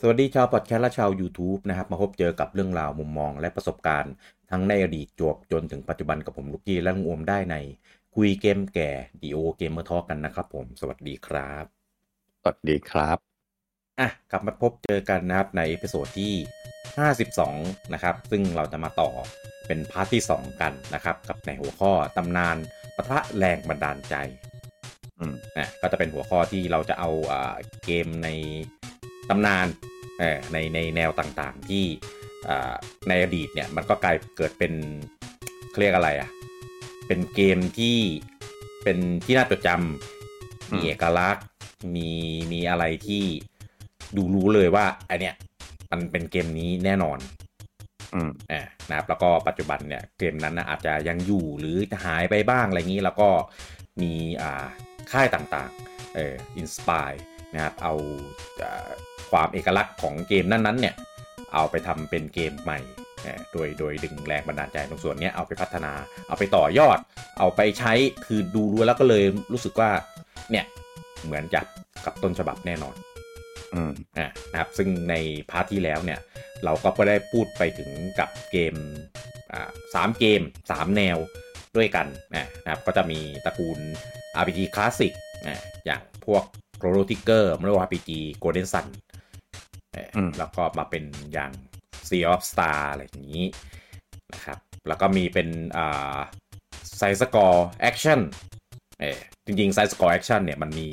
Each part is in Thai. สวัสดีชาวพอดแคสต์และชาว YouTube นะครับ มาพบเจอกับเรื่องราวมุมมองและประสบการณ์ ทั้งในอดีตจวบจนถึงปัจจุบันกับผมลูกกี้และลุงอวมได้ใน คุยเกมแก่ดีโอเกมเมอร์ทอกันนะครับผมสวัสดีครับ สวัสดีครับ อ่ะกลับมาพบเจอกันนะครับในเอพิโซดที่ 52 นะครับ ซึ่งเราจะมาต่อเป็นพาร์ทที่ 2 กันนะครับ กับในหัวข้อตำนานปะทะแรงบันดาลใจ อืม นะก็จะเป็นหัวข้อที่เราจะเอาอ่าเกมในตำนานเอ่อในในแนวต่างๆที่อ่าในอดีตเนี่ยมันก็กลายเกิดเป็นเขาเรียกอะไรอะ่ะ เป็นเกมที่เป็นที่น่าจดจำ อืม มีเอกลักษณ์มีมีอะไรที่ดูรู้เลยว่าไอนเนี้ยมันเป็นเกมนี้แน่นอน อืม อ่านะครับแล้วก็ปัจจุบันเนี่ยเกมนั้นนะอาจจะยังอยู่หรือหายไปบ้างอะไรอย่างนี้แล้วก็มีอ่าค่ายต่างๆเอ่ออินสปายนะครับเอาอ่าความเอกลักษณ์ของเกมนั้นๆเนี่ยเอาไปทำเป็นเกมใหม่เอ่อโดยโดยดึงแรงบันดาลใจตรงส่วนเนี้ยเอาไปพัฒนาเอาไปต่อยอด เอาไปใช้คือดูรู้แล้วก็เลยรู้สึกว่าเนี่ยเหมือนจากกับต้นฉบับแน่นอน อืม อ่ะนะครับซึ่งในพาร์ทที่แล้วเนี่ยเราก็ได้พูดไปถึงกับเกมอ่าสามเกม 3 แนวด้วยกันนะนะครับก็จะมีตระกูล RPG คลาสสิกอ่ะอย่างพวก c h r o n o Trigger Mario RPG Golden Sun เอ่ออ ม แล้วก็มาเป็นอย่าง Sea of Star อะไรอย่างนี้นะครับแล้วก็มีเป็นอ่า Side Score Action เออจริงๆ Side Score Action เนี่ยมันมี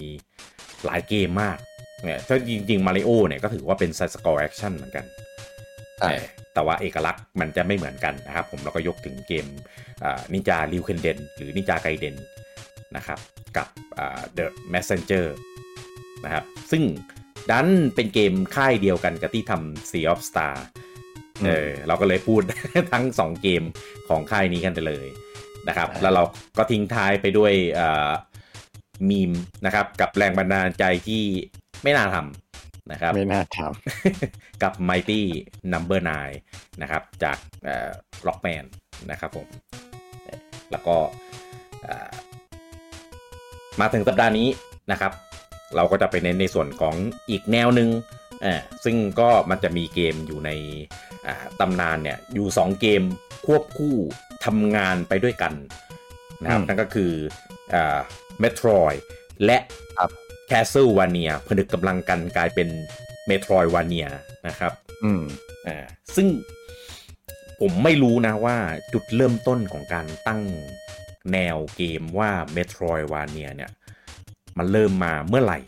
หลายเกมมากเนี่ยถ้าจริงๆมาริโอเนี่ยก็ถือว่าเป็น Side Score Action เหมือนกัน ใช่ เออแต่ว่าเอกลักษณ์มันจะไม่เหมือนกันนะครับ ผมเราก็ยกถึงเกมนินจาริวเคนเดนหรือนินจาไกเดนนะครับกับเดอะแมสเซนเจอร์นะครับซึ่งดันเป็นเกมค่ายเดียวกันกับที่ทำ Sea of Star เออเราก็เลยพูด ทั้ง 2 เกมของค่ายนี้กันไปเลยนะครับ แล้วเราก็ทิ้งท้ายไปด้วยมีมนะครับกับแรงบันดาลใจที่ไม่น่าทำนะครับ ไม่น่าท กับ Mighty Number 9นะครับ จากล็อกแมนนะครับผมเอ่อแล้วก็เอ่อมาถึงสัปดาห์นี้นะครับ เราก็จะไปเน้นในส่วนของอีกแนวหนึ่งเอ่อซึ่งก็มันจะมีเกมอยู่ในอ่าตำนานเนี่ยอยู่ 2 เกมควบคู่ทำงานไปด้วยกันนะครับ นั่นก็คือเมโทรยและ Castlevania ผนึกกำลังกันกลายเป็น Metroidvania นะครับ ำอืม อ่าซึ่งผมไม่รู้นะว่าจุดเริ่มต้นของการตั้งแนวเกมว่า Metroidvania เนี่ย มันเริ่มมาเมื่อไหร่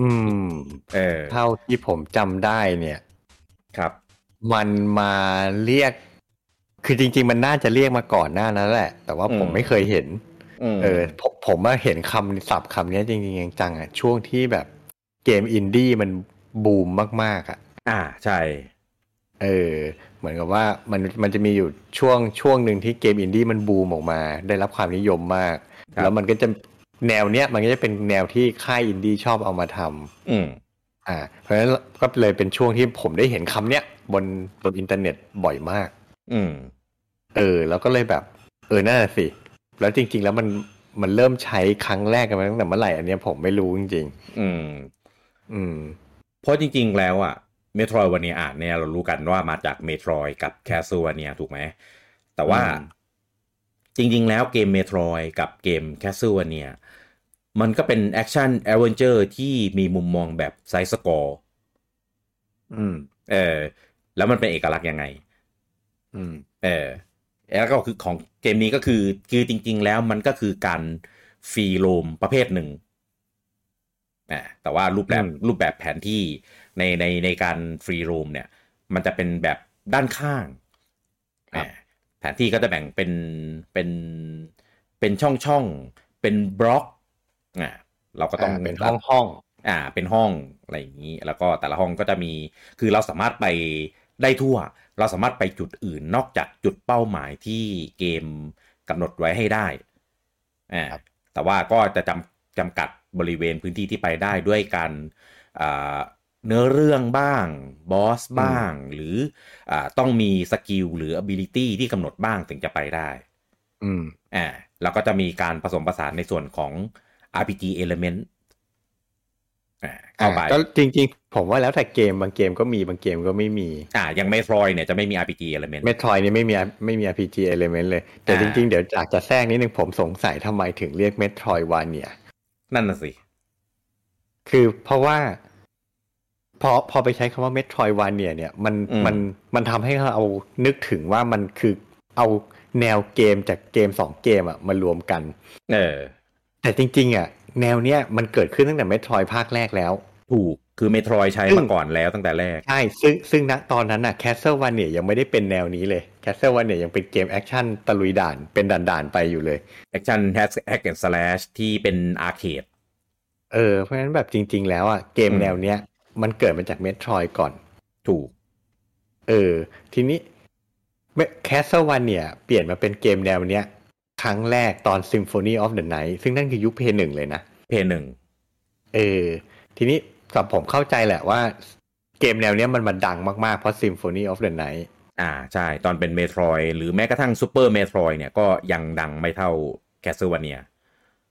อืม เออ เท่าที่ผมจำได้เนี่ย ครับ มันมาเรียก คือจริง ๆ มันน่าจะเรียกมาก่อนหน้านั้นแหละ แต่ว่าผม อืม ไม่เคยเห็น ม เออ ผมผมว่าเห็นคำศัพท์คำเนี้ยจริงๆจังๆอ่ะ ช่วงที่แบบเกมอินดี้มันบูมมากๆอ่ะ อ่าใช่ เออ เหมือนกับว่ามันมันจะมีอยู่ช่วงช่วงหนึ่งที่เกมอินดี้มันบูมออกมา ได้รับความนิยมมาก แล้วมันก็จะแนวเนี้ยมันก็จะเป็นแนวที่ค่ายอินดี้ชอบเอามาทำ อืม อ่า เพราะฉะนั้นก็เลยเป็นช่วงที่ผมได้เห็นคำเนี้ยบนบนอินเทอร์เน็ตบ่อยมาก อืม เออ แล้วก็เลยแบบ เออน่าสิ แล้วจริง ๆ แล้วมันมันเริ่มใช้ครั้งแรกกันมาตั้งแต่เมื่อไหร่อันเนี้ยผมไม่รู้จริง อืม ๆ อืม เพราะจริงๆ แล้วอะเมโทรวันนี้อ่านเนี่ยเรารู้กันว่ามาจากเมโทรกับแคสโซวเนียถูกไหม แต่ว่า อืม จริงๆ แล้วเกมเมโทรกับเกมแคสโซวเนียมันก็เป็นแอคชั่นแอเวนเจอร์ที่มีมุมมองแบบไซส์สกอร์ อืม เออแล้วมันเป็นเอกลักษณ์ยังไง อืม เออแล้วก็คือของเกมนี้ก็คือคือจริง ๆ แล้วมันก็คือการฟรีโรมประเภทหนึ่งนะแต่ว่ารูปแบบ อืม รูปแบบแผนที่ในในในการฟรีโรมเนี่ย มันจะเป็นแบบด้านข้างอ่ะแผนที่ก็จะแบ่งเป็นเป็นเป็นช่องช่องๆเป็นบล็อกอ่ะเราก็ ต้ ต้ อ อง ง เป็นห้องห้อง อ่าเป็นห้องอะไรอย่างนี้ แล้วก็แต่ละห้องก็จะมีคือเราสามารถไปได้ทั่ว เราสามารถไปจุดอื่นนอกจากจุดเป้าหมายที่เกมกำหนดไว้ให้ได้อ่าแต่ว่าก็จะจำจำกัดบริเวณพื้นที่ที่ไปได้ด้วยการอ่าเนื้อเรื่องบ้างบอสบ้าง หรืออ่าต้องมีสกิลหรือ ability ที่กำหนดบ้างถึงจะไปได้ ๆอืม อ่าแล้วก็จะมีการผสมผสานในส่วนของ RPG Element อ่าเข้าไป อ่ะก็จริงๆ ผมว่าแล้วแต่เกมบางเกมก็มีบางเกมก็ไม่มี อ่ายังไม่ทรอยเนี่ยจะไม่มี RPG element เมทรอยนี่ไม่มีไม่มี RPG element เลย แต่ อ่า จริงๆ เดี๋ยวอยากจะแทรกนิดนึงผมสงสัยทำไมถึงเรียกเมทรอยวาเนีย นั่นน่ะสิ คือเพราะว่า พอพอไปใช้คำว่าเมทรอยวาเนียเนี่ยมัน อืม มันมันทำให้เรานึกถึงว่ามันคือเอาแนวเกมจากเกมสองเกมอะมารวมกัน เออ แต่จริง ๆอะแนวเนี้ยมันเกิดขึ้นตั้งแต่เมทรอยภาคแรกแล้ว ถูกคือเมโทรยใช้ ซึ่ มาง ก่อนแล้วตั้งแต่แรก ใช่ ซึ่งซึ่งณตอนนั้นน่ะแคสเซิลวันเนี่ยยังไม่ได้เป็นแนวนี้เลยแคสเซิลวันเนี่ยยังเป็นเกมแอคชั่นตะลุยด่านเป็นด่านๆไปอยู่เลย Action Hack and Slash ที่เป็นอาร์เคด เออ เพราะฉะนั้นแบบจริง ๆ แล้วอ่ะเกม อืม แนวเนี้ยมันเกิดมาจากเมโทรยก่อน ถูก เออ ทีนี้แคสเซิลวันเนี่ยเปลี่ยนมาเป็นเกมแนวเนี้ยครั้งแรกตอน Symphony of the Night ซึ่งนั่นคือยุคเพย์หนึ่งเลยนะ เพย์หนึ่ง เออ ทีนี้กับผมเข้าใจแหละว่าเกมแนวเนี้ยมันมาดังมากๆเพราะ Symphony of the Night อ่าใช่ ตอนเป็นเมโทรยหรือแม้กระทั่งซูเปอร์เมโทรยเนี่ยก็ยังดังไม่เท่าแคสเซอร์วเนีย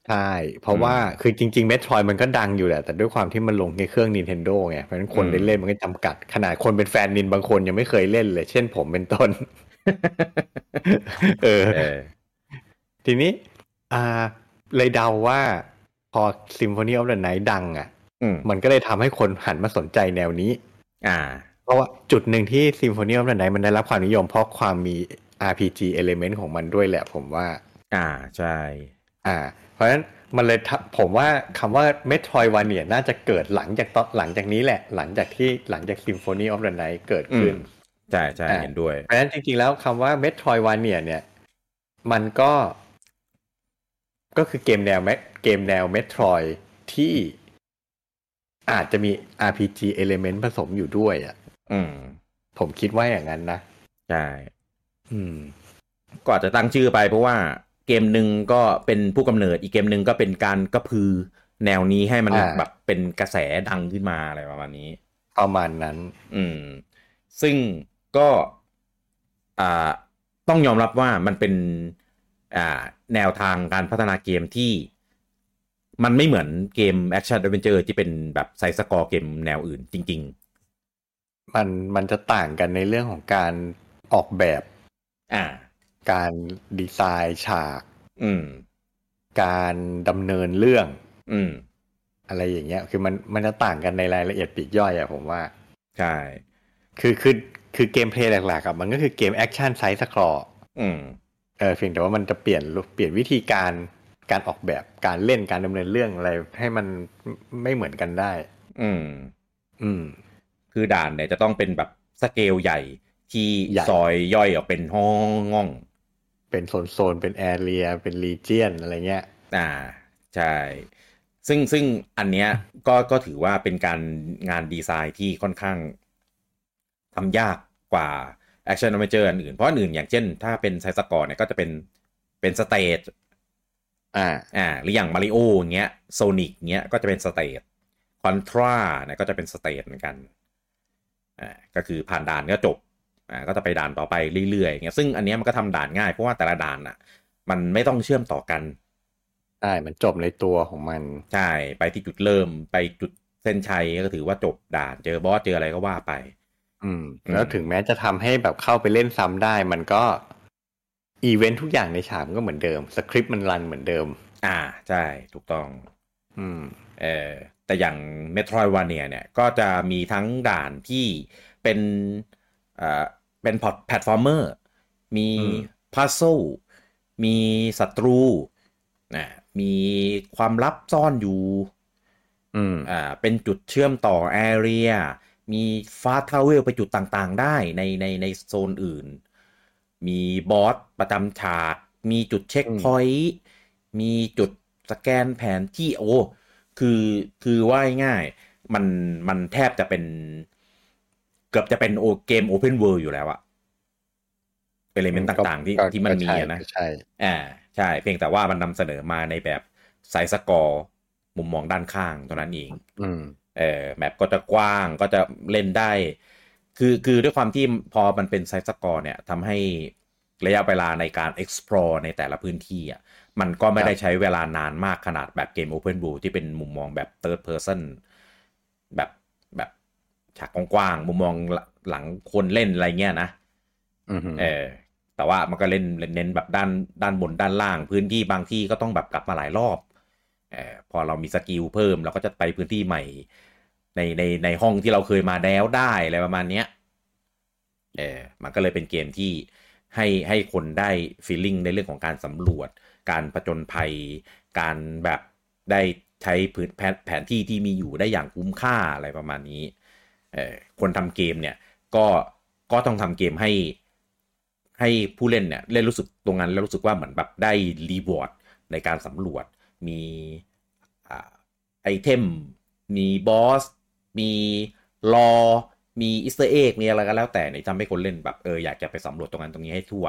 ใช่ เพราะ อืม ว่าคือจริงๆ Metroid มันก็ดังอยู่แหละ แต่ด้วยความที่มันลงในเครื่อง Nintendo ไง เพราะฉะนั้นคน อืม ได้เล่นมันก็จำกัด ขนาดคนเป็นแฟนนินบางคนยังไม่เคยเล่นเลย เช่นผมเป็นต้น เออ เออ ทีนี้อ่าเลยเดาว่าพอ Symphony of the Night ดังอ่ะ อืม มันก็เลยทำให้คนหันมาสนใจแนวนี้ อ่า เพราะว่าจุดหนึ่งที่ Symphony of the Night มันได้รับความนิยมเพราะความมี RPG element ของมันด้วยแหละผมว่า อ่าใช่ อ่าเพราะฉะนั้นมันเลยทำผมว่าคำว่าเมโทรวาเนียน่าจะเกิดหลังจากตอนหลังจากนี้แหละ หลังจากที่หลังจากซิมโฟนีออฟเดอะไนท์เกิดขึ้น อืม ใช่ใช่ อ่า เห็นด้วย เพราะฉะนั้นจริงๆแล้วคำว่าเมโทรวาเนียเนี่ยมันก็ก็คือเกมแนว Met- เกมแนวเมโทรยที่อาจจะมี RPG element ผสมอยู่ด้วยอ่ะ อืม ผมคิดว่าอย่างนั้นนะ ใช่ อืม ก็อาจจะตั้งชื่อไปเพราะว่าเกมหนึ่งก็เป็นผู้กำเนิด อีกเกมหนึ่งก็เป็นการกระพือแนวนี้ให้มัน อ่า แบบเป็นกระแสดังขึ้นมาอะไรประมาณนี้ ประมาณนั้น อืม ซึ่งก็อ่าต้องยอมรับว่ามันเป็นอ่าแนวทางการพัฒนาเกมที่มันไม่เหมือนเกมแอคชั่น a d เวนเจอร์ที่เป็นแบบไซส์สกอร์เกมแนวอื่นจริง มันมันจะต่างกันในเรื่องของการออกแบบ ๆ อ่า การดีไซน์ฉาก อืม การดำเนินเรื่อง อืม อะไรอย่างเงี้ย คือมันมันจะต่างกันในรายละเอียดปลีกย่อยอะผมว่า ใช่ คือคือคือเกมเพลย์หลักๆอะมันก็คือเกมแอคชั่นไซส์สครอ อืม เออเพียงแต่ว่ามันจะเปลี่ยนรูปเปลี่ยนวิธีการการออกแบบการเล่นการดำเนินเรื่องอะไรให้มันไม่เหมือนกันได้ อืม อืม คือด่านเนี่ยจะต้องเป็นแบบสเกลใหญ่ที่ ใหญ่ ซอยย่อยออกเป็นห้องง่อง เป็นโซนโซนๆเป็นแอเรียเป็นรีเจียนอะไรเงี้ย อ่าใช่ ซึ่งซึ่งอันเนี้ยก็ก็ถือว่าเป็นการงานดีไซน์ที่ค่อนข้างทำยากกว่าแอคชั่น d อ e เ t เจอร์อันอื่น เพราะอันอื่นอย่างเช่น ถ้าเป็นไซส์สกอร์เนี่ยก็จะเป็นเป็นสเตจ อ่า อ่าหรืออย่างมาริโอเงี้ยโซนิกเงี้ยก็จะเป็นสเตจคอนทราเนี่ยก็จะเป็นสเตจเหมือนกันอ่าก็คือผ่านด่านก็จบอ่าก็จะไปด่านต่อไปเรื่อยๆเงี้ยซึ่งอันเนี้ยมันก็ทำด่านง่ายเพราะว่าแต่ละด่านอ่ะมันไม่ต้องเชื่อมต่อกัน ใช่มันจบในตัวของมัน ใช่ไปที่จุดเริ่มไปจุดเส้นชัยก็ถือว่าจบด่านเจอบอสเจออะไรก็ว่าไป อืม อืม แล้วถึงแม้จะทำให้แบบเข้าไปเล่นซ้ำได้ มันก็อีเวนต์ทุกอย่างในฉากมันก็เหมือนเดิม สคริปต์มันรันเหมือนเดิม อ่าใช่ถูกต้อง อืม เออแต่อย่างเมโทรวาเนียเนี่ยก็จะมีทั้งด่านที่เป็นเอ่อเป็นพอร์ตแพลตฟอร์มเมอร์มี อืม พัซ z l e มีศัตรูนะมีความลับซ่อนอยู่ อืม อ่าเป็นจุดเชื่อมต่อแอเรียมีฟาทาวเวลไปจุดต่างๆ ได้ในในในโซนอื่น มีบอสประจำฉาก มีจุดเช็คพอยต์มีจุดสแกนแผนที่โอ้คือคือว่าง่ายๆมันมันแทบจะเป็น เกือบจะเป็นโอเกมโอเพนเวิล์อยู่แล้วอะเอลิเมนต์ต่างๆ ที่ ก็ ที่มันมีอะนะ ก็ใช่ อ่าใช่ เพียงแต่ว่ามันนำเสนอมาในแบบไซส์สกอร์มุมมองด้านข้างตัวนั้นเอง อืม เออแมปก็จะกว้างก็จะเล่นได้ คือคือด้วยความที่พอมันเป็นไซส์สกอร์เนี่ยทำให้ระยะเวลาในการ explore ในแต่ละพื้นที่อ่ะมันก็ไม่ ครับ ได้ใช้เวลานานมากขนาดแบบเกม Open World ที่เป็นมุมมองแบบ third person แบบแบบฉากกว้างๆมุมมองหลังคนเล่นอะไรเงี้ยนะ อือฮึ เออ แต่ว่ามันก็เล่นเน้นแบบด้านด้านบนด้านล่าง พื้นที่บางที่ก็ต้องแบบกลับมาหลายรอบ เออพอเรามีสกิลเพิ่มเราก็จะไปพื้นที่ใหม่ ในในในห้องที่เราเคยมาแล้วได้อะไรประมาณเนี้ย เออมันก็เลยเป็นเกมที่ให้ให้คนได้ฟีลลิ่งในเรื่องของการสำรวจ การผจญภัย การแบบได้ใช้พื้นแผนแผนที่ที่มีอยู่ได้อย่างคุ้มค่าอะไรประมาณนี้ เออคนทำเกมเนี่ย ก็ก็ต้องทำเกมให้ ให้ผู้เล่นเนี่ยเล่นรู้สึกตรงนั้นแล้วรู้สึกว่าเหมือนแบบได้รีวอร์ดในการสำรวจ มีอ่าไอเทม มีบอส มีลอ มีอิสเตอร์เอกมีอะไรก็แล้วแต่เนี่ยทำให้คนเล่นแบบเอออยากจะไปสำรวจตรงนั้นตรงนี้ให้ทั่ว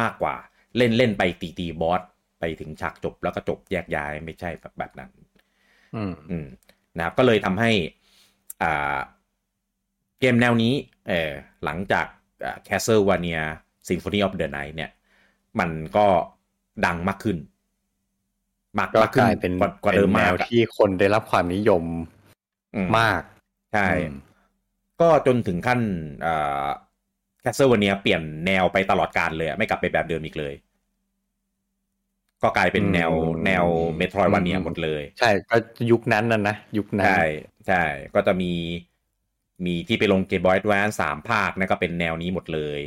มากกว่าเล่นเล่นไปตีตีบอส ไปถึงฉากจบแล้วก็จบแยกย้ายไม่ใช่แบบแบบนั้น อืม อืมนะครับก็เลยทำให้อ่าเกมแนวนี้เออหลังจากอ่า Castlevania Symphony of the Night เนี่ย มันก็ดังมากขึ้น มาก ก็ มาก ก ขึ้น ลายเป็น กว่ากว่าเดิม ป็นแน มาก ว อะ ที่คนได้รับความนิยม อืม มาก ใช่ อืม ก็จนถึงขั้นอ่า Castlevania เปลี่ยนแนวไปตลอดการเลยอะไม่กลับไปแบบเดิมอีกเลย ก็กลายเป็นแนวแนว Metroidvania หมดเลย ใช่ก็ยุคนั้นน่ะนะยุคนั้น ใช่ใช่ก็จะมีมีที่ไปลงเกมบอยด์แวนสามภาคนะก็เป็นแนวนี้หมดเลย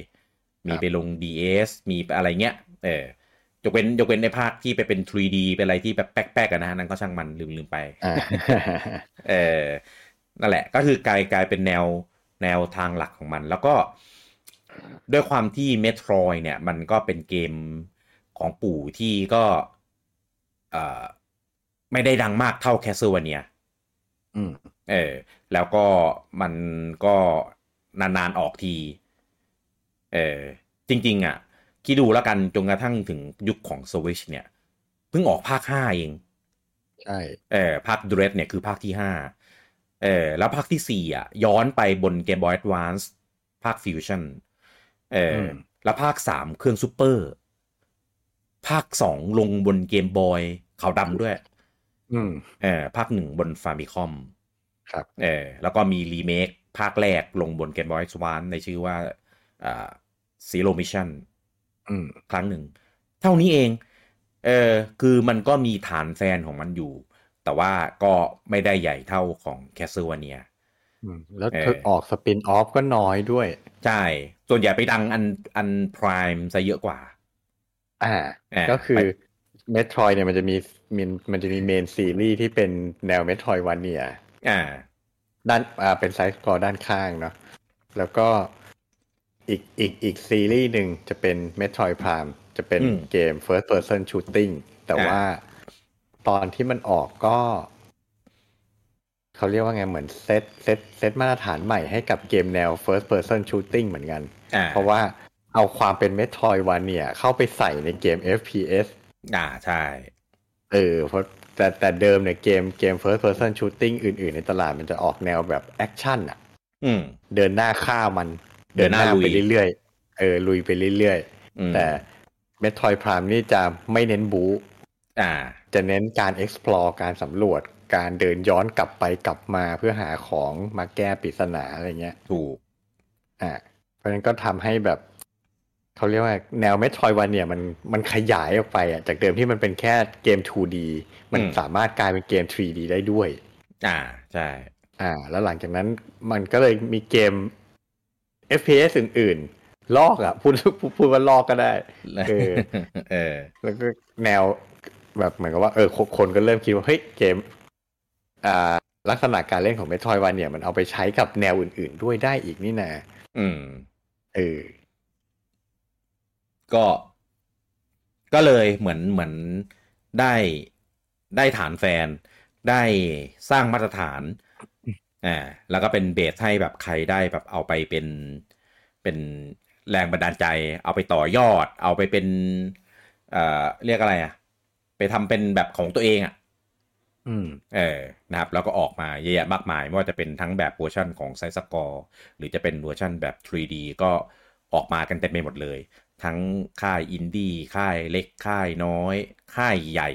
มีไปลง DS มีอะไรเงี้ยเออยกเว้นยกเว้นในภาคที่ไปเป็น 3D เป็นอะไรที่แบบแป๊กๆกันนะฮะนั่นก็ช่างมันลืมลืมไป อ่า เออนั่นแหละก็คือกลายกลายเป็นแนวแนวทางหลักของมัน แล้วก็ด้วยความที่เมโทรยเนี่ย มันก็เป็นเกมของปู่ที่ก็เอ่อไม่ได้ดังมากเท่าแคสเซอร์วเนีย อืม เออแล้วก็มันก็นานๆออกที เออจริง ๆ อ่ะ คิดดูแล้วกันจนกระทั่งถึงยุคของ Switch เนี่ย เพิ่งออกภาค 5 เอง ใช่ เออภาค Dread เนี่ยคือภาคที่ 5 เออแล้วภาคที่ 4 อ่ะ ย้อนไปบน Game Boy Advance ภาค Fusion เอออแล้วภาค 3 เครื่องซูเปอร์ ภาค 2 ลงบน Game Boy ขาวดำด้วย อืม เออภาคหนึ่งบนฟา m ิคอม ครับ เออแล้วก็มีรีเมคภาคแรกลงบนเกมบอยสวานในชื่อว่าอ่าซีโรมิชัน อืม ครั้งหนึ่ง เท่านี้เองเออคือมันก็มีฐานแฟนของมันอยู่ แต่ว่าก็ไม่ได้ใหญ่เท่าของแคสเซ v a เนีย อืม แล้ว เออ เธอออกสปินออฟก็น้อยด้วย ใช่ ส่วนใหญ่ไปดังอันอันพรายมซะเยอะกว่า อ่า เออ ก็คือ ไป เมโทรยเนี่ยมันจะมีมันมันจะมีเมนซีรีส์ที่เป็นแนวเมโทรยวันเนี่ย อ่า ด้านอ่าเป็นไซส์กอด้านข้างเนาะแล้วก็อีกอีกอีกซีรีส์หนึ่งจะเป็นเมโทรยพรามจะเป็น อืม เกม First Person Shooting แต่ อ่า ว่าตอนที่มันออกก็ เขาเรียกว่าไงเหมือนเซตเซตเซตมาตรฐานใหม่ให้กับเกมแนว First Person Shooting เหมือนกัน อ่า เพราะว่าเอาความเป็นเมทรอยวันเนี่ย เข้าไปใส่ในเกม FPS อ่าใช่ เออเพราะแต่แต่เดิมเนี่ยเกมเกม First Person Shooting อื่น ๆ ในตลาดมันจะออกแนวแบบแอคชั่นอ่ะ อืม เดินหน้าฆ่ามัน เดินหน้าลุย ไปเรื่อยๆเออลุยไปเรื่อย อืม ๆ แต่เมทรอยพรามนี่จะไม่เน้นบู๊ อ่า จะเน้นการ explore การสำรวจ การเดินย้อนกลับไปกลับมาเพื่อหาของมาแก้ปริศนาอะไรเงี้ย ถูก อ่ะเพราะฉะนั้นก็ทำให้แบบเขาเรียกว่าแนวเมทรอยวันเนี่ยมันมันขยายออกไปอ่ะจากเดิมที่มันเป็นแค่เกม 2D มัน อืม สามารถกลายเป็นเกม 3D ได้ด้วย อ่าใช่ อ่า แล้วหลังจากนั้นมันก็เลยมีเกม FPS อื่นๆ ลอกอ่ะพูดพูดพูดว่าลอกก็ได้ เออ เออ แล้วก็แนวแบบเหมือนกับว่าเออคนคนก็เริ่มคิดว่าเฮ้ยเกม อ่า ลักษณะการเล่นของเมทรอยวันเนี่ยมันเอาไปใช้กับแนวอื่นๆ ด้วยได้อีกนี่นะ อืม เออ ก็ ก็เลยเหมือนเหมือนได้ได้ฐานแฟน ได้สร้างมาตรฐานอ่าแล้วก็เป็นเบสให้แบบใครได้แบบเอาไปเป็นเป็นแรงบันดาลใจ เอาไปต่อยอด เอาไปเป็น เอ่อเรียกอะไรอ่ะ ไปทำเป็นแบบของตัวเองอ่ะ อืม เออ นะครับ แล้วก็ออกมาเยอะแยะมากมาย ไม่ว่าจะเป็นทั้งแบบเวอร์ชันของไซส์สกอร์หรือจะเป็นเวอร์ชันแบบ 3D ก็ออกมากันเต็มไปหมดเลย ทั้งค่ายอินดี้ ค่ายเล็ก ค่ายน้อย ค่ายใหญ่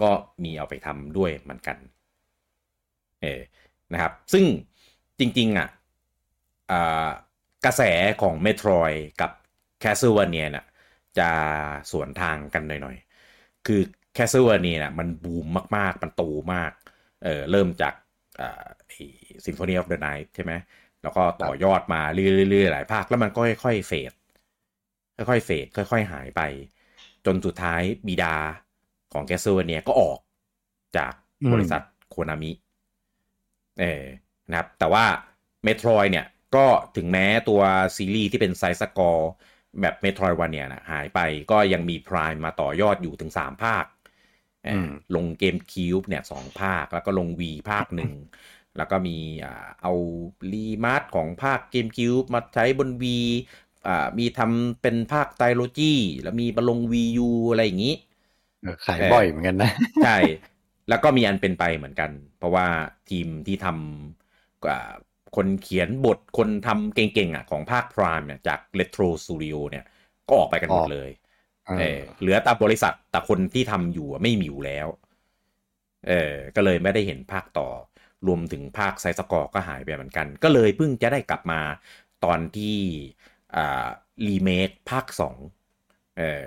ก็มีเอาไปทำด้วยเหมือนกัน เออ นะครับ ซึ่งจริงๆอ่ะอ่ากระแสของ Metroid กับ Castlevania น่ะจะสวนทางกันหน่อยๆ คือ Castlevania น่ะมันบูมมากๆ มันโตมาก เออเริ่มจากอ่าซิมโฟนีออฟเดอะไนท์ใช่ไหม แล้วก็ต่อยอดมาเรื่อยๆ หลายภาค แล้วมันก็ค่อยๆเฟดค่อยๆเฟดค่อยๆ หายไป จนสุดท้ายบิดาของแคสเซิลเนียก็ออกจากบริษัทโคนามิ เออนะครับ แต่ว่าเมโทรยเนี่ย ก็ถึงแม้ตัวซีรีส์ที่เป็นไซส์สกอร์แบบเมโทรวันเนี่ยนะหายไปก็ยังมีพรายมาต่อยอดอยู่ถึง 3 ภาคเอ่อ อืม ลงเกมคิวบ์เนี่ยสองภาค แล้วก็ลงวีภาคหนึ่ง แล้วก็มีอ่าเอารีมาสของภาคเกมคิวบ์มาใช้บน V อ่ามีทำเป็นภาคไตรโลจีแล้วมีมาลง VU อะไรอย่างนี้ เออขายบ่อยเหมือนกันนะ ใช่ แล้วก็มีอันเป็นไปเหมือนกัน เพราะว่าทีมที่ทำอ่าคนเขียนบทคนทำเก่งๆอ่ะของภาคพรามเนี่ยจาก Retro Studio เนี่ย ก็ออกไปกันหมด ออก เลย เออ เออเหลือแต่บริษัทแต่คนที่ทำอยู่อะไม่มีอยู่แล้ว เออก็เลยไม่ได้เห็นภาคต่อ รวมถึงภาคไซส์สกอร์ก็หายไปเหมือนกัน ก็เลยเพิ่งจะได้กลับมาตอนที่อ่ารีเมคภาคสองเออ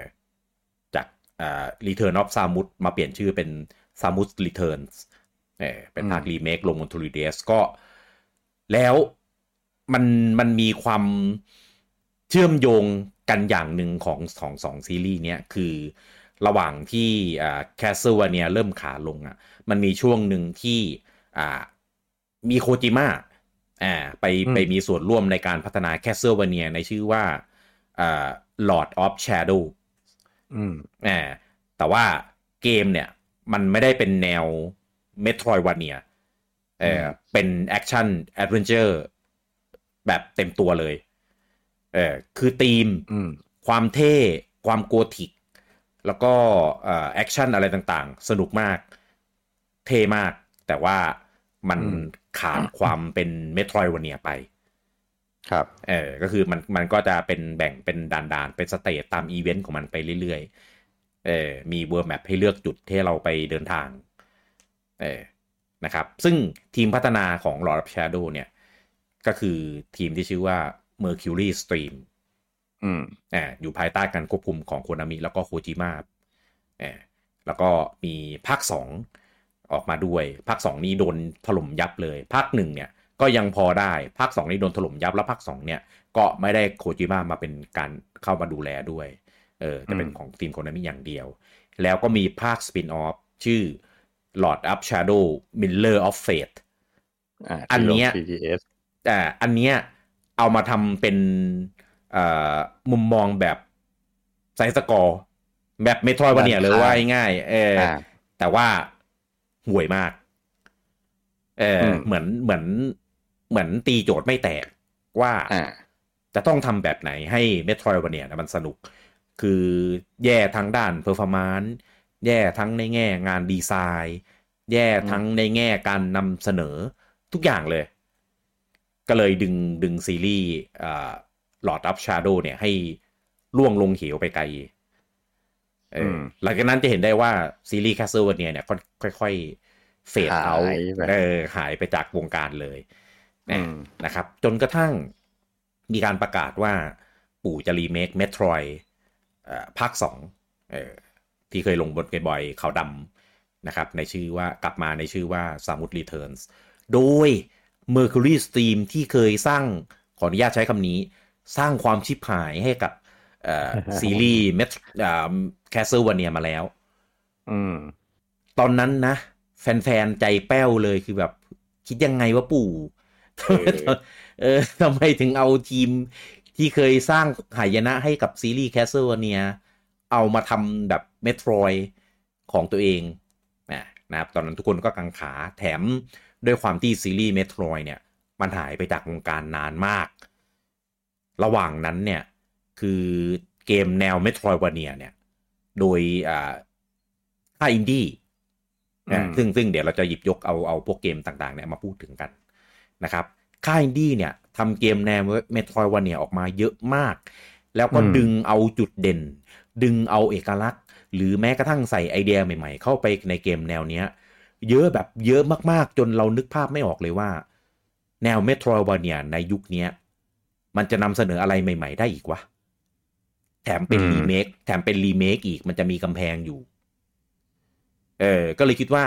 จากอ่า Return of Samus มาเปลี่ยนชื่อเป็น Samus Returns เออเป็นภาครีเมคลงบน 3DS ก็ แล้วมันมันมีความเชื่อมโยงกันอย่างหนึ่งของของสองซีรีส์เนี้ยคือระหว่างที่อ่า Castlevania เริ่มขาลงอ่ะ มันมีช่วงหนึ่งที่อ่ามีโคจิมะอ่าไปไปมีส่วนร่วมในการพัฒนา Castlevania ในชื่อว่าอ่า Lord of Shadow อืม อ่าแต่ว่าเกมเนี่ยมันไม่ได้เป็นแนวเมโทรวาเนียเออ อืม เป็นแอคชั่นแอดเวนเจอร์แบบเต็มตัวเลยเออคือธีม อืม ความเท่ความโกธิก แล้วก็เอ่อแอคชั่นอะไรต่างๆ สนุกมาก เท่มาก แต่ว่ามัน อืม ขาดความเป็นเมโทรวาเนียไป ครับ เออ ก็คือมันมันก็จะเป็นแบ่งเป็นด่านๆ เป็นสเตจตามอีเวนต์ของมันไปเรื่อยๆ เออ มีเวอร์แมปให้เลือกจุดที่เราไปเดินทาง เออ นะครับ ซึ่งทีมพัฒนาของ Lord of Shadow เนี่ย ก็คือทีมที่ชื่อว่า Mercury Stream อืม อ่าอยู่ภายใต้การควบคุมของโคนามิแล้วก็โคจิมะอ่าแล้วก็มีภาค 2 ออกมาด้วย ภาค 2 นี้โดนถล่มยับเลย ภาค 1 เนี่ย ก็ยังพอได้ ภาค 2 นี้โดนถล่มยับ แล้วภาค 2 เนี่ย ก็ไม่ได้โคจิมะมาเป็นการเข้ามาดูแลด้วย เออแต่เป็น อืม ของทีมโคนามิอย่างเดียว แล้วก็มีภาคสปินออฟชื่อ Lord of Shadow Miller of Fate อ่า อันเนี้ย ที่ลง 3DS แต่อันเนี้ยเอามาทำเป็นเอ่อมุมมองแบบไซส์สกอร์แบบเมโทรวาเนียเลย ด้านข้าง ว่าง่ายๆเอออ อ่า แต่ว่าห่วยมากเอออ ม เหมือนเหมือนเหมือนตีโจทย์ไม่แตกว่า อ่า จะต้องทำแบบไหนให้เมโทรวาเนียมันสนุก คือแย่ทั้งด้านเพอร์ฟอร์มานซ์แย่ทั้งในแง่งานดีไซน์ แย่ทั้งในแง่การนำเสนอทุกอย่างเลย ก็เลยดึงดึงซีรีส์หลอดอัพชาร์โดเนี่ยให้ล่วงลงเหวไปไกลเออ ม หลังจากนั้นจะเห็นได้ว่าซีรีส์แคสเซิลเนียเนี่ยค่อยค่อยๆเฟด หาย เอา ไป เออหายไปจากวงการเลย อืม นะครับจนกระทั่งมีการประกาศว่าปู่จะรีเมคเมโทรยภาคสองเออที่เคยลงบนเกมบอยขาวดำนะครับในชื่อว่ากลับมาในชื่อว่า Samus Returns โดย Mercury Steam ที่เคยสร้างขออนุญาตใช้คำนี้ สร้างความชิบหายให้กับเอ่อ ซีรีส์เมทแคสเซิลวาเนียมาแล้ว อืม ตอนนั้นนะ แฟนๆ ใจแป้วเลยคือแบบ คิดยังไงว่าปู่ เออ เอ อทำไมถึงเอาทีมที่เคยสร้างหายนะให้กับซีรีส์แคสเซิลเนียเอามาทำแบบเมโทรยของตัวเองนะนะครับตอนนั้นทุกคนก็กังขาแถมด้วยความที่ซีรีส์เมโทรยเนี่ย มันหายไปจากวงการนานมาก ระหว่างนั้นเนี่ย คือเกมแนวเมโทรวาเนียเนี่ย โดยอ่าค่ายอินดี้นะ อืม ซึ่งซึ่งเดี๋ยวเราจะหยิบยกเอาเอาพวกเกมต่างๆเนี่ยมาพูดถึงกันนะครับค่ายอินดี้เนี่ยทำเกมแนวเมโทรวาเนียออกมาเยอะมาก แล้วก็ อืม ดึงเอาจุดเด่น ดึงเอาเอกลักษณ์ หรือแม้กระทั่งใส่ไอเดียใหม่ๆ เข้าไปในเกมแนวเนี้ย เยอะแบบเยอะมากๆ จนเรานึกภาพไม่ออกเลยว่า แนวเมโทรวเนียในยุคเนี้ย มันจะนำเสนออะไรใหม่ ๆ ได้อีกวะ แถมเป็น อืม รีเมคแถมเป็นรีเมคอีกมันจะมีกำแพงอยู่ เออ ก็เลยคิดว่า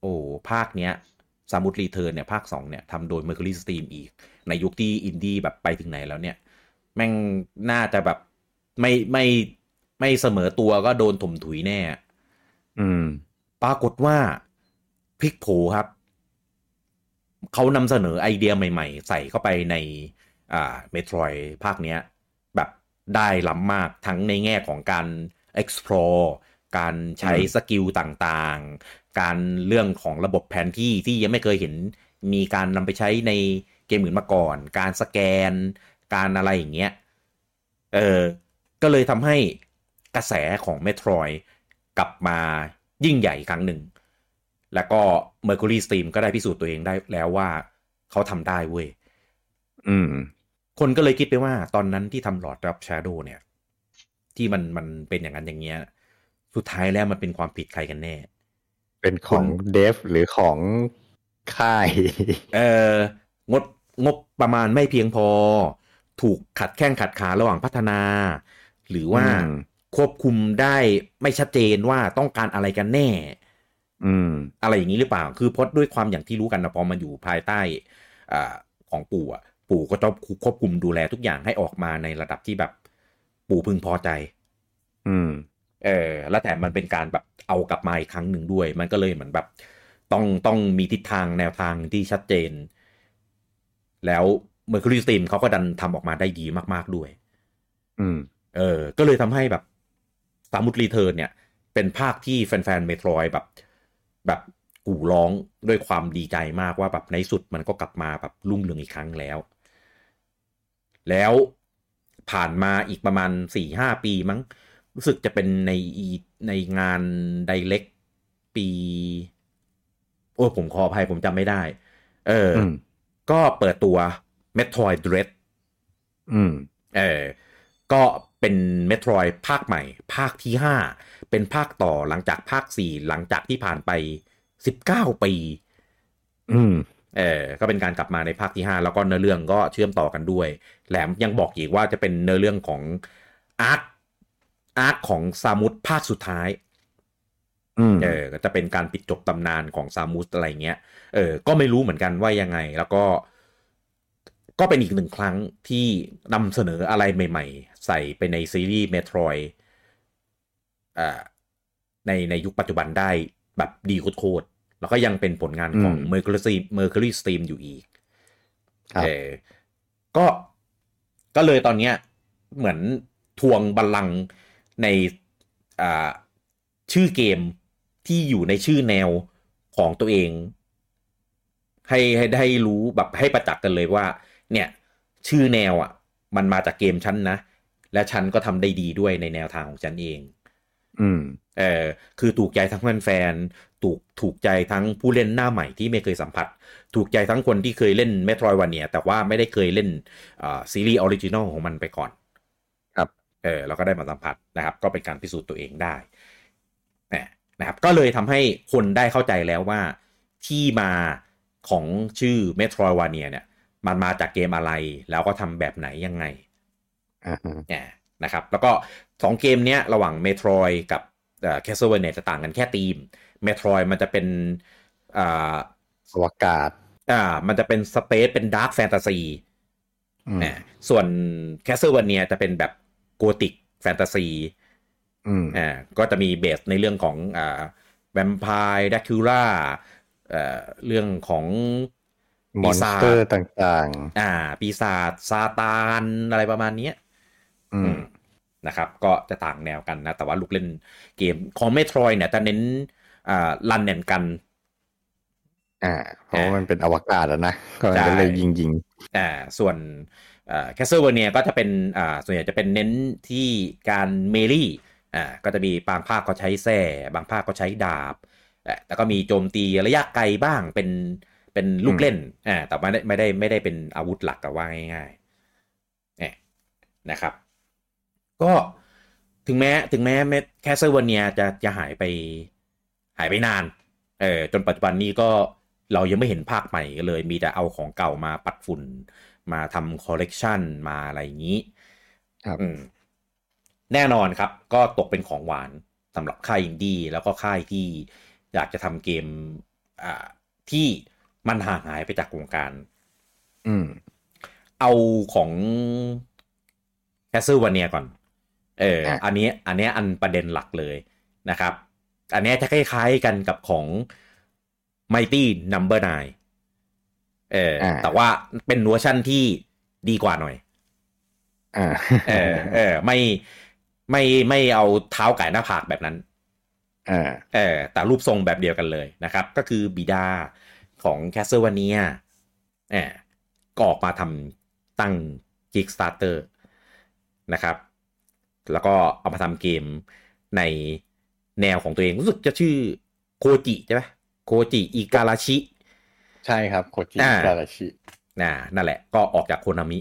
โอ้ภาคเนี้ยสมุดรีเทิร์นเนี่ย ภาคสองเนี่ยทำโดย Mercury Steam อีก ในยุคที่อินดี้แบบไปถึงไหนแล้วเนี่ย แม่งน่าจะแบบไม่ไม่ไม่เสมอตัวก็โดนถมถุยแน่ อืม ปรากฏว่าพลิกโผครับ เขานำเสนอไอเดียใหม่ๆ ใส่เข้าไปในอ่าเมโทรยภาคเนี้ย แบบได้ล้ำมากทั้งในแง่ของการ explore การใช้ อืม สกิลต่างๆ การเรื่องของระบบแผนที่ที่ยังไม่เคยเห็นมีการนำไปใช้ในเกมอื่นมาก่อน การสแกน การอะไรอย่างเงี้ย เออ ก็เลยทำให้กระแสของเมโทรยกลับมายิ่งใหญ่อีกครั้งหนึ่ง แล้วก็ Mercury Steam ก็ได้พิสูจน์ตัวเองได้แล้วว่าเขาทำได้เว้ย อืม คนก็เลยคิดไปว่าตอนนั้นที่ทำหลอดรับ Shadow เนี่ย ที่มันมันเป็นอย่างนั้นอย่างเงี้ย สุดท้ายแล้วมันเป็นความผิดใครกันแน่ เป็นของเดฟหรือของค่าย เอองบงบประมาณไม่เพียงพอ ถูกขัดแข้งขัดขาระหว่างพัฒนา หรือว่า อืม ควบคุมได้ไม่ชัดเจนว่าต้องการอะไรกันแน่ อืม อะไรอย่างนี้หรือเปล่า คือเพราะด้วยความอย่างที่รู้กันนะพอมันอยู่ภายใต้อาของปู่อะปู่ก็ต้องควบคุมดูแลทุกอย่างให้ออกมาในระดับที่แบบปู่พึงพอใจ อืม เออแล้วแต่มันเป็นการแบบเอากลับมาอีกครั้งหนึ่งด้วย มันก็เลยเหมือนแบบ ต้องต้องมีทิศทางแนวทางที่ชัดเจน แล้ว Mercury Steam เขาก็ดันทำออกมาได้ดีมาก ๆ ด้วย อืม เออ ก็เลยทำให้แบบสามุดรีเทิร์นเนี่ย เป็นภาคที่แฟนๆเมโทรยแบบ แบบกู่ร้องด้วยความดีใจมากว่าแบบในสุดมันก็กลับมาแบบรุ่งเรืองอีกครั้งแล้ว แล้วผ่านมาอีกประมาณสี่ห้าปีมั้ง รู้สึกจะเป็นในอีในงานไดเ e กปี โอ้ยผมขออภัยผมจำไม่ได้ เอออ อืม ก็เปิดตัว Metroid Dread อืม เออ ก็เป็นเมโทรยภาคใหม่ ภาคที่ 5 เป็นภาคต่อหลังจากภาค 4 หลังจากที่ผ่านไป 19 ปี อืม เออ ก็เป็นการกลับมาในภาคที่ 5 แล้วก็เนื้อเรื่องก็เชื่อมต่อกันด้วย แหลมยังบอกอีกว่าจะเป็นเนื้อเรื่องของอาร์ค อาร์คของซามุสภาคสุดท้าย อืม เออ ก็จะเป็นการปิดจบตำนานของซามูสอะไรเงี้ย เออ ก็ไม่รู้เหมือนกันว่ายังไง แล้วก็ ก็เป็นอีกหนึ่งครั้งที่นำเสนออะไรใหม่ๆ ใส่ไปในซีรีส์เมโทรยอ่า ในในยุคปัจจุบันได้แบบดีโคตรๆแล้วก็ยังเป็นผลงานของ อืม Mercury Mercury Steam อยู่อีก ครับ เออ ก็ ก็เลยตอนเนี้ย เหมือนทวงบัลลังก์ในอ่าชื่อเกมที่อยู่ในชื่อแนวของตัวเอง ให้ให้ได้รู้แบบให้ประจักษ์กันเลยว่า เนี่ย ชื่อแนวอะ่ะ มันมาจากเกมฉันนะ และฉันก็ทำได้ดีด้วยในแนวทางของฉันเอง อืม เออคือถูกใจทั้งแฟนๆถูกถูกใจทั้งผู้เล่นหน้าใหม่ที่ไม่เคยสัมผัส ถูกใจทั้งคนที่เคยเล่นเมโทรวันเนี่ยแต่ว่าไม่ได้เคยเล่นอ่าซีรีส์ออริจินอลของมันไปก่อน ครับ เออเราก็ได้มาสัมผัสนะครับ ก็เป็นการพิสูจน์ตัวเองได้นะนะครับ ก็เลยทำให้คนได้เข้าใจแล้วว่าที่มาของชื่อเมโทรวาเนียเนี่ย มันมาจากเกมอะไรแล้วก็ทำแบบไหนยังไง อ่าฮะ อ่านะครับแล้วก็สองเกมเนี้ยระหว่าง Metroid กับแคสเซิลเวเนจะต่างกันแค่ธีม Metroid มันจะเป็นอ่า อวกาศ อ่ามันจะเป็นสเปซเป็นดาร์คแฟนตาซี อืม นะส่วนแคสเซิลเวเนจะเป็นแบบโกติกแฟนตาซี อืม อ่าก็จะมีเบสในเรื่องของอ่าแวมไพร์ดักคิล่าเอ่อเรื่องของ มอน ปี ส ศาจ เตอร์ต่าง อ่าปีศาจซาตานอะไรประมาณเนี้ย ๆ อืม นะครับ ก็จะต่างแนวกันนะ แต่ว่าลูกเล่นเกมของเมโทรยเนี่ยจะเน้นลันแนนกัน อ่า ๆ เพราะว่ามันเป็นอวกาศแล้วนะ ก็ ใช่ เลยยิงยิง อ่าส่วนแคสเซิลเวเนียก็จะเป็นอ่าส่วนใหญ่จะเป็นเน้นที่การเมลี่อ่าก็จะมีบางภาคก็ใช้แส่บางภาคก็ใช้ดาบอ่าแล้วก็มีโจมตีระยะไกลบ้างเป็นเป็นลูกเล่นอ่าแต่ไม่ได้ไม่ได้ไม่ได้เป็นอาวุธหลักอะว่าง่ายๆเนี่ยนะครับ ก็ถึงแม้ถึงแม้แคสเซิลเวเนียจะจะหายไปหายไปนาน เออจนปัจจุบันนี้ก็เรายังไม่เห็นภาคใหม่กันเลย มีแต่เอาของเก่ามาปัดฝุ่น มาทำคอลเลกชันมาอะไรอย่างนี้ ครับ อืมแน่นอนครับ ก็ตกเป็นของหวานสำหรับค่ายอินดี้แล้วก็ค่ายที่อยากจะทำเกมอ่าที่มันห่างหายไปจากวงการ อืม เอาของแคสเซิลวันเนียก่อน เออ อ่ะ อันนี้ อันนี้อันประเด็นหลักเลยนะครับ อันนี้จะคล้ายๆกันกับของ Mighty Number 9เอออา แต่ว่าเป็นเวอร์ชั่นที่ดีกว่าหน่อย อ่า เออ เออ ไม่ ไม่ ไม่เอาเท้าไก่หน้าผากแบบนั้น อ่า เออแต่รูปทรงแบบเดียวกันเลยนะครับ ก็คือบิดาของแคสเซ l วเนียเออก็ออกมาทำตั้ง Kickstarter นะครับ แล้วก็เอามาทำเกมในแนวของตัวเอง รู้สึกจะชื่อโคจิใช่ไหมโคจิอิการาชิ ใช่ครับโคจิ อ่า การาชิ นะนั่นแหละก็ออกจากโคนามิ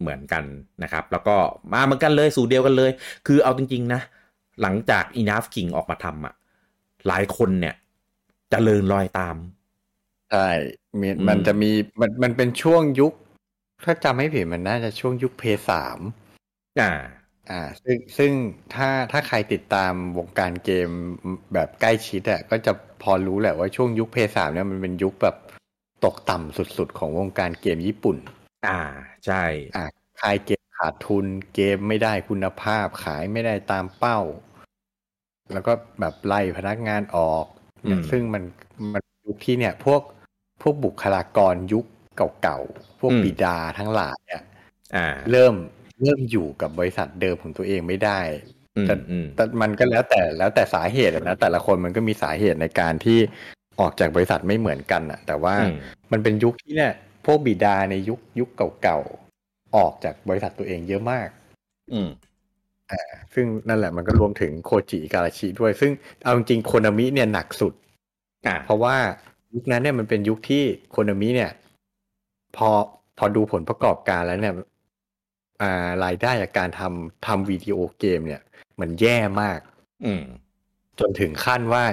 เหมือนกันนะครับ แล้วก็มาเหมือนกันเลยสูตรเดียวกันเลย คือเอาจริง ๆ นะ หลังจาก Enough King ออกมาทำอะหลายคนเนี่ยจเจริญรอยตาม ใช่มี อืม มันจะมีมันมันเป็นช่วงยุค ถ้าจำไม่ผิดมันน่าจะช่วงยุคเพสาม อ่า อ่า ซึ่งซึ่งถ้าถ้าใครติดตามวงการเกมแบบใกล้ชิดอ่ะก็จะพอรู้แหละว่าช่วงยุคเพสามเนี่ยมันเป็นยุคแบบตกต่ำสุดๆ ของวงการเกมญี่ปุ่น อ่าใช่ อ่ะขายเกมขาดทุนเกมไม่ได้คุณภาพขายไม่ได้ตามเป้า แล้วก็แบบไล่พนักงานออก อืม ซึ่งมันมันยุคที่เนี่ย พวกพวกบุคลากรยุคเก่าๆ พวกบิดาทั้งหลายเนี่ย อ่า เริ่มเริ่มอยู่กับบริษัทเดิมของตัวเองไม่ได้ อืม แต่ อืม แต่มันก็แล้วแต่แล้วแต่สาเหตุอะนะแต่ละคนมันก็มีสาเหตุในการที่ออกจากบริษัทไม่เหมือนกันอ่ะ แต่ว่า อืม มันเป็นยุคที่เนี่ยพวกบิดาในยุคยุคเก่าๆ ออกจากบริษัทตัวเองเยอะมาก อืม ซึ่งนั่นแหละมันก็รวมถึงโคจิอิการาชิด้วย ซึ่งเอาจริงๆโคนามิเนี่ยหนักสุด อ่า เพราะว่ายุคนั้นเนี่ยมันเป็นยุคที่โคนามิเนี่ย พอพอดูผลประกอบการแล้วเนี่ยอ่ารายได้จากการทำทำวิดีโอเกมเนี่ย มันแย่มาก อืม จนถึงขั้นว่า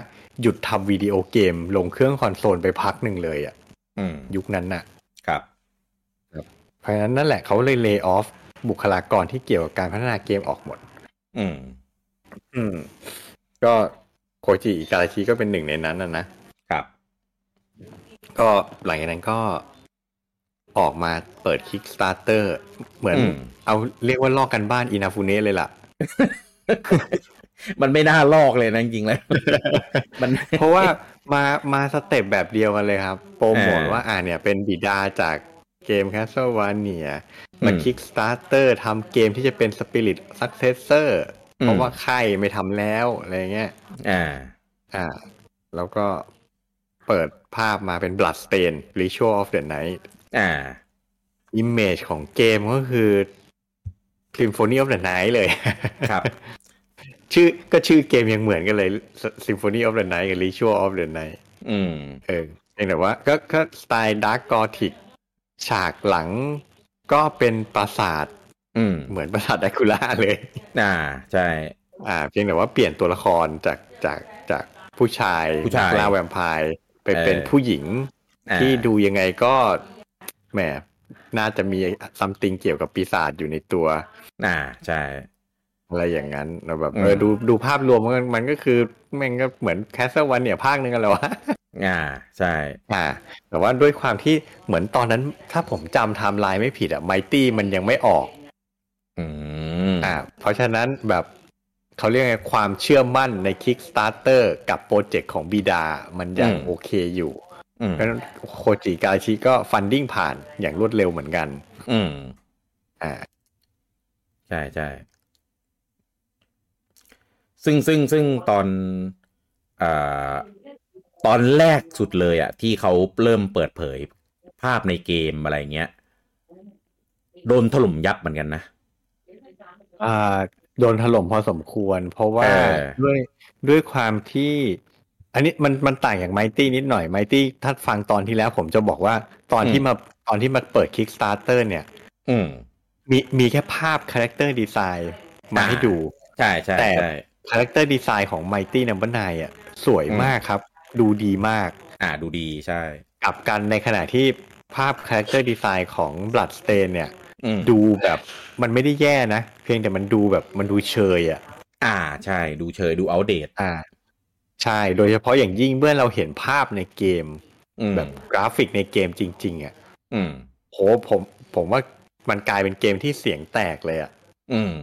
หยุดทำวิดีโอเกม ลงเครื่องคอนโซลไปพักหนึ่งเลยอะ อืม ยุคนั้นน่ะ ครับ เพราะฉะนั้นนั่นแหละเขาเลยเล y o ออฟบุคลากรที่เกี่ยวกับการพัฒนาเกมออกหมด อืม อืม ก็โคจิอิการาชิก็เป็นหนึ่งในนั้นนะนะ ครับ ก็หลังจากนั้นก็ออกมาเปิด Kickstarter เหมือน อืม เอาเรียกว่าลอกกันบ้านอินาฟูเนะเลยล่ะ มันไม่น่าลอกเลยนะจริงๆแล้ว มัน เพราะว่ามามาสเต็ปแบบเดียวกันเลยครับ โปรโมท เออ ว่าอ่าเนี่ยเป็นบิดาจากเกม Castlevania มา อืม Kickstarter ทำเกมที่จะเป็น Spirit Successor เพ อื ราะ ม ว่าค่ายไม่ทำแล้วอะไรเงี้ย อ่า อ่า แล้วก็เปิดภาพมาเป็น Bloodstain Ritual of the Night อ่า Image ของเกมก็คือ Symphony of the Night เลย ครับ ชื่อก็ชื่อเกมยังเหมือนกันเลย Symphony of the Night กับ Ritual of the Night อืม เออเพียงแต่ว่าก็ก็สไตล์ดาร์กกอธิกฉากหลังก็เป็นปราสาท อืม เหมือนปราสาทแดคูล่าเลย อ่าใช่ อ่า เพียงแต่ว่าเปลี่ยนตัวละครจากจากจากผู้ชาย ผู้ชาย นักล่าแวมไพร์ไปเป็น เออ ผู้หญิง อ่า ที่ดูยังไงก็แหมน่าจะมีซัมติงเกี่ยวกับปีศาจอยู่ในตัว อ่าใช่ อะไรอย่างนั้นเราแบบ อืม เออดูดูภาพรวมมันมันก็คือแมันก็เหมือนแคสเซิลวันเนี่ยภาคหนึ่งกันแล้ววะ อ่าใช่ อ่า แต่ว่าด้วยความที่เหมือนตอนนั้น ถ้าผมจำไทม์ไลน์ไม่ผิดอะไมตี้มันยังไม่ออก อืม อ่า เพราะฉะนั้นแบบเขาเรียกไงความเชื่อมั่นใน Kickstarter กับโปรเจกต์ของบิดามันยังโอเคอยู่ อืม เพราะฉะนั้นโคจิกาชิก็ฟันดิ้งผ่านอย่างรวดเร็วเหมือนกัน อืม อ่า ใช่ใช่ซึ่งซึ่งซึ่งตอนอ่าตอนแรกสุดเลยอะที่เขาเริ่มเปิดเผยภาพในเกมอะไรเงี้ย โดนถล่มยับเหมือนกันนะ อ่าโดนถล่มพอสมควร เพราะว่า เออ ด้วยด้วยความที่ อันนี้มันมันต่างอย่างไมตี้นิดหน่อยไมตี้ถ้าฟังตอนที่แล้วผมจะบอกว่าตอนที่มาตอนที่มาเปิด Kickstarter เนี่ย อืม มีมีแค่ภาพคาแรคเตอร์ดีไซน์มาให้ดู ใช่ใช่ แต่ ใช่ คาแรคเตอร์ดีไซน์ของไมตี้นัมเบอร์นายอ่ะสวยมากครับ ดูดีมาก อ่าดูดีใช่ กลับกันในขณะที่ภาพคาแรคเตอร์ดีไซน์ของ Bloodstain เนี่ย อืม ดูแบบมันไม่ได้แย่นะ เพียงแต่มันดูแบบมันดูเชยอ่ะ อ่าใช่ดูเฉยดูอัปเดต อ่า ใช่ โดยเฉพาะอย่างยิ่งเมื่อเราเห็นภาพในเกม อืม แบบกราฟิกในเกมจริง ๆ อ่ะ อืม โหผมผมว่ามันกลายเป็นเกมที่เสียงแตกเลยอ่ะ อืม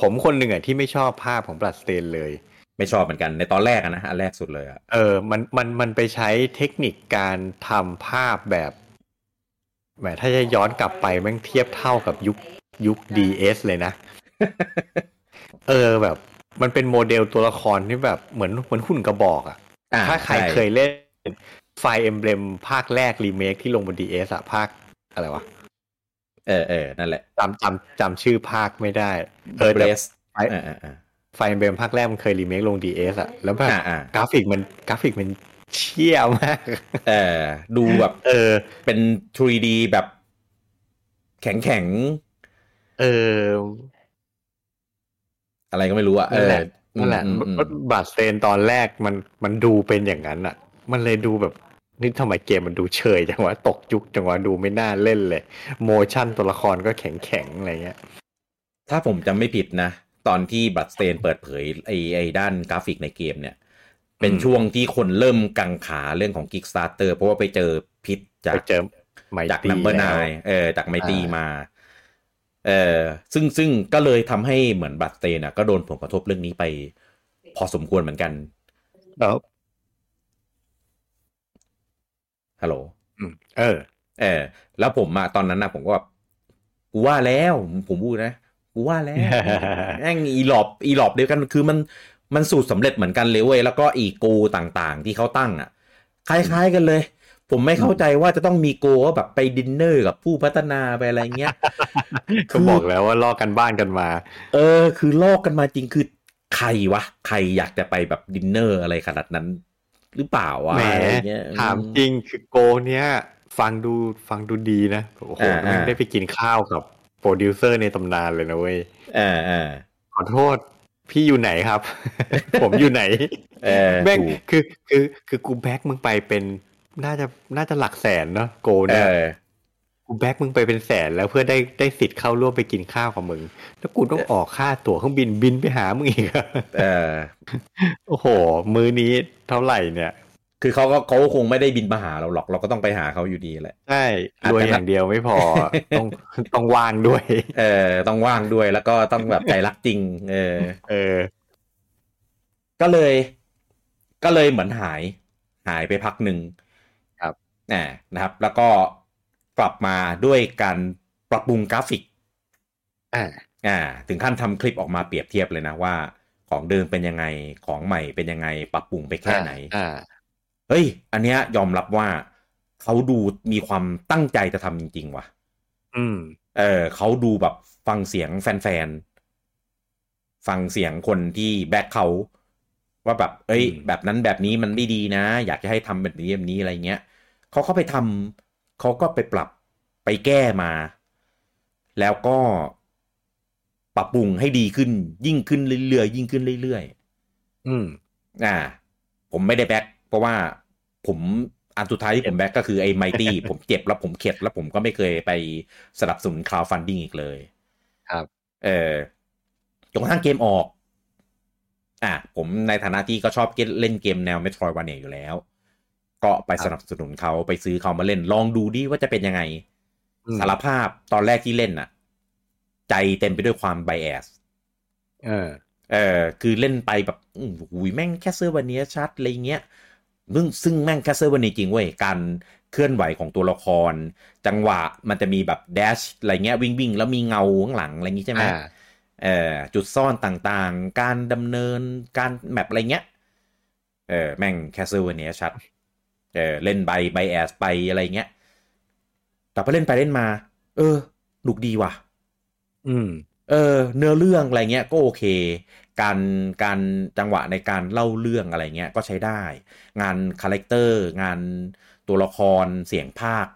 ผมคนหนึ่งอ่ะที่ไม่ชอบภาพของ Bloodstain เลย ไม่ชอบเหมือนกันในตอนแรกอะนะอันแรกสุดเลยอะ เออ มัน มัน มันไปใช้เทคนิคการทำภาพแบบ แหม ถ้าจะย้อนกลับไปแม่งเทียบเท่ากับยุคยุค DS เลยนะ เออแบบ มันเป็นโมเดลตัวละครที่แบบเหมือนเหมือนหุ่นกระบอกอะ อ่ ถ้าใคร ช่ เคยเล่นไฟเอ็มเบลมภาคแรกรีเมคที่ลงบน DS อะภาคอะไรวะ เออเออนั่นแหละ จำจำจำชื่อภาคไม่ได้ เออแต่ ส ไอ้ อ่าอ่า ไฟเอ็มเบลมภาคแรกมันเคยรีเมคลง DS อะแล้วแบบ อ่าอ่าก ราฟิกมันกราฟิกมันเชี่ยมาก เออดูแบบ เออ เป็น 3D แบบแข็งแข็ง เออ ๆอะไรก็ไม่รู้อะเออนั่นแหละ นั่นแหละ อืมอืม รถบัสเตนตอนแรกมันมันดูเป็นอย่างนั้นอ่ะ มันเลยดูแบบนี่ทำไมเกมมันดูเฉยจังวะตกยุคจังวะดูไม่น่าเล่นเลย โมชั่นตัวละครก็แข็งแข็งๆอะไรเงี้ย ถ้าผมจำไม่ผิดนะ ตอนที่บัตสเตนเปิดเผยไอไอด้านกราฟิกในเกมเนี่ย เป็น อืม ช่วงที่คนเริ่มกังขาเรื่องของ Kickstarter เพราะว่าไปเจอพิษจา ไป ก เจอไม จาก ตี้ นัมเบอร์ แล้ นาว ยเออจากไมตี อ่าม มา เออซึ่งซึ่งก็เลยทำให้เหมือนบัตเตนอ่ะ ก็โดนผลกระทบเรื่องนี้ไป พอสมควรเหมือนกัน แล้ว ฮัลโหล อืมเออ เออ แล้วผมอะตอนนั้นนะผมก็แบบกูว่าแล้ว ผมพูดนะ กูว่าแล้ว แม่งอีหลอบอีหลอบเดียวกันคือมันมันสูตรสำเร็จเหมือนกันเลยเว้ยแล้วก็อีโกต่างๆ ที่เขาตั้งอ่ะ คล้ายๆกันเลย ผมไม่เข้าใจว่าจะต้องมีโกว่าแบบไปดินเนอร์กับผู้พัฒนาไปอะไรเงี้ ย ก็บอกแล้วว่าลอกกันบ้านกันมา เออ คือลอกกันมาจริงคือใครวะ ใครอยากจะไปแบบดินเนอร์อะไรขนาดนั้น หรือเปล่าวะ แหม อะไรเงี้ย ถามจริงคือโกเนี้ยฟังดูฟังดูดีนะ โอ้โห อ่าอ่า แม่งได้ไปกินข้าวกับโปรดิวเซอร์ในตำนานเลยนะเว้ย เออเออ ขอโทษ พี่อยู่ไหนครับ ผมอยู่ไหน เออ แบง ถูก คือคือคือกูแบกมึงไปเป็นน่าจะน่าจะหลักแสนเนาะโก เอ เนี่ย อ กูแบกมึงไปเป็นแสนแล้วเพื่อได้ได้สิทธิ์เข้าร่วมไปกินข้าวกับมึง แล้วกูต้องออกค่าตั๋วเครื่องบินบินไปหามึงอีกอะ เออ โอ้โห มือนี้เท่าไหร่เนี่ย คือเขาก็เขาก็คงไม่ได้บินมาหาเราหรอก เราก็ต้องไปหาเขาอยู่ดีแหละ ใช่ อาจ รวย จะ อย่างเดียวไม่พ อ ต้องต้องว่างด้วย เออ ต้องว่างด้วยแล้วก็ต้องแบบใจรักจริง เออ เออ ก็เลย ก็เลยเหมือนหาย หายไปพักหนึ่ง ครับ อ่านะครับ แล้วก็กลับมาด้วยการปรับปรุงกราฟิก อ่า อ่าถึงขั้นทำคลิปออกมาเปรียบเทียบเลยนะว่า ของเดิมเป็นยังไงของใหม่เป็นยังไงปรับปรุงไปแค่ไหน อ่า เฮ้ย อันเนี้ยยอมรับว่าเขาดูมีความตั้งใจจะทำจริง ๆ ว่ะ อืม เออเขาดูแบบฟังเสียงแฟนๆ ฟังเสียงคนที่แบกเขาว่าแบบ เอ้ย อืม แบบนั้นแบบนี้มันไม่ดีนะ อยากจะให้ทำแบบนี้แบบนี้อะไรเงี้ยเขาเข้าไปทำเขาก็ไปปรับไปแก้มา แล้วก็ปรับปรุงให้ดีขึ้น ยิ่งขึ้นเรื่อยๆยิ่งขึ้นเรื่อย อืม ๆอ่า ผมไม่ได้แบกเพราะว่าผมอันสุดท้ายที่ผมแบกก็คือไอ้ไม ตี้ ผมเจ็บแล้วผมเข็ดแล้วผมก็ไม่เคยไปสนับสนุนคลาวฟันดิ้งอีกเลย ครับ เออจนกระทั่งเกมออก อ่ะผมในฐานะที่ก็ชอบเล่นเกมแนว Metroidvania อยู่แล้ว ก็ไปสนับสนุนเขาไปซื้อเขามาเล่น ลองดูดิว่าจะเป็นยังไง อืม สารภาพตอนแรกที่เล่นน่ะ ใจเต็มไปด้วยความไบแอส เออ เออคือเล่นไปแบบอืมหูยแม่งแคสเซอร์วันเนี้ยชัดอะไรเงี้ยซึ่งซึ่งแม่งแคสเซอร์วันนี้จริงเว้ยการเคลื่อนไหวของตัวละคร จังหวะมันจะมีแบบแดชอะไรเงี้ยวิ่งวิ่งแล้วมีเงาข้างหลังอะไรงี้ใช่ไหม อ่า เออจุดซ่อนต่างๆ การดำเนินการแมปอะไรเงี้ยเออแม่งแคสเซอร์วันนี้ชัดเออเล่นไปไบแอสไปอะไรเงี้ยแต่พอเล่นไปเล่นมา เออหนุกดีว่ะ อืม เออเนื้อเรื่องอะไรเงี้ยก็โอเค การการจังหวะในการเล่าเรื่องอะไรเงี้ยก็ใช้ได้ งานคาแรคเตอร์งานตัวละครเสียงภาค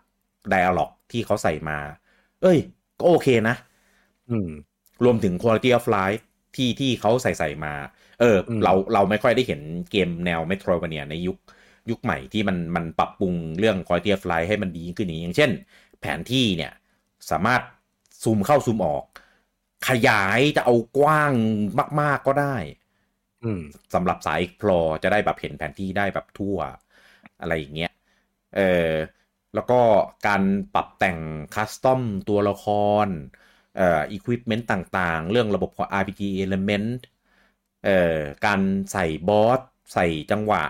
ไดอะล็อกที่เขาใส่มา เอ้ย ก็โอเคนะ อืม รวมถึง quality of life ที่ที่เขาใส่ใส่มา เอออ ม เราเราไม่ค่อยได้เห็นเกมแนว Metroidvania ในยุค ยุคใหม่ที่มันมันปรับปรุงเรื่อง quality of life ให้มันดียิ่งขึ้นอย่างอย่างเช่น แผนที่เนี่ยสามารถซูมเข้าซูมออก ขยายจะเอากว้างมาก ๆก็ได้ อืม สำหรับสาย explore จะได้แบบเห็นแผนที่ได้แบบทั่วอะไรอย่างเงี้ย เออแล้วก็การปรับแต่งคัสตอมตัวละคร เอ่อ equipment ต่างๆ เรื่องระบบของ RPG element เอ่อ การใส่บอส ใส่จังหวะ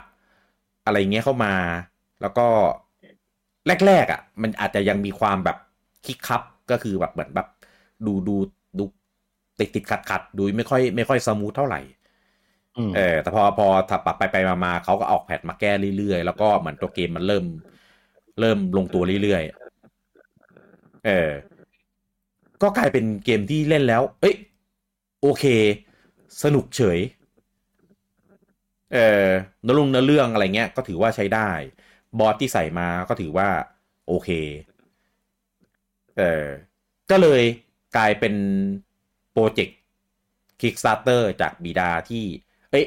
อะไรเงี้ยเข้ามา แล้วก็แรกๆอ่ะ มันอาจจะยังมีความแบบคิกคับ ก็คือแบบเหมือนแบบดูดูดูติดติดขัดขัดๆ ดูไม่ค่อยไม่ค่อยสมูทเท่าไหร่ อืม เออแต่พอพอถ้าปรับไปไปมามาเขาก็ออกแพทมาแก้เรื่อยๆ แล้วก็เหมือนตัวเกมมันเริ่ม เริ่มลงตัวเรื่อยๆเออก็กลายเป็นเกมที่เล่นแล้ว เอ้ยโอเค สนุกเฉย เออนลุงเนอเรื่องอะไรเงี้ย ก็ถือว่าใช้ได้ บอสที่ใส่มาก็ถือว่า โอเค เออก็เลยกลายเป็นโปรเจกต์ Kickstarter จากบีดาที่ เอ้ย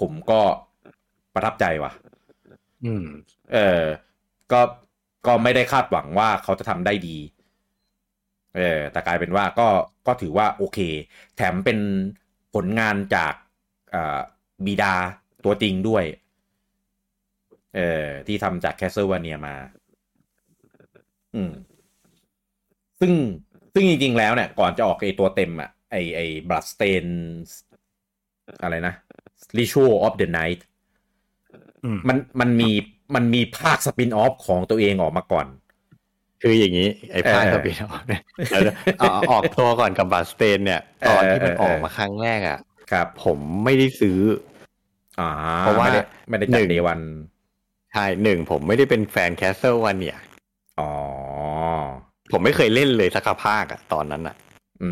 ผมก็ประทับใจว่ะ อืม เออ ก็ ก็ไม่ได้คาดหวังว่าเขาจะทำได้ดี เออ แต่กลายเป็นว่าก็ ก็ถือว่าโอเค แถมเป็นผลงานจากเอ่อบีดาตัวจริงด้วย เออ ที่ทำจากแคสเซ l วเนียมา อืม ซึ่ง ซึ่งจริงๆ แล้วเนี่ย ก่อนจะออกไอตัวเต็มอะไอไอบลัสเตน อะไรนะ Ritual of the Night อืม มัน มันมี มันมีภาคสปินออฟของตัวเองออกมาก่อน คืออย่างนี้ ไอ้พาด เออ กับปีนออกเนี่ยเดี๋ยวๆเอาเอาออกตัวก่อนกับบาสเตนเนี่ย ตอนที่มัน เออเออเออ ออกมาครั้งแรกอ่ะ ครับ ผมไม่ได้ซื้อ อ่า เพราะว่า ไม่ได้ไม่ได้ ห จั นึ่ ด ง เดวัน ใช่หนึ่งผมไม่ได้เป็นแฟนแคสเซิลวันเนี่ย อ๋อ ผมไม่เคยเล่นเลยสักภาคอะตอนนั้นอะ อื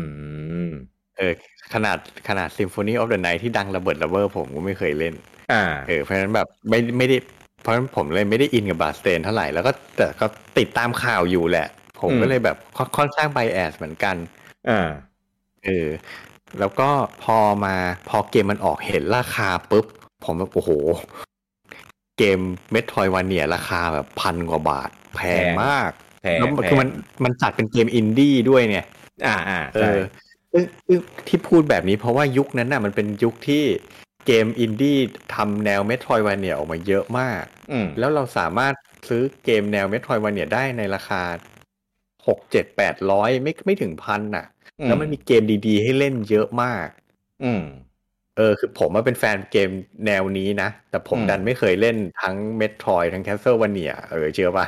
ม เออขนาดขนาด Symphony of the Night ที่ดังระเบิดระเบ้อผมก็ไม่เคยเล่น อ่า เออเพราะฉะนั้นแบบไม่ไม่ได้เพราะฉะนั้นผมเลยไม่ได้อินกับบาสเตนเท่าไหร่แล้วก็แต่ก็ติดตามข่าวอยู่แหละ ผมก็ อืม เลยแบบค่อนค่อนข้างไบแอสเหมือนกัน อ่า เออ แล้วก็พอมาพอเกมมันออกเห็นราคาปุ๊บ ผมแบบโอ้โห เกมเมทรอยวันเนี่ยราคาแบบพันกว่าบาท แพงมาก แพง แล้ว แพ คือง มันมันจัดเป็นเกมอินดี้ด้วยเนี่ย อ่า อ่า เอ ใช่ อซึ่งซึ่งที่พูดแบบนี้เพราะว่ายุคนั้นน่ะมันเป็นยุคที่เกมอินดี้ทำแนวเมทรอยวันเนี่ยออกมาเยอะมาก อืม แล้วเราสามารถซื้อเกมแนวเมทรอยวันเนี่ยได้ในราคาหกเจ็ดแปดร้อยไม่ไม่ถึงพันน่ะ แล้วมันมีเกมดีๆ ให้เล่นเยอะมาก อืม เออคือผมมาเป็นแฟนเกมแนวนี้นะ แต่ผม อืม ดันไม่เคยเล่นทั้งเมทรอยทั้งแคสเซิลวันเนียเออเชื่อป่ะ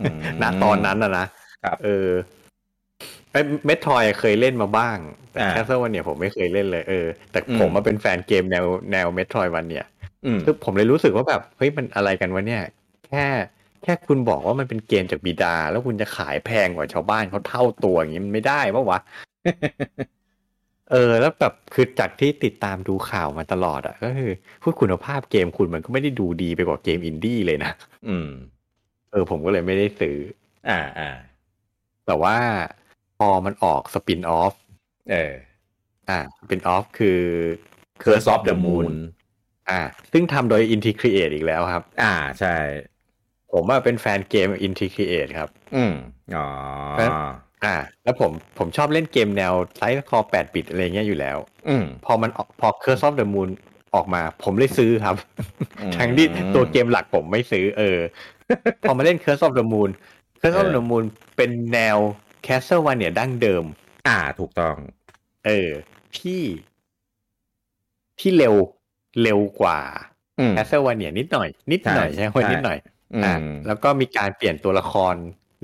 อืม ณตอนนั้นนะนะครับเออไอ้เมทรอยเคยเล่นมาบ้าง แต่ อ่า แคสเซิลวันเนียผมไม่เคยเล่นเลยเออแต่ อืม ผมมาเป็นแฟนเกมแนวแนวเมทรอยวันเนี่ย อืม คือผมเลยรู้สึกว่าแบบเฮ้ยมันอะไรกันวะเนี่ย แค่แค่คุณบอกว่ามันเป็นเกมจากบิดา แล้วคุณจะขายแพงกว่าชาวบ้านเขาเท่าตัวอย่างนี้มันไม่ได้ปะวะ เออ แล้วแบบคือจากที่ติดตามดูข่าวมาตลอดอะก็คือพูดคุณภาพเกมคุณมันก็ไม่ได้ดูดีไปกว่าเกมอินดี้เลยนะ อืม เออผมก็เลยไม่ได้ซื้อ อ่า อ่า แต่ว่าพอมันออกสปินออฟ เออ อ่าสปินออฟคือ Curse of the Moon อ่า ซึ่งทำโดย Inti Create อีกแล้วครับ อ่า ใช่ ผมว่าเป็นแฟนเกม Inti Create ครับ อืม อ๋อ อ่าแล้วผมผมชอบเล่นเกมแนวไซส์คอ8บิตอะไรเงี้ยอยู่แล้ว อืม พอมันออกพอ Curse of the Moon ออกมาผมเลยซื้อครับ อืม ทั้งที่ตัวเกมหลักผมไม่ซื้อเออ พอมาเล่น Curse of the Moon Curse of เอ the อ Moon เป็นแนว Castlevania ดั้งเดิม อ่า ถูกต้อง เออ ที่ที่เร็วเร็วกว่า อืม Castlevania นิดหน่อย นิดหน่อย ใช่ ใช่ไหม ใช่ นิดหน่อย อื อ่าม แล้วก็มีการเปลี่ยนตัวละคร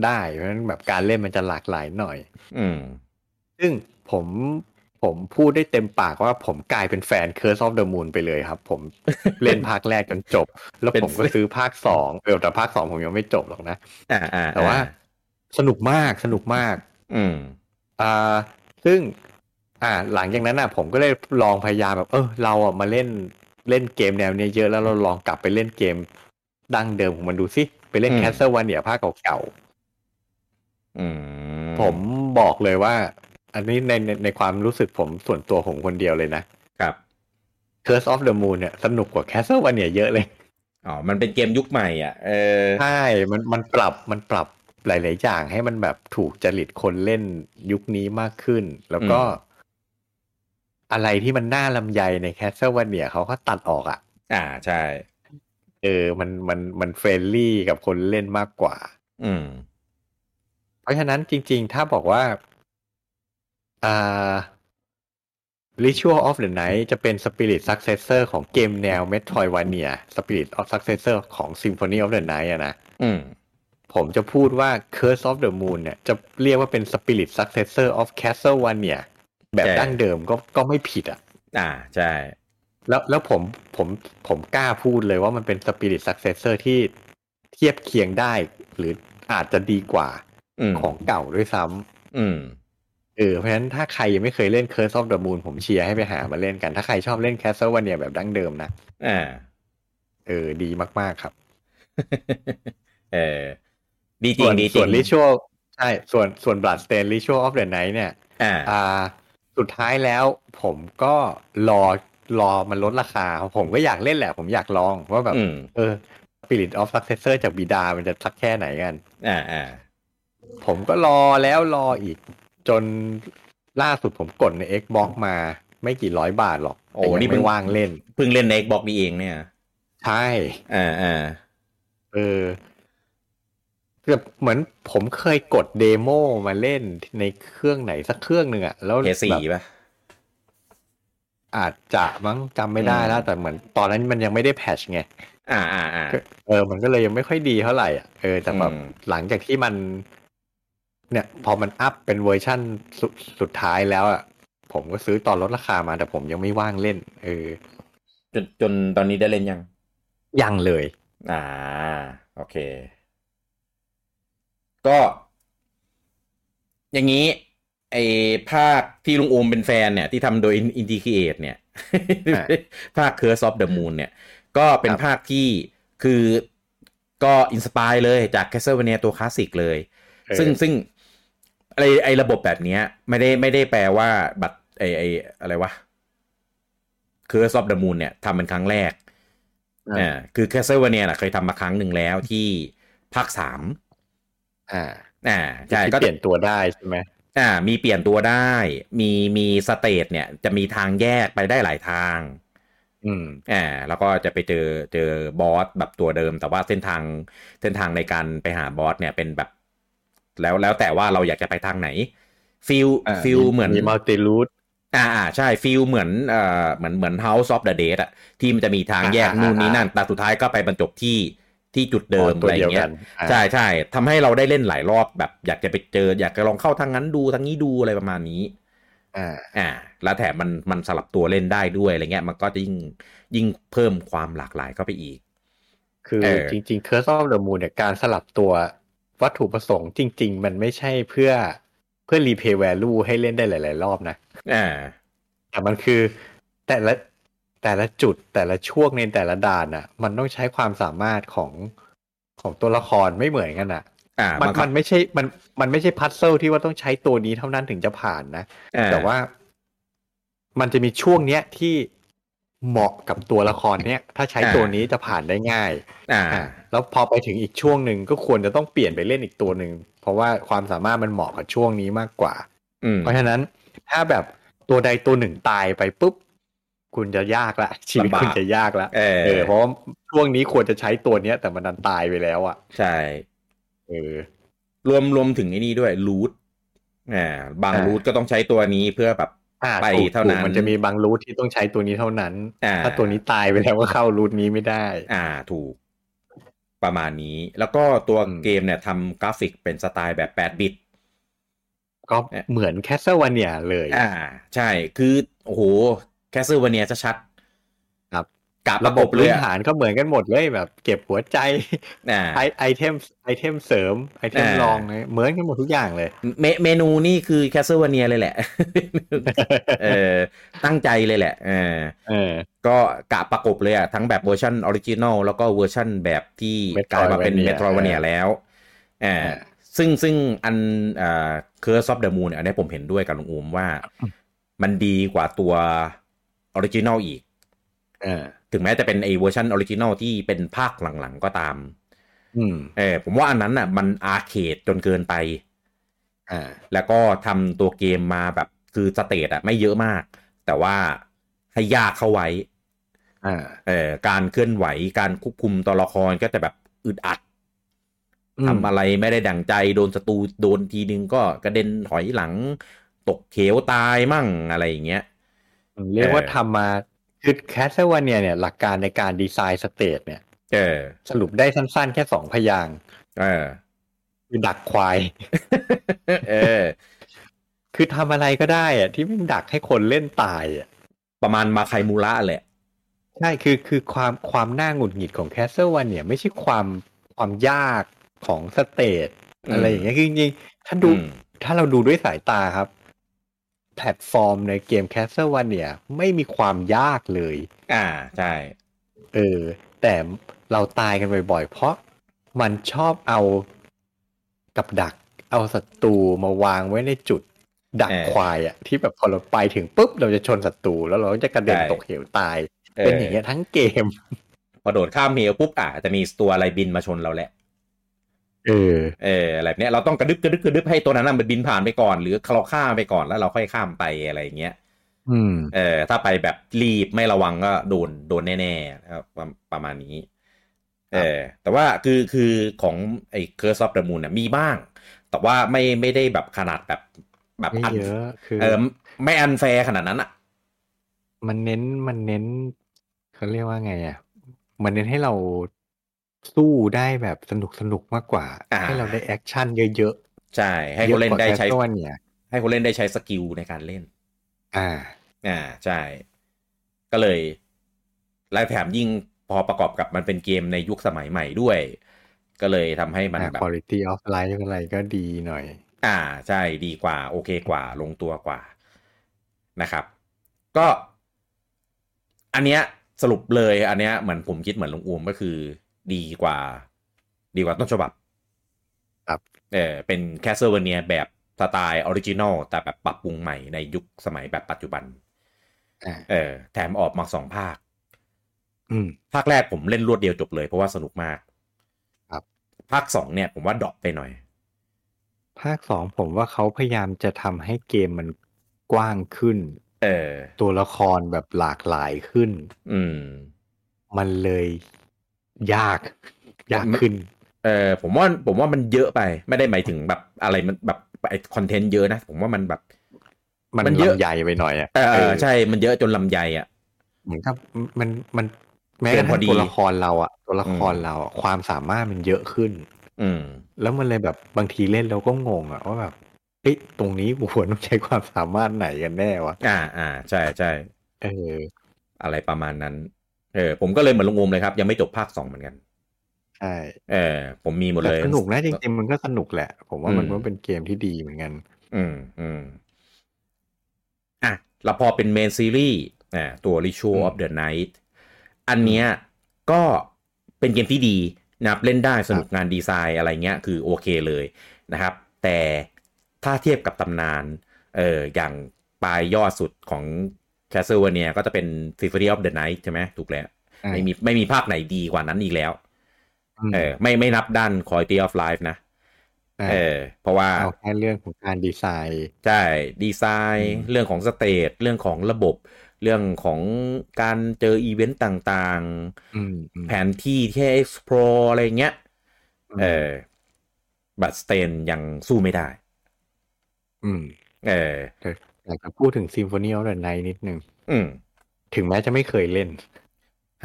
ได้เพราะฉะนั้นแบบการเล่นมันจะหลากหลายหน่อย อืม ซึ่งผมผมพูดได้เต็มปากว่าผมกลายเป็นแฟน Curse of the Moon ไปเลยครับ ผม เล่นภาคแรกจนจบ แล้ว เป็น ผมก็ซื้อภาคส องเออแต่ภาคสองผมยังไม่จบหรอกนะ อ่าอ่า แต่ว่าสนุกมากสนุกมาก อืม อ่าซึ่งอ่าหลังจากนั้นอ่ะ ผมก็เลยลองพยายามแบบ เออเราอ่ะมาเล่นเล่นเกมแนวเนี้ยเยอะแล้วเราลองกลับไปเล่นเกมดั้งเดิมของมันดูสิไปเล่น อืม Castlevania ภาคเก่าๆ อืม ผมบอกเลยว่า อันนี้ในในในความรู้สึกผมส่วนตัวผมคนเดียวเลยนะ ครับ Curse of the Moon เนี่ยสนุกกว่า Castlevania เยอะเลย อ๋อ มันเป็นเกมยุคใหม่อ่ะ เออ ใช่ มันมันปรับมันปรับหลาย ๆ อย่างให้มันแบบถูกจริตคนเล่นยุคนี้มากขึ้น แล้วก็ อื อะไรที่มันน่าลำไยในแคสเซิลวันเนี่ยเขาก็ตัดออกอ่ะ อ่าใช่ เออ มันมันมันเฟรนลี่กับคนเล่นมากกว่า อืม เพราะฉะนั้นจริง ๆ ถ้าบอกว่าอ่า Ritual of the Night จะเป็น Spirit Successor ของเกมแนว Metroidvania Spirit of Successor ของ Symphony of the Night อะนะ อืม ผมจะพูดว่า Curse of the Moon เนี่ย จะเรียกว่าเป็น Spirit Successor of Castlevania แบบ ใช่ ดั้งเดิมก็ก็ไม่ผิดอ่ะ อ่าใช่ แล้วแล้วผมผมผมกล้าพูดเลยว่ามันเป็น Spirit Successor ที่เทียบเคียงได้ หรืออาจจะดีกว่า อืม ของเก่าด้วยซ้ำ อืม เออเพราะฉะนั้นถ้าใครยังไม่เคยเล่น Curse of the Moon ผมเชียร์ให้ไปหามาเล่นกัน ถ้าใครชอบเล่น Castlevania แบบดั้งเดิมนะ อ่า เออ ดีมาก ๆ ครับ เออ ดีจริ ส่ว ง น ดีจริ ส่ว ง น Ritual ใช่ ส่วนส่วน Bloodstained Ritual of the Night เนี่ย อ่า อ่า สุดท้ายแล้วผมก็รอรอมันลดราคา ผมก็อยากเล่นแหละ ผมอยากลองว่าแบบ อืม เออ Spirit of Successor จากบิดามันจะสักแค่ไหนกัน อ่าอ่า ผมก็รอแล้วรออีก จนล่าสุดผมกดใน Xbox มาไม่กี่ร้อยบาทหรอก โอ้ แต่ยัง นี่เพิ่ ไม่ ง ว่างเล่น เพิ่งเล่นใน Xbox นี่เองเนี่ย ใช่ อ่าอ่า เออแบบเหมือนผมเคยกดเดโมมาเล่นในเครื่องไหนสักเครื่องหนึ่งอะแล้ว เพสี่ แบบ ป่ะ อาจจะมั้งจำไม่ได้แล้ว แต่เหมือนตอนนั้นมันยังไม่ได้แพทชไง อ่าอ่าอ่า เออ มันก็เลยยังไม่ค่อยดีเท่าไหร่อะเออแต่แบบ อืม หลังจากที่มัน เนี่ย พอมันอัพเป็นเวอร์ชั่นสุดสุดท้ายแล้วอะผมก็ซื้อตอนลดราคามา แต่ผมยังไม่ว่างเล่น เออ จนจนตอนนี้ได้เล่นยัง ยังเลย อ่า โอเค ก็ อย่างนี้ ไอ้ภาคที่ลุงโอมเป็นแฟนเนี่ย ที่ทำโดยอินดิเคเ e เนี่ย อ่ะ ภาค Curse of the Moon เนี่ย ก็เป็น ครับ ภาคที่คือก็อินสปายเลยจาก Castlevania ตัวคลาสสิกเลย เออ ซึ่งซึ่งไอไอระบบแบบเนี้ย ไม่ได้ไม่ได้แปลว่าบัตรไอไออะไรวะคือซอฟ the Moon เนี่ยทำเป็นครั้งแรก อ่า อ่าคือแคสเซิลเวเนียเคยทำมาครั้งหนึ่งแล้วที่ภาคสาม อ่า อ่าใช่ ที่ ก็ เปลี่ยนตัวได้ใช่ไหม อ่า มีเปลี่ยนตัวได้ มีมีสเตทเนี่ย จะมีทางแยกไปได้หลายทาง อืม อ่าแล้วก็จะไปเจอเจอบอสแบบตัวเดิม แต่ว่าเส้นทางเส้นทางในการไปหาบอสเนี่ยเป็นแบบ แล้วแล้วแต่ว่าเราอยากจะไปทางไหนฟิล อ่า ฟิลเหมือน มีมัลติรูท อ่าอ่าใช่ฟิลเหมือนเอ่อเหมือนเหมือน House of the Dead อะที่มันจะมีทางแยก อ่าอ่า นู่นนี่ อ่านั่ นั่นแต่สุดท้ายก็ไปบรรจบที่ที่จุดเดิมอะตัว ไรอ เดียว ย่างเงี้ กั ย นอ่า ใช่ใช่ทำให้เราได้เล่นหลายรอบแบบอยากจะไปเจอ อยากจะลองเข้าทางนั้นดูทางนี้ดูอะไรประมาณนี้ อ่า อ่าแล้วแถมมันมันสลับตัวเล่นได้ด้วยอะไรเงี้ย มันก็จะยิ่งยิ่งเพิ่มความหลากหลายเข้าไปอีก คือ เออ จริงๆ Curse of the Moon เนี่ยการสลับตัววัตถุประสงค์จริง ๆ มันไม่ใช่เพื่อเพื่อ replay value ให้เล่นได้หลาย ๆ รอบนะ อ่า แต่มันคือแต่ละแต่ละจุดแต่ละช่วงในแต่ละด่านอ่ะ มันต้องใช้ความสามารถของของตัวละครไม่เหมือนกันอ่ะ อ่า มั มัน มันไม่ใช่มันมันไม่ใช่พัซเซิลที่ว่าต้องใช้ตัวนี้เท่านั้นถึงจะผ่านนะ แต่ว่ามันจะมีช่วงเนี้ยที่เหมาะกับตัวละครเนี้ยถ้าใช้ตัวนี้จะผ่านได้ง่าย อ่า อ่ะแล้วพอไปถึงอีกช่วงหนึ่งก็ควรจะต้องเปลี่ยนไปเล่นอีกตัวหนึ่ง เพราะว่าความสามารถมันเหมาะกับช่วงนี้มากกว่า อืม เพราะฉะนั้นถ้าแบบตัวใดตัวหนึ่งตายไปปุ๊บ คุณจะยากละ ชีวิตคุณจะยากละ เอ เอ อ อเพราะว่าช่วงนี้ควรจะใช้ตัวเนี้ย แต่มันดันตายไปแล้วอ่ะ ใช่ เออ รวมรวมถึงไอ้นี่ด้วยรูทอ่า บาง อ่า รูทก็ต้องใช้ตัวนี้เพื่อแบบ อ่ะ ไป ถูก เท่านั้น ถูกมันจะมีบางรูทที่ต้องใช้ตัวนี้เท่านั้น อ่า ถ้าตัวนี้ตายไปแล้วก็เข้ารูทนี้ไม่ได้ อ่าถูก ประมาณนี้ แล้วก็ตัวเกมเนี่ยทำกราฟิกเป็นสไตล์แบบ8บิต ก็เหมือนแคสเซิลวาเนียเลย อ่า ใช่ คือ โอ้โห แคสเซอร์วเนียชัดๆ ครับ กับ ระ ระ บบ บบ พื้ เรื่ น อง ฐานก็เหมือนกันหมดเลยแบบ เก็บหัวใจ อ่า ไอไอเทมไอเทมเสริมไอเทม อ่า รองเลยเหมือนกันหมดทุกอย่าง เลย เมเมนูนี่คือแคสเซอร์วเนียเลยแหละ เออตั้งใจเลยแหละเออ เออ ก็กะประกบเลยอะทั้งแบบเวอร์ชันออริจินอลแล้วก็เวอร์ชันแบบที่ Metroidvania กลายมาเป็นเมโทรวเนีย เออ แล้วเออ เออ ซึ่งซึ่งอันเคอร์ซอฟเดอะมูนอันนี้ผมเห็นด้วยกับลุงอูมว่า มันดีกว่าตัวออริจินอลอีก เออ ถึงแม้จะเป็นไอเวอร์ชันออริจินอลที่เป็นภาคหลังๆก็ตาม อืม เออผมว่าอันนั้นน่ะมันอาร์เคดจนเกินไป อ่า แล้วก็ทำตัวเกมมาแบบคือสเตตอะไม่เยอะมาก แต่ว่าให้ยากเข้าไว้ อ่า เอ่อการเคลื่อนไหวการควบคุมตัวละครก็จะแบบอึดอัด อืม ทำอะไรไม่ได้ดั่งใจโดนศัตรูโดนทีนึงก็กระเด็นถอยหลัง ตกเขวตายมั่งอะไรอย่างเงี้ย เรียกว่า เออ ทำมาคือแคสเซวเนียเนี่ย หลักการในการดีไซน์สเตทเนี่ย เออ สรุปได้สั้นๆ แค่สองพยางค์ เอ อ คือดักควาย เออ คือทำอะไรก็ได้อะที่มันดักให้คนเล่นตายอะ ประมาณมาไคมูระแหละ ใช่คือคือความความน่าหงุดหงิดของแคสเซวันเนี่ย ไม่ใช่ความความยากของสเตท อืม อะไรอย่างเงี้ยคือจริงๆถ้าดู อืม ถ้าเราดูด้วยสายตาครับ แพลตฟอร์มในเกมแคสเซวันเนี่ย ไม่มีความยากเลย อ่าใช่ เออ แต่เราตายกันบ่อยๆ เพราะมันชอบเอากับดัก เอาศัตรูมาวางไว้ในจุด ดัก เออ ควายอะที่แบบพอเราไปถึงปุ๊บ เราจะชนศัตรูแล้วเราก็จะกระเด็น ใช่ ตกเหวตาย เป็นอย่างเงี้ยทั้งเกม พอโดดข้ามเหวปุ๊บอ่ะจะมีตัวอะไรบินมาชนเราแหละ เออ เอออะไรแบบเนี้ยเราต้องกระดึบกระดึบกระดึบให้ตัวนั้นนะมันบินผ่านไปก่อน หรือเราข้ามไปก่อนแล้วเราค่อยข้ามไปอะไรอย่างเงี้ย อืม เออถ้าไปแบบรีบไม่ระวังก็โดนโดนแน่ๆนะครับประประมาณนี้ เออแต่ว่าคือคือของไอ้ Curse of the Moon น่ะมีบ้าง แต่ว่าไม่ไม่ได้แบบขนาดแบบแบบ ไม่เยอะคือ เออไม่อันแฟร์ขนาดนั้นอ่ะ มันเน้นมันเน้นเขาเรียกว่าไงอะมันเน้นให้เราสู้ได้แบบสนุกสนุกๆมากกว่า อ่า ให้เราได้แอคชั่นเยอะ ใช่ ๆ ให้คนเล่นได้ใช้ เยอะกว่า Castlevania ให้คนเล่นได้ใช้สกิลในการเล่น อ่า อ่าใช่ ก็เลยแล้วแถมยิ่งพอประกอบกับมันเป็นเกมในยุคสมัยใหม่ด้วย ก็เลยทำให้มัน อ่า แบบ quality of life อะไรก็ดีหน่อย อ่าใช่ดีกว่า โอเคกว่าลงตัวกว่านะครับ ก็อันเนี้ยสรุปเลยอันเนี้ยเหมือนผมคิดเหมือนลุงอูมก็คือ ดีกว่า ดีกว่าต้นฉบับ ครับ เออเป็นแคสเซอร์เวเนียแบบสไตล์ออริจินอลแต่แบบปรับปรุงใหม่ในยุคสมัยแบบปัจจุบัน อ่า เออแถมออกมาสองภาค อืม ภาคแรกผมเล่นรวดเดียวจบเลยเพราะว่าสนุกมาก ครับ ภาคสองเนี่ยผมว่าดรอปไปหน่อย ภาคสองผมว่าเขาพยายามจะทำให้เกมมันกว้างขึ้น เออ ตัวละครแบบหลากหลายขึ้น อืม มันเลยยาก ยากขึ้น เออผมว่าผมว่ามันเยอะไปไม่ได้หมายถึงแบบอะไรมันแบบไอคอนเทนต์เยอะนะ ผมว่ามันแบบ มัน มันเยอะ ลำใหญ่ไปหน่อยอ่ะ เออ เออ ใช่มันเยอะจนลำไยอ่ะ เหมือนกับมันมันแม้ เกิ กระ นพ ทั่ องดี ตัวละครเราอ่ะ ตัวละคร อืม เราอะความสามารถมันเยอะขึ้น อืม แล้วมันเลยแบบบางทีเล่นเราก็งงอ่ะว่าแบบเฮ้ยตรงนี้กูควรต้องใช้ความสามารถไหนกันแน่วะ อ่าอ่าใช่ใช่ เออ อะไรประมาณนั้น เออ ผมก็เลยเหมือนลงงมเลยครับ ยังไม่จบภาคสองเหมือนกัน ใช่ เออ ผมมีหมดเลย แต่สนุกนะจริงๆมันก็สนุกแหละ ผมว่ามัน อืม ก็เป็นเกมที่ดีเหมือนกัน อืมอืมอ่ะเราพอเป็นเมนซีรีส์อ่าตัว Ritual อืม of the Night อันเนี้ยก็เป็นเกมที่ดีนะครับเล่นได้สนุกงานดีไซน์อะไรเงี้ยคือโอเคเลยนะครับ แต่ถ้าเทียบกับตำนานเอออย่างปลายยอดสุดของ Castlevania ก็จะเป็น Symphony of the Night ใช่ไหมถูกแล้ว อ่า ไม่มีไม่มีภาคไหนดีกว่านั้นอีกแล้ว อืม เออไม่ไม่นับด้าน Quality of Life นะ อ่า เออเพราะว่า เอาแค่เรื่องของการดีไซน์ ใช่ ดีไซน์ อืม เรื่องของสเตจเรื่องของระบบ เรื่องของการเจออีเวนต์ต่าง อืมอืม ๆ แผนที่ที่ให้ explore อะไรเงี้ย อืม เออบัตสเตนยังสู้ไม่ได้ อืม เออ อยากจะพูดถึงซิมโฟนี of the Night นิดนึง อืม ถึงแม้จะไม่เคยเล่น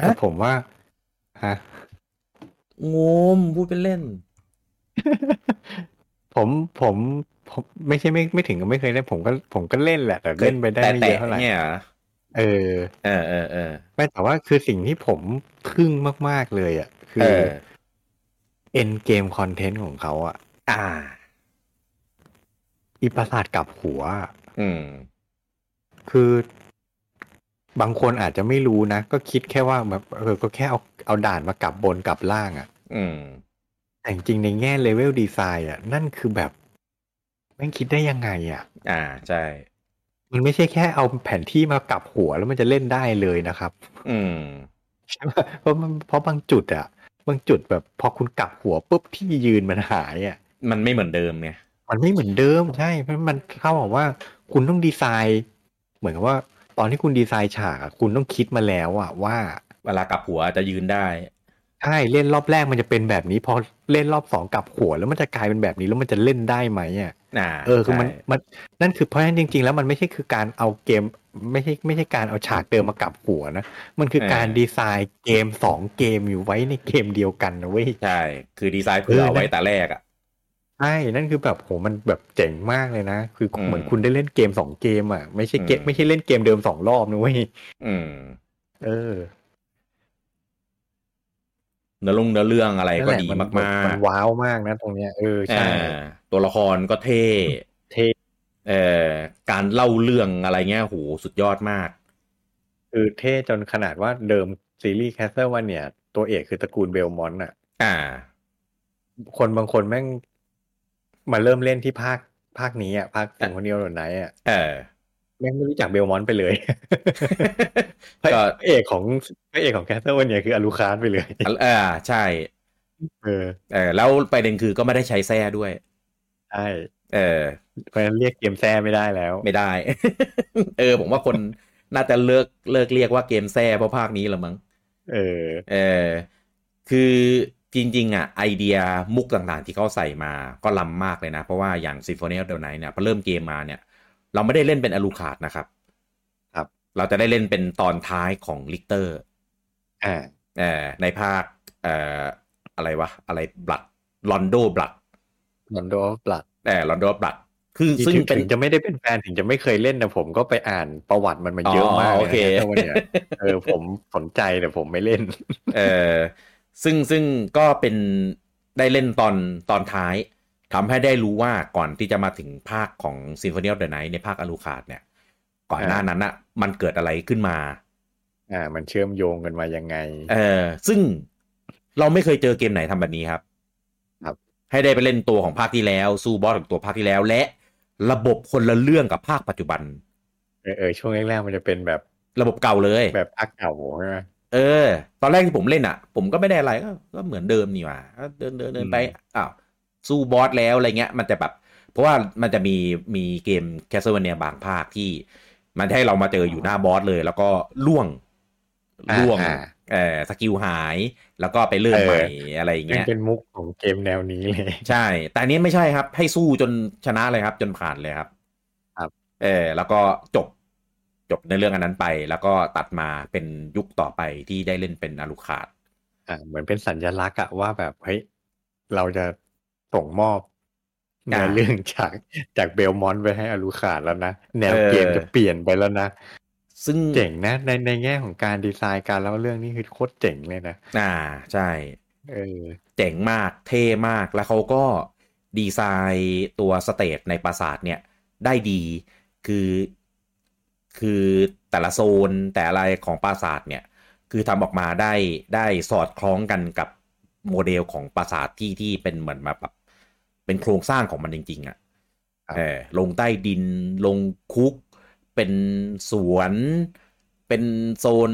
ฮะ แต่ผมว่าฮะ งมพูดเป็นเล่น ผมผมผมไม่ใช่ไม่ไม่ถึงกับไม่เคยเล่น ผมก็ผมก็เล่นแหละ แต่เล่นไปได้ไม่เยอะเท่าไหร่ แต่ๆเนี่ยรอ เออ เออเออเออ ไม่แต่ว่าคือสิ่งที่ผมทึ่งมากๆเลยอ่ะ คื เอ อ อ เอ็นเกมคอนเทนต์ของเขาอ่ะ อ่า อีปราสาทกลับหัวอะ อืม คือบางคนอาจจะไม่รู้นะ ก็คิดแค่ว่าแบบเออก็แค่เอาเอาด่านมากลับบนกลับล่างอะ่ะ อืม แต่จริงๆในแง่เลเวลดีไซน์อ่ะ นั่นคือแบบแม่งคิดได้ยังไงอะ่ะ อ่าใช่ มันไม่ใช่แค่เอาแผนที่มากลับหัวแล้วมันจะเล่นได้เลยนะครับ อืม ใช่ปะเพราะมันเพราะบางจุดอะบางจุดแบบพอคุณกลับหัวปุ๊บที่ยืนมันหายอะ มันไม่เหมือนเดิมไง มันไม่เหมือนเดิมใช่เพราะมันเข้าบอกว่าคุณต้องดีไซน์ เหมือนกับว่า ตอนที่คุณดีไซน์ฉากอะคุณต้องคิดมาแล้วอะว่า เวลากลับหัวจะยืนได้ ใช่เล่นรอบแรกมันจะเป็นแบบนี้พอเล่นรอบสองกลับหัวแล้วมันจะกลายเป็นแบบนี้แล้วมันจะเล่นได้ไหมอ่ะ อ่า เออคือมัน ใช่ มันนั่นคือเพราะฉะนั้นจริง ๆ แล้วมันไม่ใช่คือการเอาเกม ไม่ใช่ไม่ใช่การเอาฉากเดิมมากลับหัวนะมันคือการดีไซน์เกมสองเกมอยู่ไว้ในเกมเดียวกันนะเว้ย ใช่ คือดีไซน์เผื่อ เออนะ เอาไว้แต่แรกอ่ะ ใช่นั่นคือแบบโหมันแบบเจ๋งมากเลยนะ คือ อืม เหมือนคุณได้เล่นเกมสองเกมอ่ะไม่ใช่เกม อืม ไม่ใช่เล่นเกมเดิมสองรอบนะเว้ย อืม เออ เนื้อลงเนื้อเรื่องอะไร นั่น ก็ แหละ ดี น มาก นว้าวมากนะตรงเนี้ยเออ ๆ ใช่ อ่าตัวละครก็เท่ เท่ เอ่อการเล่าเรื่องอะไรเงี้ยโหสุดยอดมาก คือเท่จนขนาดว่าเดิมซีรีส์แคสเซิลวันเนี่ย ตัวเอกคือตระกูลเบลมอนต์อะ อ่า คนบางคนแม่งมาเริ่มเล่นที่ภาคภาคนี้อะภาคซิงโคเนียลโดนไนอะ เอ อ แม่งไม่รู้จักเบลมอนต์ไปเลย พ ก็ ระเอกของพระเอกของแคสเซิลวันเนี่ยคืออลูคาร์ดไปเลย เอ่าใช่ เออ เออแล้วประเด็นคือก็ไม่ได้ใช้แทร่ด้วย ใช่ เออ เพราะฉะนั้นเรียกเกมแซ่ไม่ได้แล้ว ไม่ได้ เออ ผมว่าคนน่าจะเลิกเลิกเรียกว่าเกมแซ่เพราะภาคนี้ละมั้ง เออ เออคือจริงๆอ่ะไอเดียมุกต่างๆที่เขาใส่มาก็ล้ำมากเลยนะ เพราะว่าอย่าง Symphony of the Night เนี่ยพอเริ่มเกมมาเนี่ย เราไม่ได้เล่นเป็นอลูคาดนะครับ ครับ เราจะได้เล่นเป็นตอนท้ายของลิกเตอร์ อ่า เอ่อในภาคเอ่ออะไรวะ อะไรบลัดลอนโดบลัด ลอนดอฟบลัด เออลอนโดบลัดคือซึ่ ซึ่ ง ง เป็น ถึงจะไม่ได้เป็นแฟนถึงจะไม่เคยเล่นนะผมก็ไปอ่านประวัติมันมาเยอะมาก อ๋อโอเค ลยนะ Castlevania เอ อผมสนใจแต่ผมไม่เล่น เออซึ่งซึ่งก็เป็นได้เล่นตอนตอนท้ายทำให้ได้รู้ว่าก่อนที่จะมาถึงภาคของ Symphony of the Night ในภาคอลูคาดเนี่ย ก่อนหน้านั้นอะมันเกิดอะไรขึ้นมา อ่า มันเชื่อมโยงกันมายังไง เออซึ่งเราไม่เคยเจอเกมไหนทำแบบนี้ครับ ครับ ให้ได้ไปเล่นตัวของภาคที่แล้ว สู้บอสของตัวภาคที่แล้ว และระบบคนละเรื่องกับภาคปัจจุบัน เออเออช่วงแรกๆมันจะเป็นแบบ ระบบเก่าเลย แบบอักเก่าใช่ไหม เออ ตอนแรกที่ผมเล่นอ่ะ ผมก็ไม่ได้อะไรก็ก็เหมือนเดิมนี่หว่าก็เดินเดินเดินไป อืม อ้าว สู้บอสแล้วอะไรเงี้ย มันจะแบบ เพราะว่ามันจะมีมีเกม Castlevania บางภาคที่ มันจะให้เรามาเจออยู่หน้าบอสเลย แล้วก็ล่วง อ่า ล่วง อ่า เออสกิลหาย แล้วก็ไปเริ่มใหม่อะไร มัน เงี้ย เป็นมุกของเกมแนวนี้เลย ใช่ แต่อันนี้ไม่ใช่ครับ ให้สู้จนชนะเลยครับ จนผ่านเลยครับ ครับ เออ แล้วก็จบ จบในเรื่องอันนั้นไป แล้วก็ตัดมาเป็นยุคต่อไปที่ได้เล่นเป็นอารุคาด อ่า เหมือนเป็นสัญลักษณ์อะว่าแบบเฮ้ยเราจะส่งมอบ อ่า ในเรื่องจากจากเบลมอนต์ไปให้อลูคาร์ดแล้วนะ แนว เออ เกมจะเปลี่ยนไปแล้วนะ ซึ่ง เจ๋งนะในในแง่ของการดีไซน์การเล่าเรื่องนี่คือโคตรเจ๋งเลยนะ อ่าใช่ เออ เจ๋งมากเท่มากแล้วเขาก็ดีไซน์ตัวสเตจในปราสาทเนี่ยได้ดีคือคือแต่ละโซนแต่อะไรของปราสาทเนี่ยคือทำออกมาได้ได้สอดคล้องกันกับโมเดลของปราสาทที่ที่เป็นเหมือนมาแบบเป็นโครงสร้างของมันจริงๆอะ ครับ เออลงใต้ดินลงคุก เป็นสวน เป็นโซน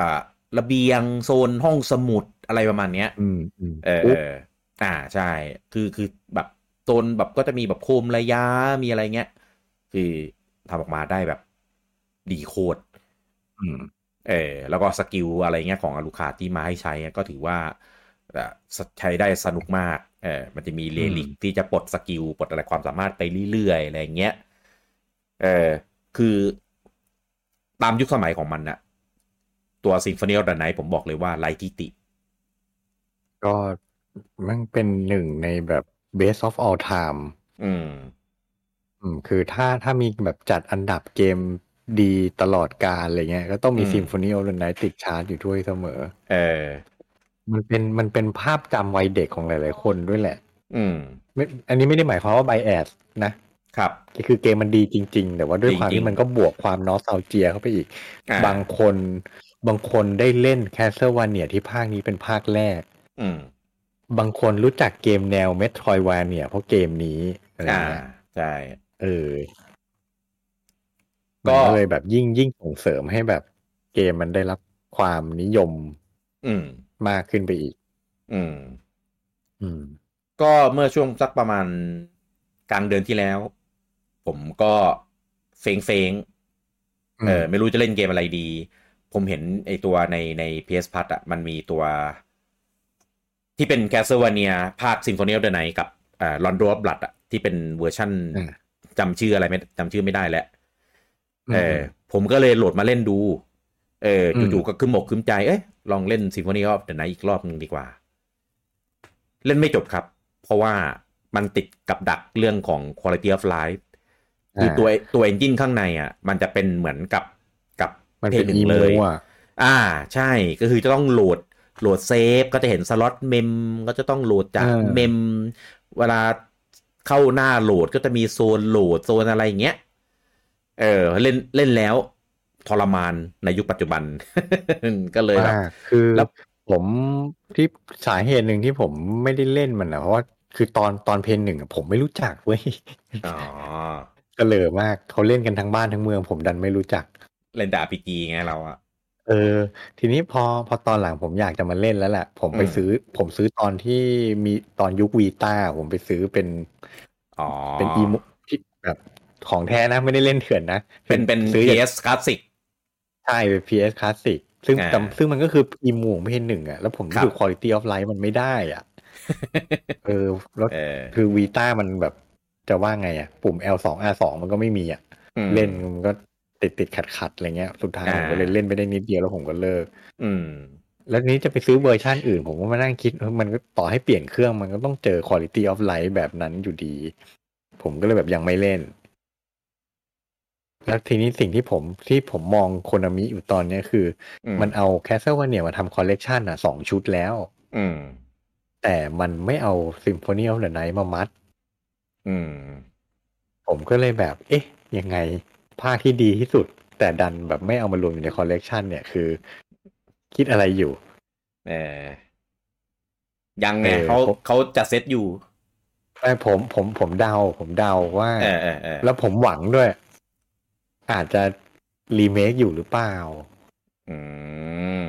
อ่าระเบียงโซนห้องสมุดอะไรประมาณเนี้ย อืมอืม เออเอออ่าใช่ คือคือแบบโซนแบบก็จะมีแบบโคมระยะมีอะไรเงี้ย คือทำออกมาได้แบบดีโคตร อืม เออแล้วก็สกิลอะไรเงี้ยของอลูคาที่มาให้ใช้ก็ถือว่าเอ่อใช้ได้สนุกมากเออมันจะมีเลลิกที่จะปลดสกิลปลดอะไรความสามารถไปเรื่อยๆอะไรเงี้ยเออคือตามยุคสมัยของมันนะตัวซิมโฟเนียลดันไนผมบอกเลยว่าไร้ที่ติ ก็มันเป็นหนึ่งในแบบ best of all time อืม อืมคือถ้าถ้ามีแบบจัดอันดับเกมดีตลอดกาลอะไรเงี้ยก็ต้องมี อืม ซิมโฟนีโอลนไนติดชาร์ตอยู่ด้วยเสมอ เออ มันเป็นมันเป็นภาพจำวัยเด็กของหลายๆคนด้วยแหละ อืม ไม่อันนี้ไม่ได้หมายความว่าไบแอสนะครับ คือเกมมันดีจริง ๆ แต่ว่าด้วยความ จริงๆ ที่มันก็บวกความนอสเซาเจียเข้าไปอีก อ่ บางคนบางคนได้เล่นแคสเซิลวานเนียที่ภาคนี้เป็นภาคแรก อืม บางคนรู้จักเกมแนวเมโทรวานเนียเพราะเกมนี้อะไร อ่า เงี้ย ใช่ เออ ก็ ก็เลยแบบยิ่งยิ่งส่งเสริมให้แบบเกมมันได้รับความนิยม อืม มากขึ้นไปอีก อืม อืม ก็เมื่อช่วงสักประมาณกลางเดือนที่แล้ว ผมก็เซ็งเซ็งๆเออไม่รู้จะเล่นเกมอะไรดี ผมเห็นไอตัวในใน PS Plus อะมันมีตัว ที่เป็น Castlevania ภาค Symphony of the Night กับอ่า Rondo of Blood อะที่เป็นเวอร์ชั่น อืม จำชื่ออะไรไม่จำชื่อไม่ได้แล้ว เออผมก็เลยโหลดมาเล่นดู เออ อืม จู่ๆก็ขึ้นหมกขึ้นใจ เอ้ยลองเล่นซิมโฟนีออฟเดอะไนอีกรอบหนึงดีกว่า เล่นไม่จบครับ เพราะว่ามันติดกับดักเรื่องของ Quality of Life คือตัวตัวเอนจินข้างในอ่ะ มันจะเป็นเหมือนกับกับ มัน เพล เป็ ง น หนึ่งอีเล โม ย อ่ะ อ่าใช่ก็คือจะต้องโหลดโหลดเซฟก็จะเห็นสล็อตเมมก็จะต้องโหลดจาก อ่า เมมเวลาเข้าหน้าโหลดก็จะมีโซนโหลดโซนอะไรอย่างเงี้ยเออเล่นเล่นแล้วทรมานในยุคปัจจุบัน ก็เลยแบบ อ่าคือ แล้ว ผมที่สาเหตุหนึ่งที่ผมไม่ได้เล่นมันนะเพราะว่าคือตอนตอนเพนหนึ่งอะผมไม่รู้จักเว้ย อ๋อ กระเหลอมากเขาเล่นกันทั้งบ้านทั้งเมือง ผมดันไม่รู้จัก เล่นแต่ RPG ไงเราอะ เออ ทีนี้พอพอตอนหลังผมอยากจะมาเล่นแล้วแหละผมไป อืม ซื้อ ผมซื้อตอนที่มีตอนยุควีต้าผมไปซื้อเป็น อ๋อ เป็นอีโมที่แบบของแท้นะไม่ได้เล่นเถื่อนนะ เป็นเป็น ซื้อจาก PS Classic ใช่เป็น PS Classic ซึ่ง อ่า แต่ซึ่งมันก็คืออีมูของเพนหนึ่งอะแล้วผม ครั รู้ บ สึก quality of life มันไม่ได้ อ่ะ เออแล้ว เออ คือวีต้ามันแบบจะว่าไงอะปุ่ม L2 R2 มันก็ไม่มีอะ อืม เล่นมันก็ติดติดขัดขัดๆอะไรเงี้ยสุดท้าย อ่า ผมก็เลยเล่นไปได้นิดเดียวแล้วผมก็เลิก อืม แล้วนี้จะไปซื้อเวอร์ชั่นอื่น ผมก็มานั่งคิดเออมันก็ต่อให้เปลี่ยนเครื่องมันก็ต้องเจอ quality of life แบบนั้นอยู่ดี ผมก็เลยแบบยังไม่เล่น แล้วทีนี้สิ่งที่ผมที่ผมมองโคนามิอยู่ตอนเนี้ยคือ อืม มันเอาแคสเซิลวเนียมาทำคอลเลกชันอ่ะสองชุดแล้ว อืม แต่มันไม่เอาซิมโฟนี of the n ไน h t มามัด อืม ผมก็เลยแบบ เอ๊ะ ยังไงภาคที่ดีที่สุด แต่ดันแบบไม่เอามารวมอยู่ในคอลเลกชันเนี่ยคือ คิดอะไรอยู่ เออยังไง เออ เขา ผม เขาจัดเซตอยู่ ไอ้ผมผมผมเดา ผมเดาว่า เออเออเออ แล้วผมหวังด้วย อาจจะ รีเมคอยู่หรือเปล่า อืม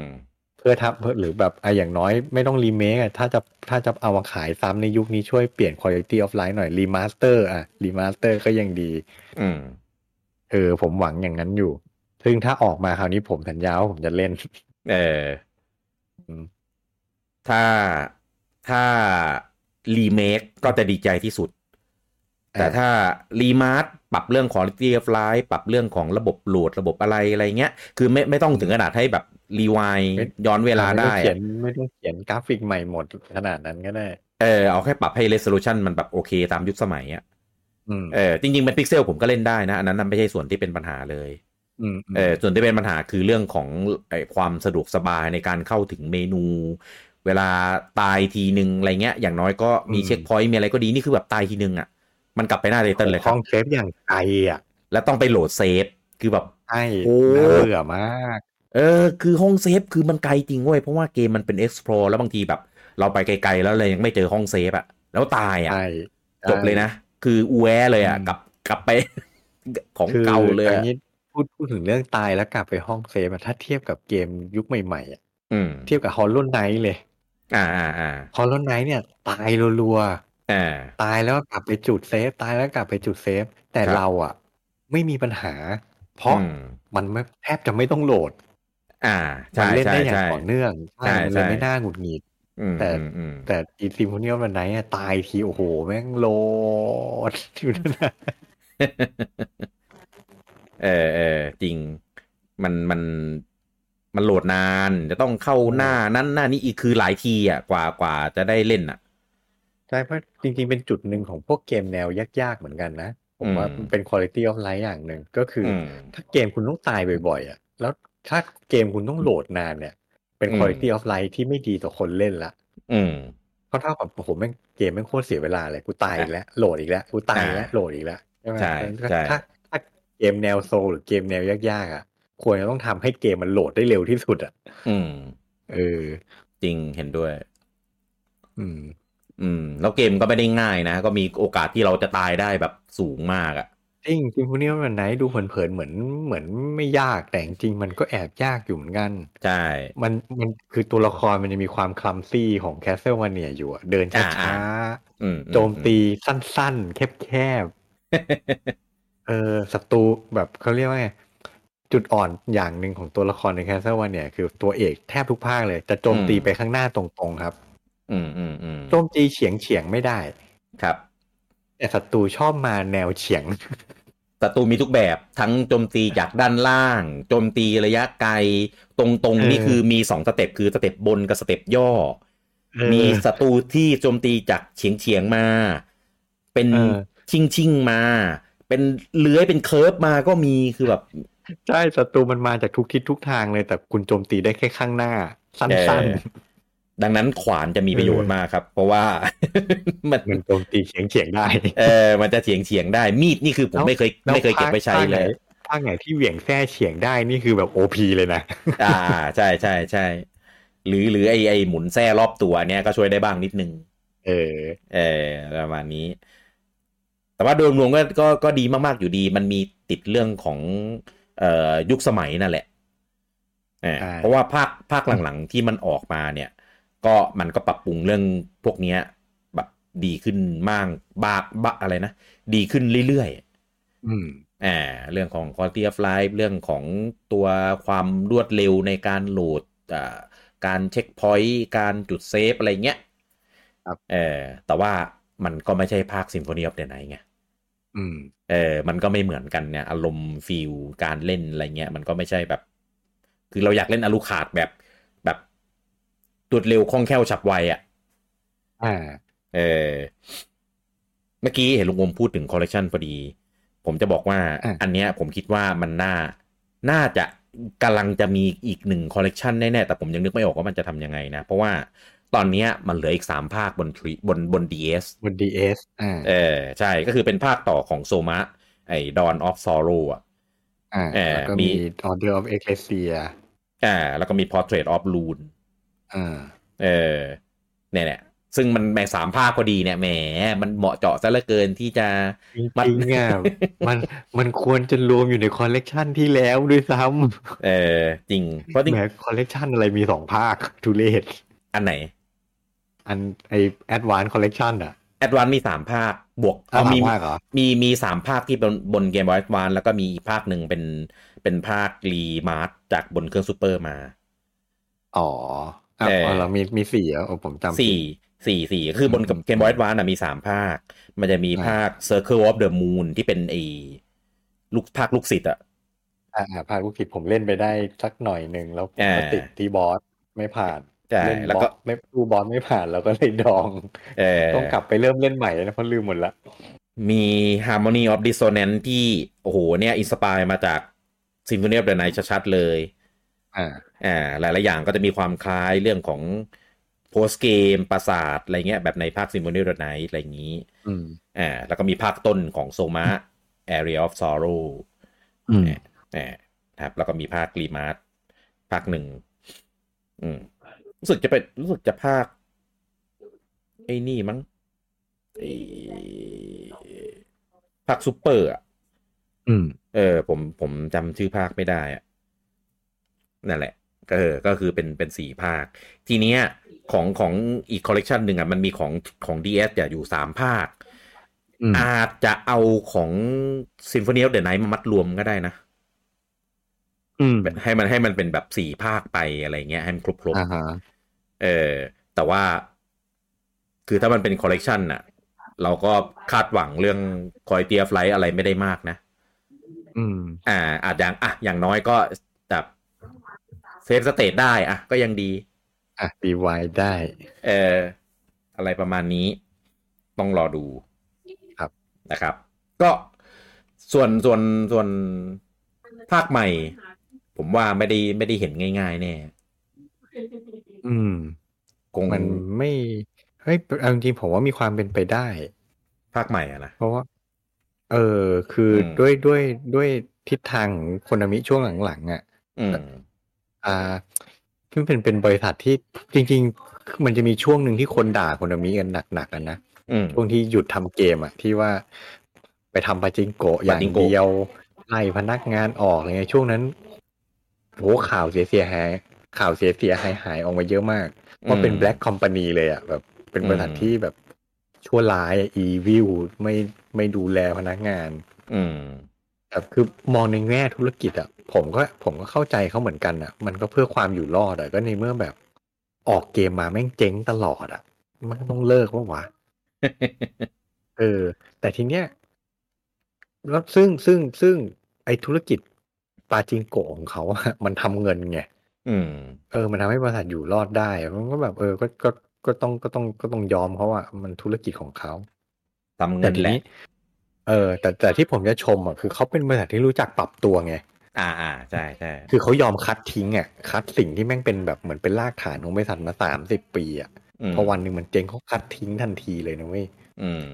เพื่อทับหรือแบบอะอย่างน้อยไม่ต้องรีเมคอะถ้าจะถ้าจะเอามาขายซ้ำในยุคนี้ช่วยเปลี่ยน Quality of Life หน่อยรีมาสเตอร์อะรีมาสเตอร์ก็ยังดี อืม เออ ผมหวังอย่างนั้นอยู่ ซึ่งถ้าออกมาคราวนี้ผมสัญญาว่าผมจะเล่น เออ อืม ถ้าถ้ารีเมคก็จะดีใจที่สุด แต่ถ้ารีมาร์ปรับเรื่องของ quality of life ปรับเรื่องของระบบโหลดระบบอะไรอะไรเงี้ย คือไม่ไม่ต้องถึงขนาดให้แบบรีวาย ไม่ ย้อนเวลา ม่ต้ ได้ องเขีย อะ นไม่ต้องเขียนกราฟิกใหม่หมดขนาดนั้นก็ได้ เออเอาแค่ปรับให้ resolution มันแบบโอเคตามยุคสมัยอ่ะ อืม เออจริงๆเป็นพิกเซลผมก็เล่นได้นะ อันนั้นนะไม่ใช่ส่วนที่เป็นปัญหาเลย อืม เออส่วนที่เป็นปัญหาคือเรื่องของไอ้ความสะดวกสบายในการเข้าถึงเมนู เวลาตายทีหนึ่งอะไรเงี้ย อย่างน้อยก็มีเช็คพอยต์มีอะไรก็ดี นี่คือแบบตายทีหนึ่งอ่ะ มันกลับไปหน้าไตเติ้ลเลยค ห้ รั อบ งเซฟอย่างไกลอ่ะ แล้วต้องไปโหลดเซฟ คือแบบ ใช่ โอ้ น่าเบื่อมาก เออ คือห้องเซฟคือมันไกลจริงเว้ยเพราะว่าเกมมันเป็น explore แล้วบางทีแบบ เราไปไกลๆแล้วเลยยังไม่เจอห้องเซฟอ่ะ แล้วตายอ่ะ ใช่ จบเลยนะ คืออูแวะเลยอ่ะ อืม กลับกลับไป ของ คือ เก่าเลย อั อะ นนี้พูดพูดถึงเรื่องตายแล้วกลับไปห้องเซฟอะถ้าเทียบกับเกมยุคใหม่ๆอะ อืม เทียบกับฮอล o w ไนท์เลย อ่าอ่าอ่า ฮอล o w ไนท์เนี่ย ตายรัว อ่า ๆ ตายแล้วกลับไปจุดเซฟ ตายแล้วกลับไปจุดเซฟ แต่ ครับ เราอ่ะ ไม่มีปัญหา เพราะ อืม มันไม่แทบจะไม่ต้องโหลด อ่า มั ใช่ เล่น ใช่ ได้อย่าง ใช่ ต่อเนื่องใช่ ใช่ มันเลย ใช่ ไม่น่าหงุดหงิด อืม แต่ อืมอืม แต่อีซิมโฟเนียวันไหนอะตายทีโอ้โห แม่งโหลดอยู่นั่นนะ เออเออจริง มันมันมันโหลดนาน จะต้องเข้าหน้านั้นหน้านี้อีกคือหลายทีอ่ะกว่ากว่าจะได้เล่นอ่ะ ใช่เพราะจริงๆ เป็นจุดหนึ่งของพวกเกมแนวยากๆ เหมือนกันนะ ผมว่า อืม มันเป็นคุณ i t y of life อย่างหนึ่งก็คือ อื อ ม ถ้าเกมคุณต้องตายบ่อยๆอะแล้วถ้าเกมคุณต้องโหลดนานเนี่ย เป็น อืม คุณ i t y of life ที่ไม่ดีต่อคนเล่นละ อืม เพราะเท่ากับโอ้โหแม่งเกมแม่งโคตรเสียเวลาเลยกูตายอีกแล้วโหลดอีกแล้วกูตายอีกแล้ว อ่า โหลดอีกแล้วใช่ไหม ใช่ใช่ ถ้าถ้าเกมแนวโซลหรือเกมแนวยากๆอ่ะควรจะต้องทำให้เกมมันโหลดได้เร็วที่สุดอ่ะ อืม เออ จริงเห็นด้วย อืม อืม แล้วเกมก็ไม่ได้ง่ายนะ ก็มีโอกาสที่เราจะตายได้แบบสูงมากอ่ะ จริงจริงพวกนี้มันไหนดูเผินๆเหมือนเหมือนไม่ยากแต่จริงๆมันก็แอบยากอยู่เหมือนกัน ใช่ มันมันคือตัวละครมันจะมีความคลัมซี่ของแคสเซิลวาเนียอยู่อะเดิน อ่า ช้า อือื ๆโจมตีสั้นๆ แคบ ๆ เออศัตรูแบบเขาเรียกว่าไง จุดอ่อนอย่างหนึ่งของตัวละครในแคสเซิลวาเนียคือตัวเอกแทบทุกภาคเลย จะโจมตีไปข้างหน้าตรงๆครับ อืมอืมอืม โจมตีเฉียงเฉียงๆไม่ได้ ครับ แต่ศัตรูชอบมาแนวเฉียง ศัตรูมีทุกแบบทั้งโจมตีจากด้านล่าง โจมตีระยะไกล ตรงๆ นี่ เออ คือมีสองสเต็ปคือสเต็ปบนกับสเต็ปย่อ มีศัตรูที่โจมตีจากเฉียงเฉียงๆมา เป็น เออ ชิงชิงๆมา เป็นเลื้อยเป็นเคิร์ฟมาก็มีคือแบบ ใช่ศัตรูมันมาจากทุกทิศทุกทางเลย แต่คุณโจมตีได้แค่ข้างหน้า สั้น เออดังนั้นขวานจะมีประโยชน์ เออ มากครับ เพราะว่า มัน ๆ มันโจมตีเฉียงเฉียงๆได้ เออมันจะเฉียงเฉียงๆได้ มีดนี่คือผม แล้ว ไม่เคย แล้ว ไม่เคยเก็บ ภาค ไปใช้เลย ภาคไหน ถ้าไงที่เหวี่ยงแท่เฉียงได้นี่คือแบบโอพีเลยนะ อ่าใช่ใช่ใช่หรือหรือไอไอหมุนแส้รอบตัวเนี่ยก็ช่วยได้บ้างนิดนึง เออ เออประมาณนี้ แต่ว่าโดยรวมก็ก็ก็ดีมาก ๆ อยู่ดี มันมีติดเรื่องของเอ่อยุคสมัยนั่นแหละเออ ใช่ เพราะว่าภาคภาคหลัง ๆ ที่มันออกมาเนี่ย ก็มันก็ปรับปรุงเรื่องพวกเนี้ย แบบดีขึ้นมากบากบะอะไรนะ ดีขึ้นเรื่อย ๆ อืม อ่าเรื่องของ quality of life เรื่องของตัวความรวดเร็วในการโหลดอ่าการเช็คพอยต์การจุดเซฟอะไรเงี้ย ครับ เออแต่ว่ามันก็ไม่ใช่ภาค Symphony of the Night ไง อืม เออมันก็ไม่เหมือนกันเนี่ยอารมณ์ฟิลการเล่นอะไรเงี้ยมันก็ไม่ใช่แบบ คือเราอยากเล่นอลูคาดแบบแบบรวดเร็วคล่องแคล่วฉับไวอะ่ะ อ่า เออเมื่อกี้เห็นลุงอมพูดถึงคอลเลกชันพอดี ผมจะบอกว่า อ่ะ อันเนี้ยผมคิดว่ามันน่า น่าจะกำลังจะมีอีกหนึ่งคอลเลกชันแน่ ๆ แต่ผมยังนึกไม่ออกว่ามันจะทำยังไงนะ เพราะว่าตอนเนี้ยมันเหลืออีก 3 ภาคบนทรีบนบน DS บนดีเอสอ่า เออใช่ก็คือเป็นภาคต่อของโซมะไอ้ Dawn of Sorrow อ่ะ อ่า เออ แล้วก็ มี มี Order of Ecclesia อ่าแล้วก็มี Portrait of Rune อ่า เออเนี่ยเนี่ยซึ่งมันแหม่สามภาคพอดีเนี่ยแหมมันเหมาะเจาะซะเหลือเกินที่จะ จริ มัน งๆอ่ะ มัน มันควรจะรวมอยู่ในคอลเลกชันที่แล้วด้วยซ้ เออจริง เพราะ ำ จริง แหมคอลเลกชันอะไรมีสองภาคทุเรศ อันไหน อันไอแอดวานคอลเลกชันอ่ะ Advance มี 3 ภาคบวก อ้าว เมี สามภาคเหรอ มีมีสามภาคที่บนบนเกมบอยส์วานแล้วก็มีอีกภาคหนึ่งเป็นเป็นภาครีมาร์จากบนเครื่องซูเปอร์มา อ๋ออ่ะ เอออ๋ เรามีมีสี่เหรอโอ้ผมจำผิด สี่สี่สี่คือบนเกมบอยส์วานมีสามภาค มันจะมีภาค Circle of the Moon ที่เป็นไอลูกภาคลูกศิษย์อะ อ่าภาคธุรกิจผมเล่นไปได้สักหน่อยหนึ่งแล้ว อ่า ก็ติดที่บอสไม่ผ่าน ใช่ เล่น แล้ว บอ ก็ สไม่ดูบอสไม่ผ่านแล้วก็เลยดอง เออ ต้องกลับไปเริ่มเล่นใหม่แล้วนะเพราะลืมหมดละ มี Harmony of Dissonance ที่ โอ้โหเนี่ยอินสปายมาจาก Symphony of the Night ชัดๆเลย อ่า อ่าหลายๆอย่างก็จะมีความคล้ายเรื่องของโพสเกมปราสาทอะไรเงี้ยแบบในภาค Symphony of the Night อะไรอย่างนี้ อืม อ่าแล้วก็มีภาคต้นของโซมะ Area of Sorrow อืม อ่านะครับ แล้วก็มีภาครีมาร์ภาคหนึ่งอืมรู้สึกจะเป็นรู้สึกจะภาค ไอ้นี่มั้งไอ้ภาคซูเปอร์อ่ะ อืม เออผมผมจำชื่อภาคไม่ได้อะนั่นแหละก็เออก็คือเป็นเป็นสี่ภาค ทีเนี้ยของของอีกคอลเลกชันหนึ่งอ่ะมันมีของของ DS เนี่ยอยู่สามภาค อืม อาจจะเอาของ Symphony of the Night มามัดรวมก็ได้นะ อืม ให้มันให้มันเป็นแบบสี่ภาคไปอะไรเงี้ยให้มันครบครบๆ อ่าฮะ เออแต่ว่าคือถ้ามันเป็นคอลเลกชันน่ะ เราก็คาดหวังเรื่องคุณภาพไลท์อะไรไม่ได้มากนะ อืม อ่าอาจอย่างอ่ะอย่างน้อยก็แบบเซฟสเตทได้อ่ะก็ยังดี อ่ะตีไวได้ เอออะไรประมาณนี้ ต้องรอดู ครับ นะครับ ก็ส่วนส่วนส่วนภาคใหม่ ผมว่าไม่ได้ไม่ได้เห็นง่าย ๆ แน่ อืม คง มันไม่เฮ้ยเอาจริงๆผมว่ามีความเป็นไปได้ ภาคใหม่อะนะ เพราะว่า เออ คืออ ม ด้วยด้วยด้วยทิศทางของโคนนามิช่วงหลังๆอ่ะ อืม อ่าซึ่งเป็นเป็นบริษัทที่จริง ๆ มันจะมีช่วงหนึ่งที่คนด่าคนอเมริกันหนักๆกันนะ อืม ช่วงที่หยุดทำเกมอะที่ว่า ไปทำปาจิงโกะอย่า ปาง จิงโกะ เดียวไล่พนักงานออกอะไรเงี้ยช่วงนั้นโหข่าวเสียเสียหายข่าวเสียเสียหายหายออกมาเยอะมาก ว่าเป็น อืม แบล็ k คอมพานีเลยอ่ะแบบเป็นบริษัท อืม ที่แบบชั่วร้ายอีวิวไม่ไม่ดูแลพนักงาน อืม แบบคือมองในแง่ธุรกิจอ่ะผมก็ผมก็เข้าใจเขาเหมือนกันอ่ะ มันก็เพื่อความอยู่รอดอ่ะก็ในเมื่อแบบออกเกมมาแม่งเจ๊งตลอดอ่ะ มันก็ต้องเลิกว่าวะเออ แต่ทีเนี้ยแล้วซึ่งซึ่งซึ่งไอธุรกิจปาจิงโกะของเขาอะ มันทำเงินไง อืม เออ มันทำให้บริษัทอยู่รอดได้อะมันก็แบบ เออ ก็ก็ก็ต้องก็ต้องก็ต้องยอมเขาอะมันธุรกิจของเขา ทำ แต่ เงิน ที แหละ นี้ เออ แต่แต่ที่ผมจะชมอะคือเขาเป็นบริษัทที่รู้จักปรับตัวไง อ่าอ่าใช่ใช่ คือเขายอมคัดทิ้งอ่ะคัดสิ่งที่แม่งเป็นแบบเหมือนเป็นรากฐานของบริษัทมาสามสิบปีอ่ะ อืม พอวันหนึ่งมันเจ๊งเขาคัดทิ้งทันทีเลยนะเว้ย อืม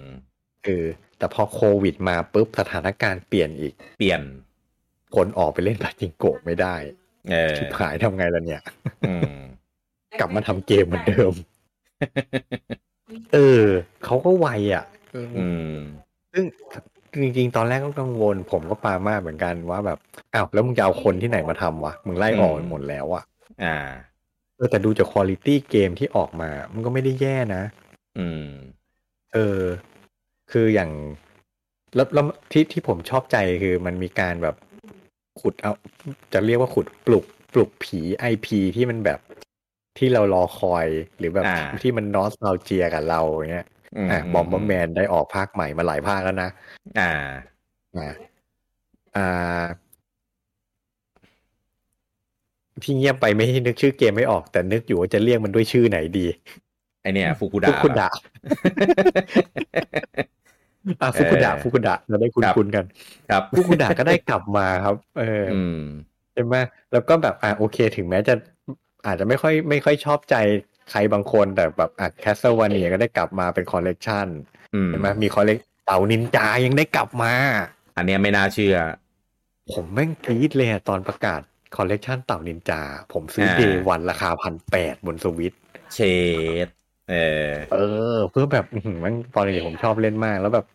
เออแต่พอโควิดมาปุ๊บสถานการณ์เปลี่ยนอีก เปลี่ยน คนออกไปเล่นปาจิงโกะไม่ได้ เออ ชิบหายทำไงล่ะเนี่ย อืม กลับมาทำเกมเหมือนเดิม เออเขาก็ไวอ่ะเออ อืม ซึ่งจริงๆ ตอนแรกก็กังวล ผมก็ปามาเหมือนกันว่าแบบอ้าวแล้วมึงจะเอาคนที่ไหนมาทำวะมึงไล่ออกไปหมดแล้วอ่ะ อ่า เออแต่ดูจากคุณภาพเกมที่ออกมา มันก็ไม่ได้แย่นะ อืม เออ คืออย่างแล้วแล้วที่ที่ผมชอบใจคือมันมีการแบบขุดเอา จะเรียกว่าขุดปลุกปลุกผีไอพีที่มันแบบที่เรารอคอยหรือแบบ อ่า ที่มันนอสเราเจียกับเราอย่างเงี้ยอ่ะบอมบ์แมนได้ออกภาคใหม่มาหลายภาคแล้วนะ อ่า นะอ่า ที่เงียบไปไม่ให้นึกชื่อเกมไม่ออกแต่นึกอยู่ว่าจะเรียกมันด้วยชื่อไหนดี ไอเนี่ย ฟูกุดะ ฟุกุดะอ่ะฟุกุดะ เออ ฟุกุดะเราได้คุ้น ครับ คุ้นๆกัน ครับ ผู้คุณดาก็ได้กลับมาครับ เอออ อืม ใช่ไหมแล้วก็แบบอ่ะโอเคถึงแม้จะอาจจะไม่ค่อยไม่ค่อยชอบใจใครบางคนแต่แบบอ่ะแคสเซวาเนียก็ได้กลับมาเป็นคอลเลกชัน อืม เห็นไหมมีคอลเลกเต่านินจายังได้กลับมา อันเนี้ยไม่น่าเชื่อ ผมแม่งกรี๊ดเลยอะตอนประกาศคอลเลกชันเต่านินจา ผมซื้อ อ่า เดวันราคาพันแปดบนสวิตช์ เชดเออ เออ เพื่อแบบอื้อหือแม่งตอนเด็กผมชอบเล่นมากแล้วแบบ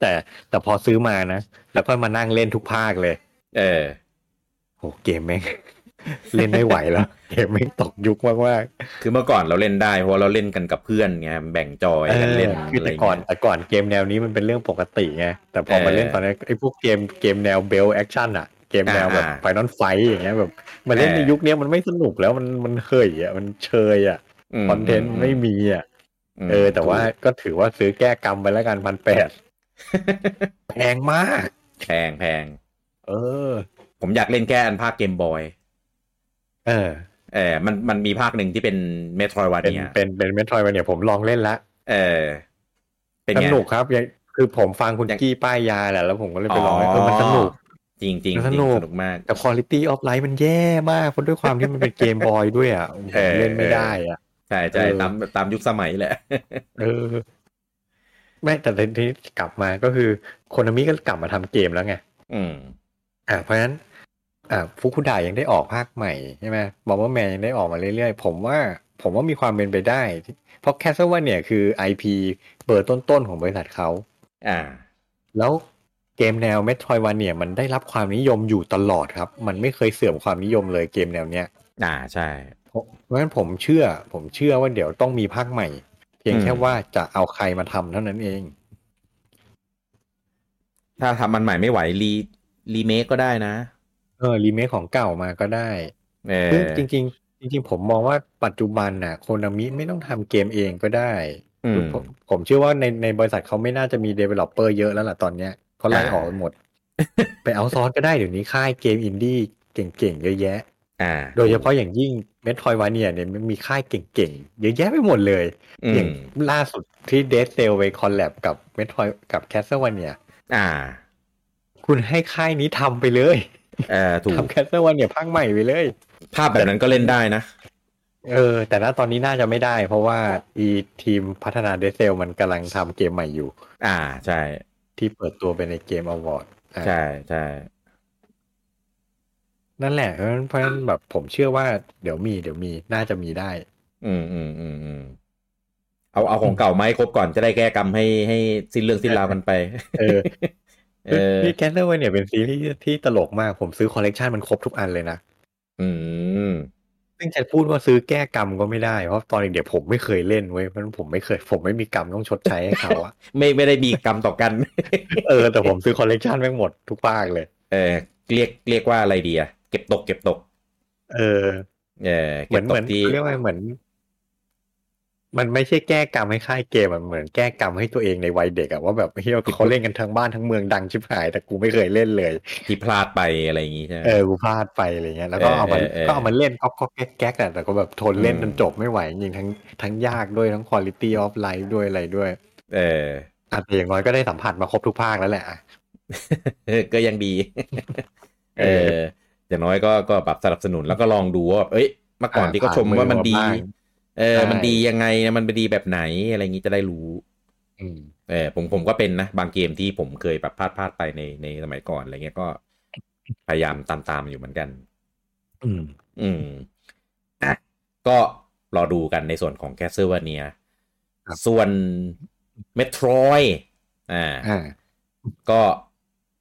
แต่แต่พอซื้อมานะ แล้วก็มานั่งเล่นทุกภาคเลย เออ โหเกมแม่ง เล่นไม่ไหวแล้ว เกมแม่งตกยุคมากๆ คือเมื่อก่อนเราเล่นได้ เพราะว่าเราเล่นกันกับเพื่อนไงแบ่งจอยกันเล่น คือ อะไร แต่ก่อน เงี้ย แต่ก่อนเกมแนวนี้มันเป็นเรื่องปกติไงแต่พอมา เออ เล่นตอนนี้ไอ้พวกเกมเกมแนวเบลแอคชั่นอะเกมแนวแบบ อ่า ไฟนอลไฟอย่างเงี้ยแบบมาเล่น เออ ในยุคเนี้ยมันไม่สนุกแล้วมันมันเคยอะมันเชยอะ ม คอนเทนต์ไม่มีอะ ม เออ แต่ว่า ถูก ก็ถือว่าซื้อแก้กรรมไปแล้วกันพันแปดแพงมาก แพงแพง เออ ผมอยากเล่นแค่อันภาคเกมบอย เออ เออมันมันมีภาคหนึ่งที่เป็นเมโทรวา เป็น เนีย เป็นเป็นเมทรอยด์เนี่ยผมลองเล่นละ เออ เป็น ส ไง นุกครับยังคือผมฟังคุณ ยัง กี้ป้ายยาแหละแล้วผมก็เลยไปลองเออมันสนุก จริงๆจริง มัน ส ส นุ นุ ก ก สนุกมาก แต่ quality of life มันแย่มากเพราะด้วยความที่มันเป็นเกมบอยด้วยอ่ะผม เออ เล่นไม่ได้อ่ะ ใช่ใช่ เออ ตามตามยุคสมัยแหละ เออแม่แต่ทีนี้กลับมาก็คือโคนามิก็กลับมาทำเกมแล้วไง อืม อ่ะเพราะฉะนั้น อ่ะฟุกุดายังได้ออกภาคใหม่ใช่ไหมบอมเบอร์แมนยังได้ออกมาเรื่อยๆ ผมว่า ผมว่ามีความเป็นไปได้ที่เพราะแคสเซิลว่าเนี่ยคือ IP เบอร์ต้นๆของบริษัทเขา อ่า แล้วเกมแนวเมทรอยวานเนี่ยมันได้รับความนิยมอยู่ตลอดครับ มันไม่เคยเสื่อมความนิยมเลยเกมแนวเนี้ย อ่าใช่ เพราะเพราะฉะนั้นผมเชื่อ ผมเชื่อว่าเดี๋ยวต้องมีภาคใหม่ เพียงแค่ อืม ว่าจะเอาใครมาทำเท่านั้นเอง ถ้าทำมันใหม่ไม่ไหว รีรีเมคก็ได้นะ เออรีเมคของเก่ามาก็ได้ เออ ซึ่งจริง ๆ จริง ๆ ผมมองว่าปัจจุบันน่ะโคนามิไม่ต้องทำเกมเองก็ได้ อืม ผมผมเชื่อว่าในในบริษัทเขาไม่น่าจะมี developer เยอะแล้วล่ะตอนเนี้ยเขาไล่ออกไปหมด ไปเอาซอสก็ได้เดี๋ยวนี้ค่ายเกมอินดี้เก่งๆเยอะแยะ อ่า โดยเฉพาะอย่างยิ่งเมทรอยวาเนียเนี่ยมันมีค่ายเก่งๆ เยอะแยะไปหมดเลย อื อย่าง ม ล่าสุดที่เด s เซลไปคอลแลบกับเมทรอยกับแคสเซ l ว a เนีย อ่า คุณให้ค่ายนี้ทำไปเลย เออถูก ทำแคสเซ l ว a เนียภาคใหม่ไปเลย ภาพแบบนั้นก็เล่นได้นะ เออ แต่ณตอนนี้น่าจะไม่ได้ เพราะว่าอีทีมพัฒนาเด s เซลมันกำลังทำเกมใหม่อยู่ อ่าใช่ ที่เปิดตัวไปในเกมอวอร์ด ใช่ใช่ นั่นแหละ เพราะฉะนั้นเพราะฉะนั้นแบบผมเชื่อว่าเดี๋ยวมีเดี๋ยวมีน่าจะมีได้ อืมอืมอืมอืม เอาเอาของเก่ามาให้ครบก่อนจะได้แก้กรรมให้ให้สิ้นเรื่องสิ้นราวกันไป เออ เออ นี่แคสเตอร์วันเนี่ยเป็นซีรีส์ที่ตลกมากผมซื้อคอลเลกชันมันครบทุกอันเลยนะ อืม ซึ่งจะพูดว่าซื้อแก้กรรมก็ไม่ได้เพราะตอนเด็กๆผมไม่เคยเล่นเว้ยเพราะฉะนั้นผมไม่เคย ผมไม่มีกรรมต้องชดใช้ให้เขาอะ ไม่ไม่ได้มีกรรมต่อกัน เออแต่ผมซื้อคอลเลกชันแม่งหมดทุกภาคเลย เออเรียกเรียกว่าอะไรดีอะเก็บตกเก็บตก เออ เออ เหมื เก็ตอบนเหมื ก อน ที่ เขาเรียกว่าเหมือน มันไม่ใช่แก้กรรมให้ค่ายเกมอะเหมือนแก้กรรมให้ตัวเองในวัยเด็กอะว่าแบบเฮ้ยเขาเล่นกันทั้งบ้านทั้งเมืองดังชิบหาย แต่กูไม่เคยเล่นเลย ที่พลาดไปอะไรอย่างงี้ใช่ไหม เออกูพลาดไปอะไรเงี้ยแล้วก็เอามา เออเออเออ ก็เอามาเล่นก็ก็แก๊กแก๊กอะแต่ก็แบบทนเล่น อืม จนจบไม่ไหวจริงๆทั้งทั้งยากด้วยทั้งคุณ l i t y of life ด้วยอะไรด้วย เออ อ่ะแต่อย่างน้อยก็ได้สัมผัสมาครบทุกภาคแล้วแหละอะ ก็ยังดี เอ เอ อ ออย่างน้อยก็ก็แบบสนับสนุนแล้วก็ลองดูว่าแบบเอ้ยเมื่อก่อน อ่า ที่เขาชม ผ่านมือ ว่ามันดี มาบ้าง เออ ใช่ มันดียังไงนะมันเป็นดีแบบไหนอะไรอย่างงี้จะได้รู้ อืม เออผมผมก็เป็นนะ บางเกมที่ผมเคยแบบพลาดพลาดไปในในสมัยก่อนอะไรเงี้ยก็พยายามตามตามอยู่เหมือนกัน อืม อืมอ่ะก็รอดูกันในส่วนของแคสเซอร์วเนีย ครับ ส่วนเมโทรยอ่า อ่า ก็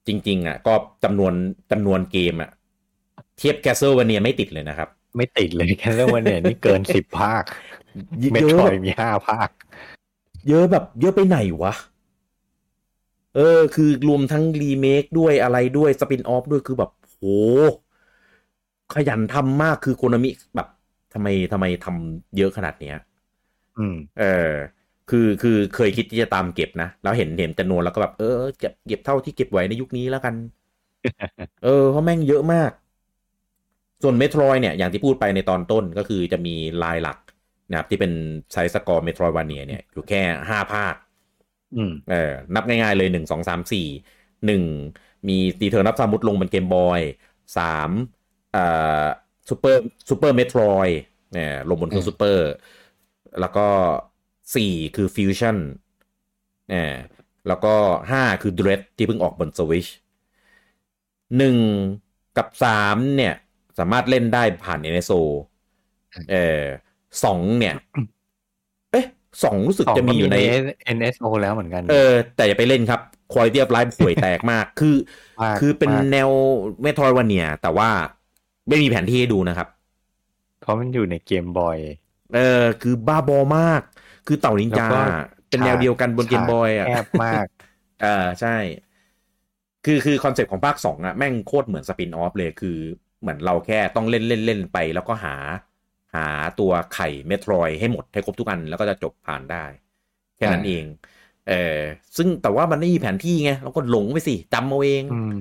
จริง ๆ อ่ะ ก็จำนวนจำนวนเกมอ่ะ เทียบแคสเซิลวเนียไม่ติดเลยนะครับ ไม่ติด เลยแค่เรื่องวันเนี่ยนี่เกินสิบภาคเมโทรยมีห้าภาค เยอะแบบ เยอะไปไหนวะ เออ คือรวมทั้งรีเมคด้วยอะไรด้วยสปินออฟด้วยคือแบบโหขยันทำมากคือโคนามิแบบทำไมทำไมทำเยอะขนาดเนี้ย อืม เออ คือคือเคยคิดที่จะตามเก็บนะ แล้วเห็นเห็นจำนวนแล้วก็แบบ เออเก็บเก็บเท่าที่เก็บไว้ในยุคนี้แล้วกัน เออเพราะแม่งเยอะมาก ส่วนเมโทรยเนี่ยอย่างที่พูดไปในตอนต้นก็คือจะมีลายหลักนะครับที่เป็นไซส์สกอร์เมโทรวานเนียเนี่ยอยู่แค่ห้าภาค อืม เออนับง่ายๆเลยหนึ่งสองสามสี่หนึ่งมีดีเทอร์นับซามุดลงเป็นเกมบอยสามเอ่อซูเปอร์ซูเปอร์เมโทรยเนี่ยลงบนเครื่อง อืม ซูเปอร์ แล้วก็สี่คือฟิวชั่นเนี่ยแล้วก็ห้าคือ Dread ที่เพิ่งออกบนสวิชหนึ่งกับสามเนี่ย สามารถเล่นได้ผ่าน NSO เออสองเนี่ย เอ๊ะสองรู้สึก สอง จะมีอยู่ใน NSO แล้วเหมือนกัน เออแต่อย่าไปเล่นครับคุณ i t y of Life ห่วยแตกมาก คือ มาก คือเป็น มาก แนวเมทรอวันเนีย แต่ว่าไม่มีแผนที่ให้ดูนะครับ เพราะมันอยู่ในเกมบอย เออ คือบ้าบอมาก คือเต่านินจา แล้วก็ เป็นแนวเดียวกันบนเกมบอยอ่ะ แคบมาก เออใช่ คือคือคอนเซปต์ของภาคสองอ่ะ แม่งโคตรเหมือนสปินออฟเลย คือเหมือนเราแค่ต้องเล่นเล่นเล่นไป แล้วก็หา หาตัวไข่เมโทรยให้หมดให้ครบทุกอัน แล้วก็จะจบผ่านได้ แค่นั้น อ่า เอง เออซึ่งแต่ว่ามันไม่มีแผนที่ไงเราก็หลงไปสิจำเอาเอง อืม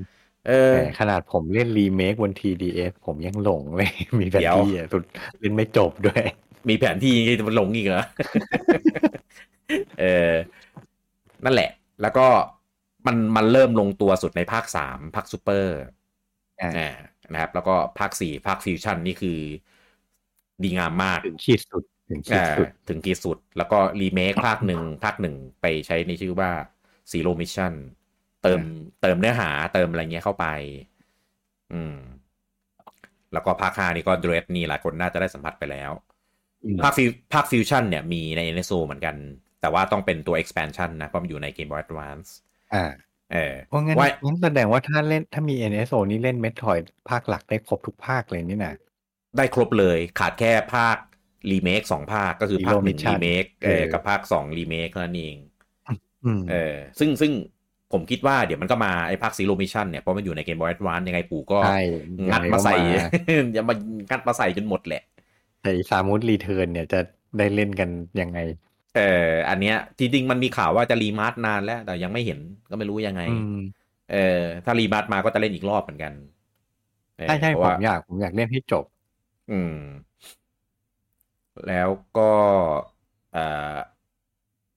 เออ แต่ขนาดผมเล่นรีเมคบน TDS ผมยังหลงเลย มีแบ เดี๋ บ ยว ที่อ่ะสุดเล่นไม่จบด้วย มีแผนที่มันหลงอีกเหร อ เออ นั่นแหละ แล้วก็มันมันเริ่มลงตัวสุดในภาคสามภาคซูเปอร์ อ่า อ่านะครับ แล้วก็ภาคสี่ภาคฟิวชั่นนี่คือ ดีงามมาก ถึงขีดสุดถึงขีด อ่า สุด ถึงกี่สุด แล้วก็รีเมคภาคหนึ่งภาคหนึ่งไปใช้ในชื่อว่าซีโรมิชชั่นเติมเติมเนื้อหาเติมอะไรเงี้ยเข้าไป อืม แล้วก็ภาคห้านี่ก็เดรสนี่หลายคนน่าจะได้สัมผัสไปแล้ว อืม ภาคฟิวภาคฟิวชั่นเนี่ยมีใน NSO เหมือนกัน แต่ว่าต้องเป็นตัว expansion นะ เพราะมันอยู่ใน Game Boy Advance อ่า เออ เพราะงั้น ว่า งั้นแสดงว่าถ้าเล่นถ้ามี NSO นี่เล่นเมทรอยภาคหลักได้ครบทุกภาคเลยนี่นะ ได้ครบเลยขาดแค่ภาค รีเมคสองภาคก็คือภาคหนึ่ง Reload Mission รีเมคเอ เอ อ อ กับภาคสองรีเมคเท่านั้นเอง อืม เออ ซึ่งซึ่งผมคิดว่าเดี๋ยวมันก็มาไอภาคซีโรมิชันเนี่ย เพราะมันอยู่ใน Game Boy Advance ยังไงปู่ก็ ใช่ งัดมาใส่ ยังไงก็ จะมางัดมาใส่จนหมดแหละ แต่อีสามุดรีเทิร์นเนี่ยจะได้เล่นกันยังไง เอออันเนี้ยจริงๆมันมีข่าวว่าจะรีมาร์ทนานแล้ว แต่ยังไม่เห็นก็ไม่รู้ยังไง อืม เออถ้ารีมาร์ทมาก็จะเล่นอีกรอบเหมือนกันเออ ใช่ใช่ เพ ผ ราะว่าม อยากผมอยากเล่นให้จบ อืม แล้วก็เออ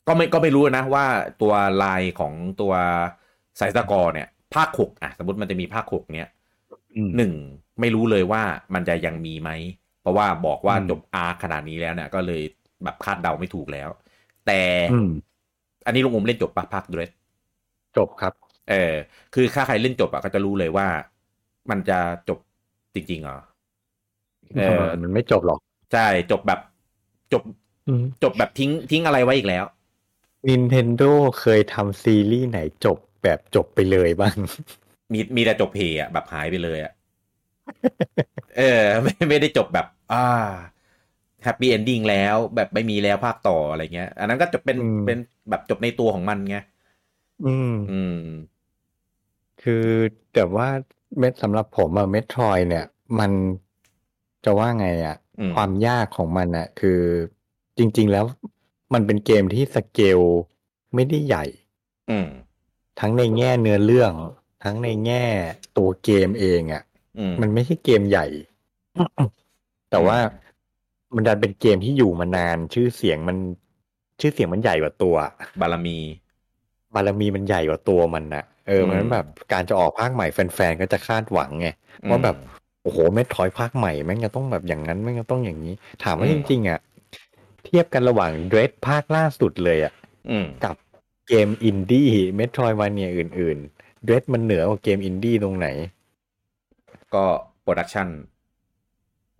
ก็ไม่ก็ไม่รู้นะว่าตัวลายของตัวสายสกอร์เนี่ย ภาคหกอ่ะ สมมติมันจะมีภาคหกเนี่ย อืม หนึ่งไม่รู้เลยว่ามันจะยังมีไหม เพราะว่าบอกว่า อืม จบอาขนาดนี้แล้วเนี่ย ก็เลยแบบคาดเดาไม่ถูกแล้ว แต่ อืม อันนี้ลุงอมเล่นจบปะภาคเดรส จบครับ เออ คือถ้าใครเล่นจบอ่ะก็จะรู้เลยว่า มันจะจบจริงๆเหรอ เออ มันไม่จบหรอก ใช่ จบแบบจบ อืม จบแบบทิ้งทิ้งอะไรไว้อีกแล้ว Nintendo เคยทำซีรีส์ไหนจบแบบจบไปเลยบ้าง มีมีแต่จบเพย์อะแบบหายไปเลย อะ เออ ไม่ไม่ได้จบแบบ อ่าแฮปปี้เอนดิ้งแล้วแบบไม่มีแล้วภาคต่ออะไรเงี้ย อันนั้นก็จบเป็น อืม เป็นแบบจบในตัวของมันไง อืม อืม คือแต่ว่าเม็ดสำหรับผมอะเมทรอยเนี่ย มันจะว่าไงอะ อืม ความยากของมันอะคือจริง ๆ แล้วมันเป็นเกมที่สเกลไม่ได้ใหญ่ อืม ทั้งในแง่เนื้อเรื่อง ทั้งในแง่ตัวเกมเองอะ อืม มันไม่ใช่เกมใหญ่ แต่ว่ามันดันเป็นเกมที่อยู่มานาน ชื่อเสียงมันชื่อเสียงมันใหญ่กว่าตัว บารมี บารมีมันใหญ่กว่าตัวมันนะเออ อืม มันแบบการจะออกภาคใหม่แฟนๆ ก็จะคาดหวังไงว่าแบบ โอ้โหเมทรอยภาคใหม่แม่งจะต้องแบบอย่างนั้นแม่งจะต้องอย่างนี้ ถามว่า อื จ ม ริงๆอ่ะเทียบกันระหว่างเดรสภาคล่าสุดเลยอ่ะ อืม กับเกมอินดี้เมทรอยวันเนี่ยอื่นๆเดรสมันเหนือกว่าเกมอินดี้ตรงไหน ก็โปรดักชัน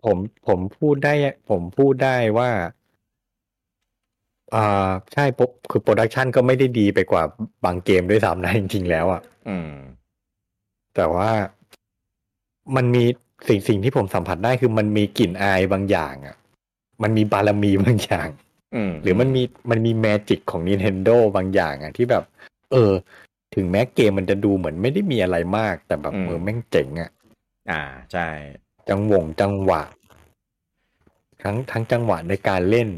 ผมผมพูดได้ผมพูดได้ว่าอ่าใช่ปุ๊บคือโปรดักชันก็ไม่ได้ดีไปกว่าบางเกมด้วยซ้ำนะ จริงๆแล้วอ่ะ อืม แต่ว่ามันมีสิ่งสิ่งที่ผมสัมผัสได้คือมันมีกลิ่นอายบางอย่างอ่ะ มันมีบารมีบางอย่าง อืม หรือมันมีมันมีแมจิกของ Nintendo บางอย่างอ่ะที่แบบ เออ ถึงแม้เกมมันจะดูเหมือนไม่ได้มีอะไรมาก แต่แบบเออแม่งเจ๋งอ่ะ อ่า ใช่ จังหวงจังหวะ ทั้งทั้งจังหวะในการเล่น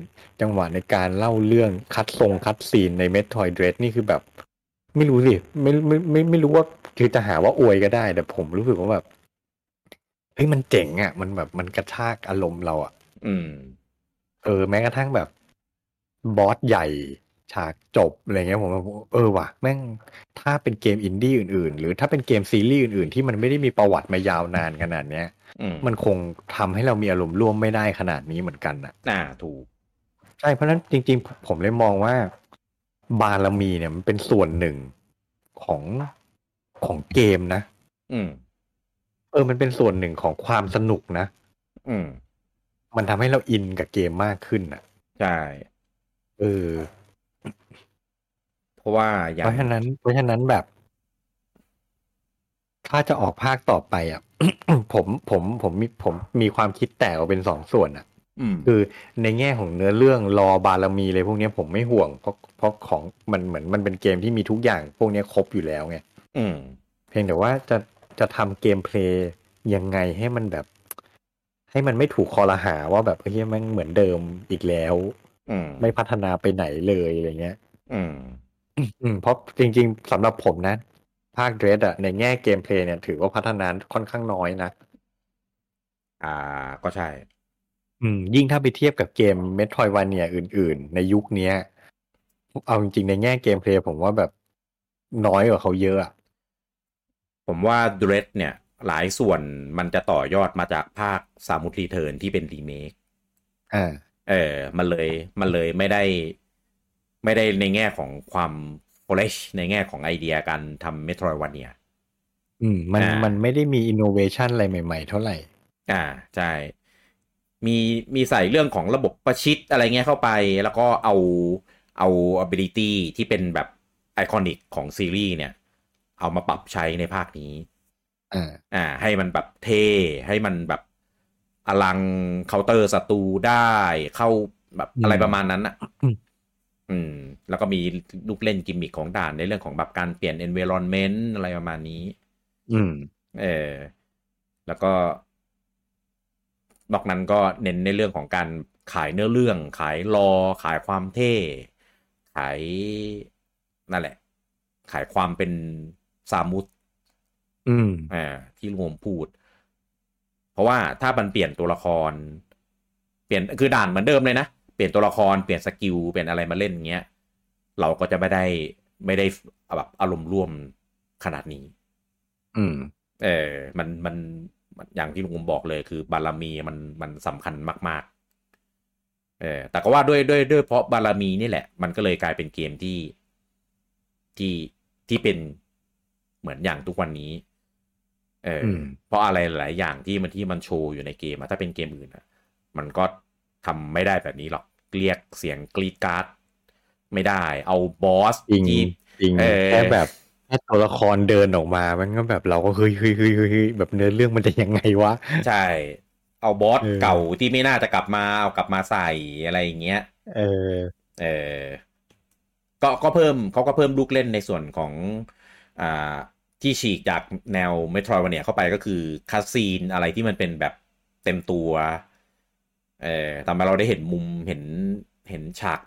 จังหวะในการเล่าเรื่องคัดทรงคัดซีนในเมทรอยเดรสนี่คือแบบ ไม่รู้สิไม่ไม่ไมไม่ไม่รู้ว่าคือจะหาว่าอวยก็ได้ แต่ผมรู้สึกว่าแบบเฮ้ยมันเจ๋งอ่ะ มันแบบมันกระชากอารมณ์เราอ่ะ อืม เออแม้กระทั่งแบบ บอสใหญ่ ฉากจบอะไรเงี้ยผมแบบเออว่ะแม่งถ้าเป็นเกมอินดี้อื่นๆ หรือถ้าเป็นเกมซีรีส์อื่นๆ ที่มันไม่ได้มีประวัติมายาวนานขนาดเนี้ย อืม มันคงทำให้เรามีอารมณ์ร่วมไม่ได้ขนาดนี้เหมือนกันนะ อ่าถูก ใช่เพราะฉะนั้นจริงๆ ผมเลยมองว่า บารมีเนี่ยมันเป็นส่วนหนึ่งของของเกมนะ อืม เออ มันเป็นส่วนหนึ่งของความสนุกนะ อืม มันทำให้เราอินกับเกมมากขึ้นอ่ะ ใช่ เออ เพราะว่าอย่า เพ ง ราะฉะนั้น เพราะฉะนั้นแบบ ถ้าจะออกภาคต่อไปอ่ะ ผมผมผมมีผมมีความคิดแตกออกเป็นสองส่วนอ่ะ อืม คือในแง่ของเนื้อเรื่องรอบารมีเลยพวกเนี้ยผมไม่ห่วงเพราะเพราะของมันเหมือนมันเป็นเกมที่มีทุกอย่าง พวกเนี้ยครบอยู่แล้วไง อืม เพียงแต่ว่าจะจะทำเกมเพลย์ยังไงให้มันแบบ ให้มันไม่ถูกคอรหาว่าแบบเฮ้ยแมันเหมือนเดิมอีกแล้ว อืม ไม่พัฒนาไปไหนเลยอะไรเงี้ย อืม อืมเพราะจริง ๆสำหรับผมนะ ภาคเดรสอะในแง่เกมเพลย์เนี่ย ถือว่าพัฒนาค่อนข้างน้อยนะ อ่า ก็ใช่ อืมยิ่งถ้าไปเทียบกับเกมเมทรอยวันเนี่ยอื่นๆ ในยุคเนี้ย เอาจริงๆ ในแง่เกมเพลย์ผมว่าแบบน้อยกว่าเขาเยอะอะ ผมว่า Dread เนี่ย หลายส่วนมันจะต่อยอดมาจากภาคสามุตรีเทิร์นที่เป็นรีเมค อ่า เออ มันเลย มันเลยไม่ได้ ไม่ได้ในแง่ของความโฟลชในแง่ของไอเดียการทำเมโทรวันเนี่ย อืม มัน อ่ามั มันไม่ได้มีอินโนเวชันอะไรใหม่ๆ เท่าไหร่ อ่า ใช่ มี มีใส่เรื่องของระบบประชิดอะไรเงี้ยเข้าไป แล้วก็เอา เอา ability ที่เป็นแบบไอคอนิกของซีรีส์เนี่ย เอามาปรับใช้ในภาคนี้ อ่า อ่าให้มันแบบเท่ ให้มันแบบอลังเคาน์เตอร์ศัตรูได้ เข้าแบบ อืม อะไรประมาณนั้นอ่ะ อืม อืม แล้วก็มีลูกเล่นกิมมิคของด่านในเรื่องของแบบการเปลี่ยน environment อะไรประมาณนี้ อืม เออ แล้วก็ นอกนั้นก็เน้นในเรื่องของการขายเนื้อเรื่อง ขายรอ ขายความเท่ ขายนั่นแหละ ขายความเป็นซามุต อืม อ่าที่รวมพูด เพราะว่าถ้ามันเปลี่ยนตัวละคร เปลี่ยนคือด่านเหมือนเดิมเลยนะ เปลี่ยนตัวละครเปลี่ยนสกิลเปลี่ยนอะไรมาเล่นเงี้ย เราก็จะไม่ได้ไม่ได้แบบอารมณ์ร่วมขนาดนี้ อืม เออมันมันมันอย่างที่ลุงผมบอกเลยคือบารมีมันมันสำคัญมาก ๆ เออแต่ก็ว่าด้วยด้วยด้วยเพราะบารมีนี่แหละ มันก็เลยกลายเป็นเกมที่ที่ที่เป็นเหมือนอย่างทุกวันนี้ เอออ ม เพราะอะไรหลายอย่างที่มันที่มันโชว์อยู่ในเกมอะถ้าเป็นเกมอื่นอะมันก็ทำไม่ได้แบบนี้หรอก เรียกเสียงกรีดกราร์ดไม่ได้ เอาบอส จริง ที่ จริง เออ แค่แบบแค่ตัวละครเดินออกมา มันก็แบบเราก็เฮ้ยเฮ้ยเฮ้ยเฮ้ยเฮ้ยแบบเนื้อเรื่องมันจะยังไงวะ ใช่ เอาบอส เออ เก่าที่ไม่น่าจะกลับมาเอากลับมาใส่อะไรอย่างเงี้ย เออ เออก็ก็เพิ่มเขาก็เพิ่มลูกเล่นในส่วนของอ่าที่ฉีกจากแนวเมโทรวเนียเข้าไปก็คือคาสซีนอะไรที่มันเป็นแบบเต็มตัว เออทำให้เราได้เห็นมุมเห็นเห็นฉาก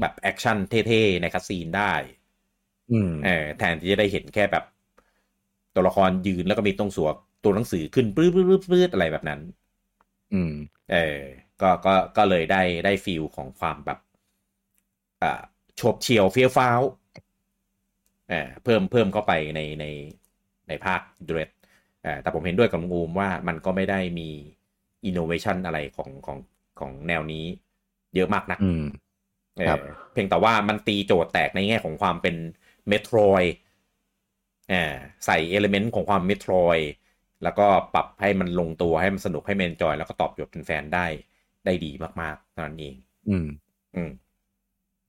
แบบแอคชั่นเท่ๆในคาสซีนได้ อืม เออแทนที่จะได้เห็นแค่แบบ ตัวละครยืนแล้วก็มีตรงสัวตัวหนังสือขึ้นปื๊ดปื๊ดปื๊ดปื๊ดอะไรแบบนั้น อืม เออ ก็ ก็ ก็เลยได้ ได้ฟีลของความแบบ อ่าโฉบเฉียวเฟี้ยวฟ้าวเออเพิ่ม เพิ่มเข้าไปใน ใน ในภาคดรสเออแต่ผมเห็นด้วยกับลุงอูมว่ามันก็ไม่ได้มีอินโนเวชันอะไรของ ของ ของแนวนี้ เยอะมากนัก อืม เออ ครับ เพียงแต่ว่ามันตีโจทย์แตกในแง่ของความเป็นเมโทรยอ่าใส่เอลเมนต์ของความเมโทรยแล้วก็ปรับให้มันลงตัวให้มันสนุกให้มันจอย แล้วก็ตอบโจทย์แฟนๆได้ได้ดีมากๆเท่านั่นเอง อืม อืม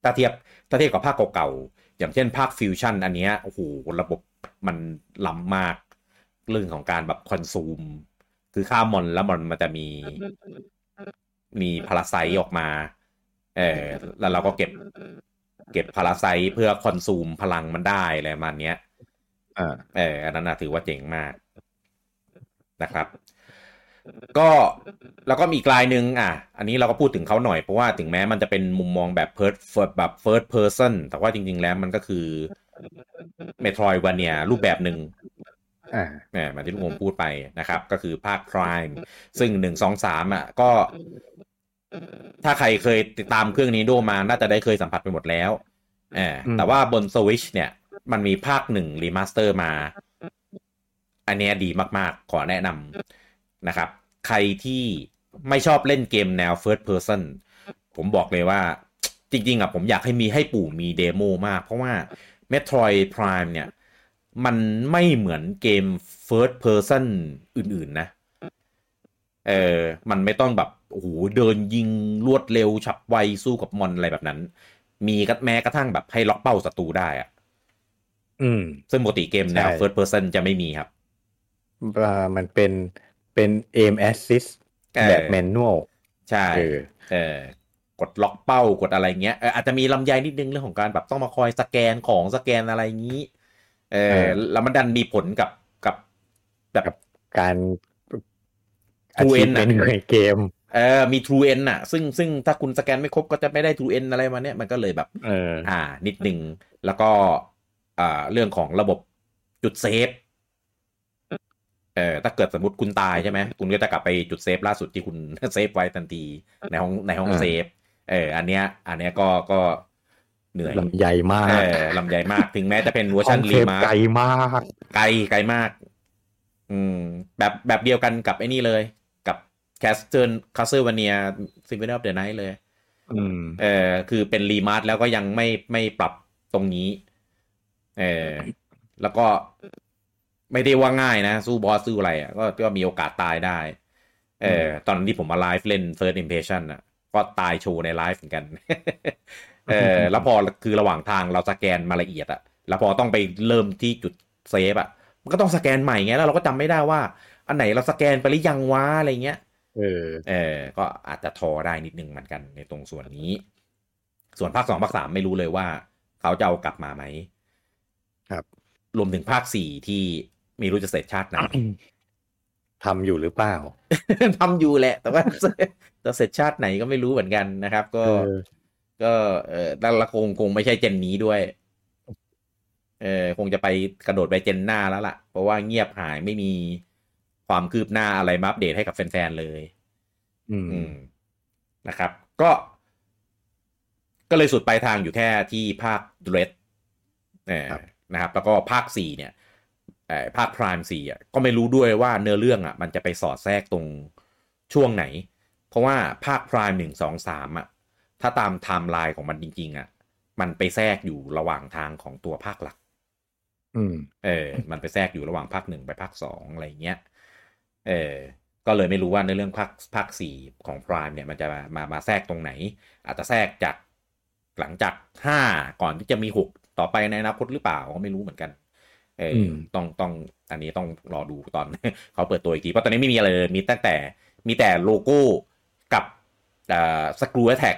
ถ้าเทียบถ้าเทียบกับภาคเก่าๆ อย่างเช่นภาคฟิวชั่นอันเนี้ยโอ้โหระบบมันล้ำมาก เรื่องของการแบบคอนซูม คือฆ่ามอนแล้วมันมันจะมี มีพาราไซต์ออกมา เออแล้วเราก็เก็บ เก็บพาราไซต์เพื่อคอนซูมพลังมันได้อะไรประมาณเนี้ย อ่า เอออันนั้นนะถือว่าเจ๋งมากนะครับ ก็แล้วก็มีอีกลายหนึ่งอ่ะ อันนี้เราก็พูดถึงเขาหน่อย เพราะว่าถึงแม้มันจะเป็นมุมมองแบบเพิร์ดแบบ first person แต่ว่าจริง ๆ แล้วมันก็คือ Metroidvania รูปแบบหนึ่ง อ่า เนี่ยเหมอนที่ลุงโอมพูดไปนะครับ ก็คือภาค Prime ซึ่งหนึ่งสองสามอ่ะก็ ถ้าใครเคยติดตามเครื่องนี้ดูมา น่าจะได้เคยสัมผัสไปหมดแล้วเออ อืม แต่ว่าบน Switch เนี่ย มันมีภาคหนึ่งรีมาสเตอร์มา อันเนี้ยดีมาก ๆ ขอแนะนำนะครับ ใครที่ไม่ชอบเล่นเกมแนว First Person ผมบอกเลยว่า จริง ๆอ่ะผมอยากให้มีให้ปู่มีเดโมมาก เพราะว่า Metroid Prime เนี่ย มันไม่เหมือนเกม First Person อื่น ๆ นะ เออ มันไม่ต้องแบบโอ้โหเดินยิงรวดเร็ว ฉับไว สู้กับมอนอะไรแบบนั้น มีกัดแม้กระทั่งแบบให้ล็อกเป้าศัตรูได้อะ อืม ซึ่งปกติเกมแนว ใช่ First Person จะไม่มีครับ อ่ามันเป็นเป็น aim assist เออ แบบแมนนวล ใช่ เออ เออกดล็อกเป้ากดอะไรเงี้ยเอออาจจะมีลำไยนิดนึงเรื่องของการแบบต้องมาคอยสแกนของสแกนอะไรงี้ เอ เอ อ อ แล้วมันดันมีผลกับกับแบบ การ True end น่ะ achievement ในเกม เออมี True End น่ะ ซึ่งซึ่งถ้าคุณสแกนไม่ครบก็จะไม่ได้ True End อะไรมาเนี้ยมันก็เลยแบบ เออ อ่า นิดนึง แล้วก็อ่าเรื่องของระบบจุดเซฟ เออถ้าเกิดสมมติคุณตายใช่ไหม คุณก็จะกลับไปจุดเซฟล่าสุดที่คุณ เซฟไว้ทันที ในห้องในห้อง อ่า เซฟ เออ อันเนี้ย อันเนี้ยก็ก็เหนื่อย ลำใหญ่มาก เออลำใหญ่มาก ถึงแม้จะเป็นเวอร์ชัน ห้องเท รี ป มา ไกลมาก ไกลไกลมาก อืม แบบแบบเดียวกันกับไอ้นี่เลย กับแคสเซิลคาสเซิลวานียซิงเกิลออฟเดอะไนท์เลย อืม เออคือเป็นรีมาร์ทแล้วก็ยังไม่ไม่ปรับตรงนี้ เออแล้วก็ไม่ได้ว่าง่ายนะ สู้บอสสู้อะไรอ่ะก็ก็มีโอกาสตายได้ เออตอนที่ผมมาไลฟ์เล่น First Impression อ่ะ ก็ตายโชว์ในไลฟ์เหมือนกัน เออแล้วพอคือระหว่างทางเราสแกนมาละเอียดอ่ะ แล้วพอต้องไปเริ่มที่จุดเซฟอ่ะ มันก็ต้องสแกนใหม่ไงแล้วเราก็จำไม่ได้ว่า อันไหนเราสแกนไปหรือยังวะอะไรเงี้ย เออ เออ ก็อาจจะทอได้นิดนึงเหมือนกันในตรงส่วนนี้ ส่วนภาคสองภาคสามไม่รู้เลยว่า เขาจะเอากลับมาไหม ครับ รวมถึงภาคสี่ที่ไม่รู้จะเสร็จชาติ ไหน ทำอยู่หรือเปล่า ทำอยู่แหละ แต่ว่า จะเสร็จชาติไหนก็ไม่รู้เหมือนกันนะครับ ก็ เออ ก็เออดันละคงคงไม่ใช่เจนนี้ด้วย เออคงจะไปกระโดดไปเจนหน้าแล้วล่ะ เพราะว่าเงียบหายไม่มีความคืบหน้าอะไรมาอัปเดตให้กับแฟนๆเลย อืม อืมนะครับ ก็ ก็เลยสุดปลายทางอยู่แค่ที่ภาคเรด ครับ นะครับ แล้วก็ภาคสี่เนี่ยเอ่อภาคพรามสี่อ่ะก็ไม่รู้ด้วยว่าเนื้อเรื่องอ่ะ มันจะไปสอดแทรกตรงช่วงไหน เพราะว่าภาคพรามหนึ่งสองสามอ่ะ ถ้าตามไทม์ไลน์ของมันจริง ๆ อ่ะ มันไปแทรกอยู่ระหว่างทางของตัวภาคหลัก อืม เออ มันไปแทรกอยู่ระหว่างภาคหนึ่งไปภาคสองอะไรอย่างเงี้ย เออ ก็เลยไม่รู้ว่าในเรื่องภาคภาคสี่ของพรามเนี่ยมันจะมามามาแทรกตรงไหน อาจจะแทรกจากหลังจากห้าก่อนที่จะมีหกต่อไปในอนาคตหรือเปล่าก็ไม่รู้เหมือนกัน เอออ ม ต้องต้องอันนี้ต้องรอดูตอน เขาเปิดตัวอีกทีเพราะตอนนี้ไม่มีอะไรเลยมีตั้งแต่มีแต่โลโก้กับสกรูแท็ก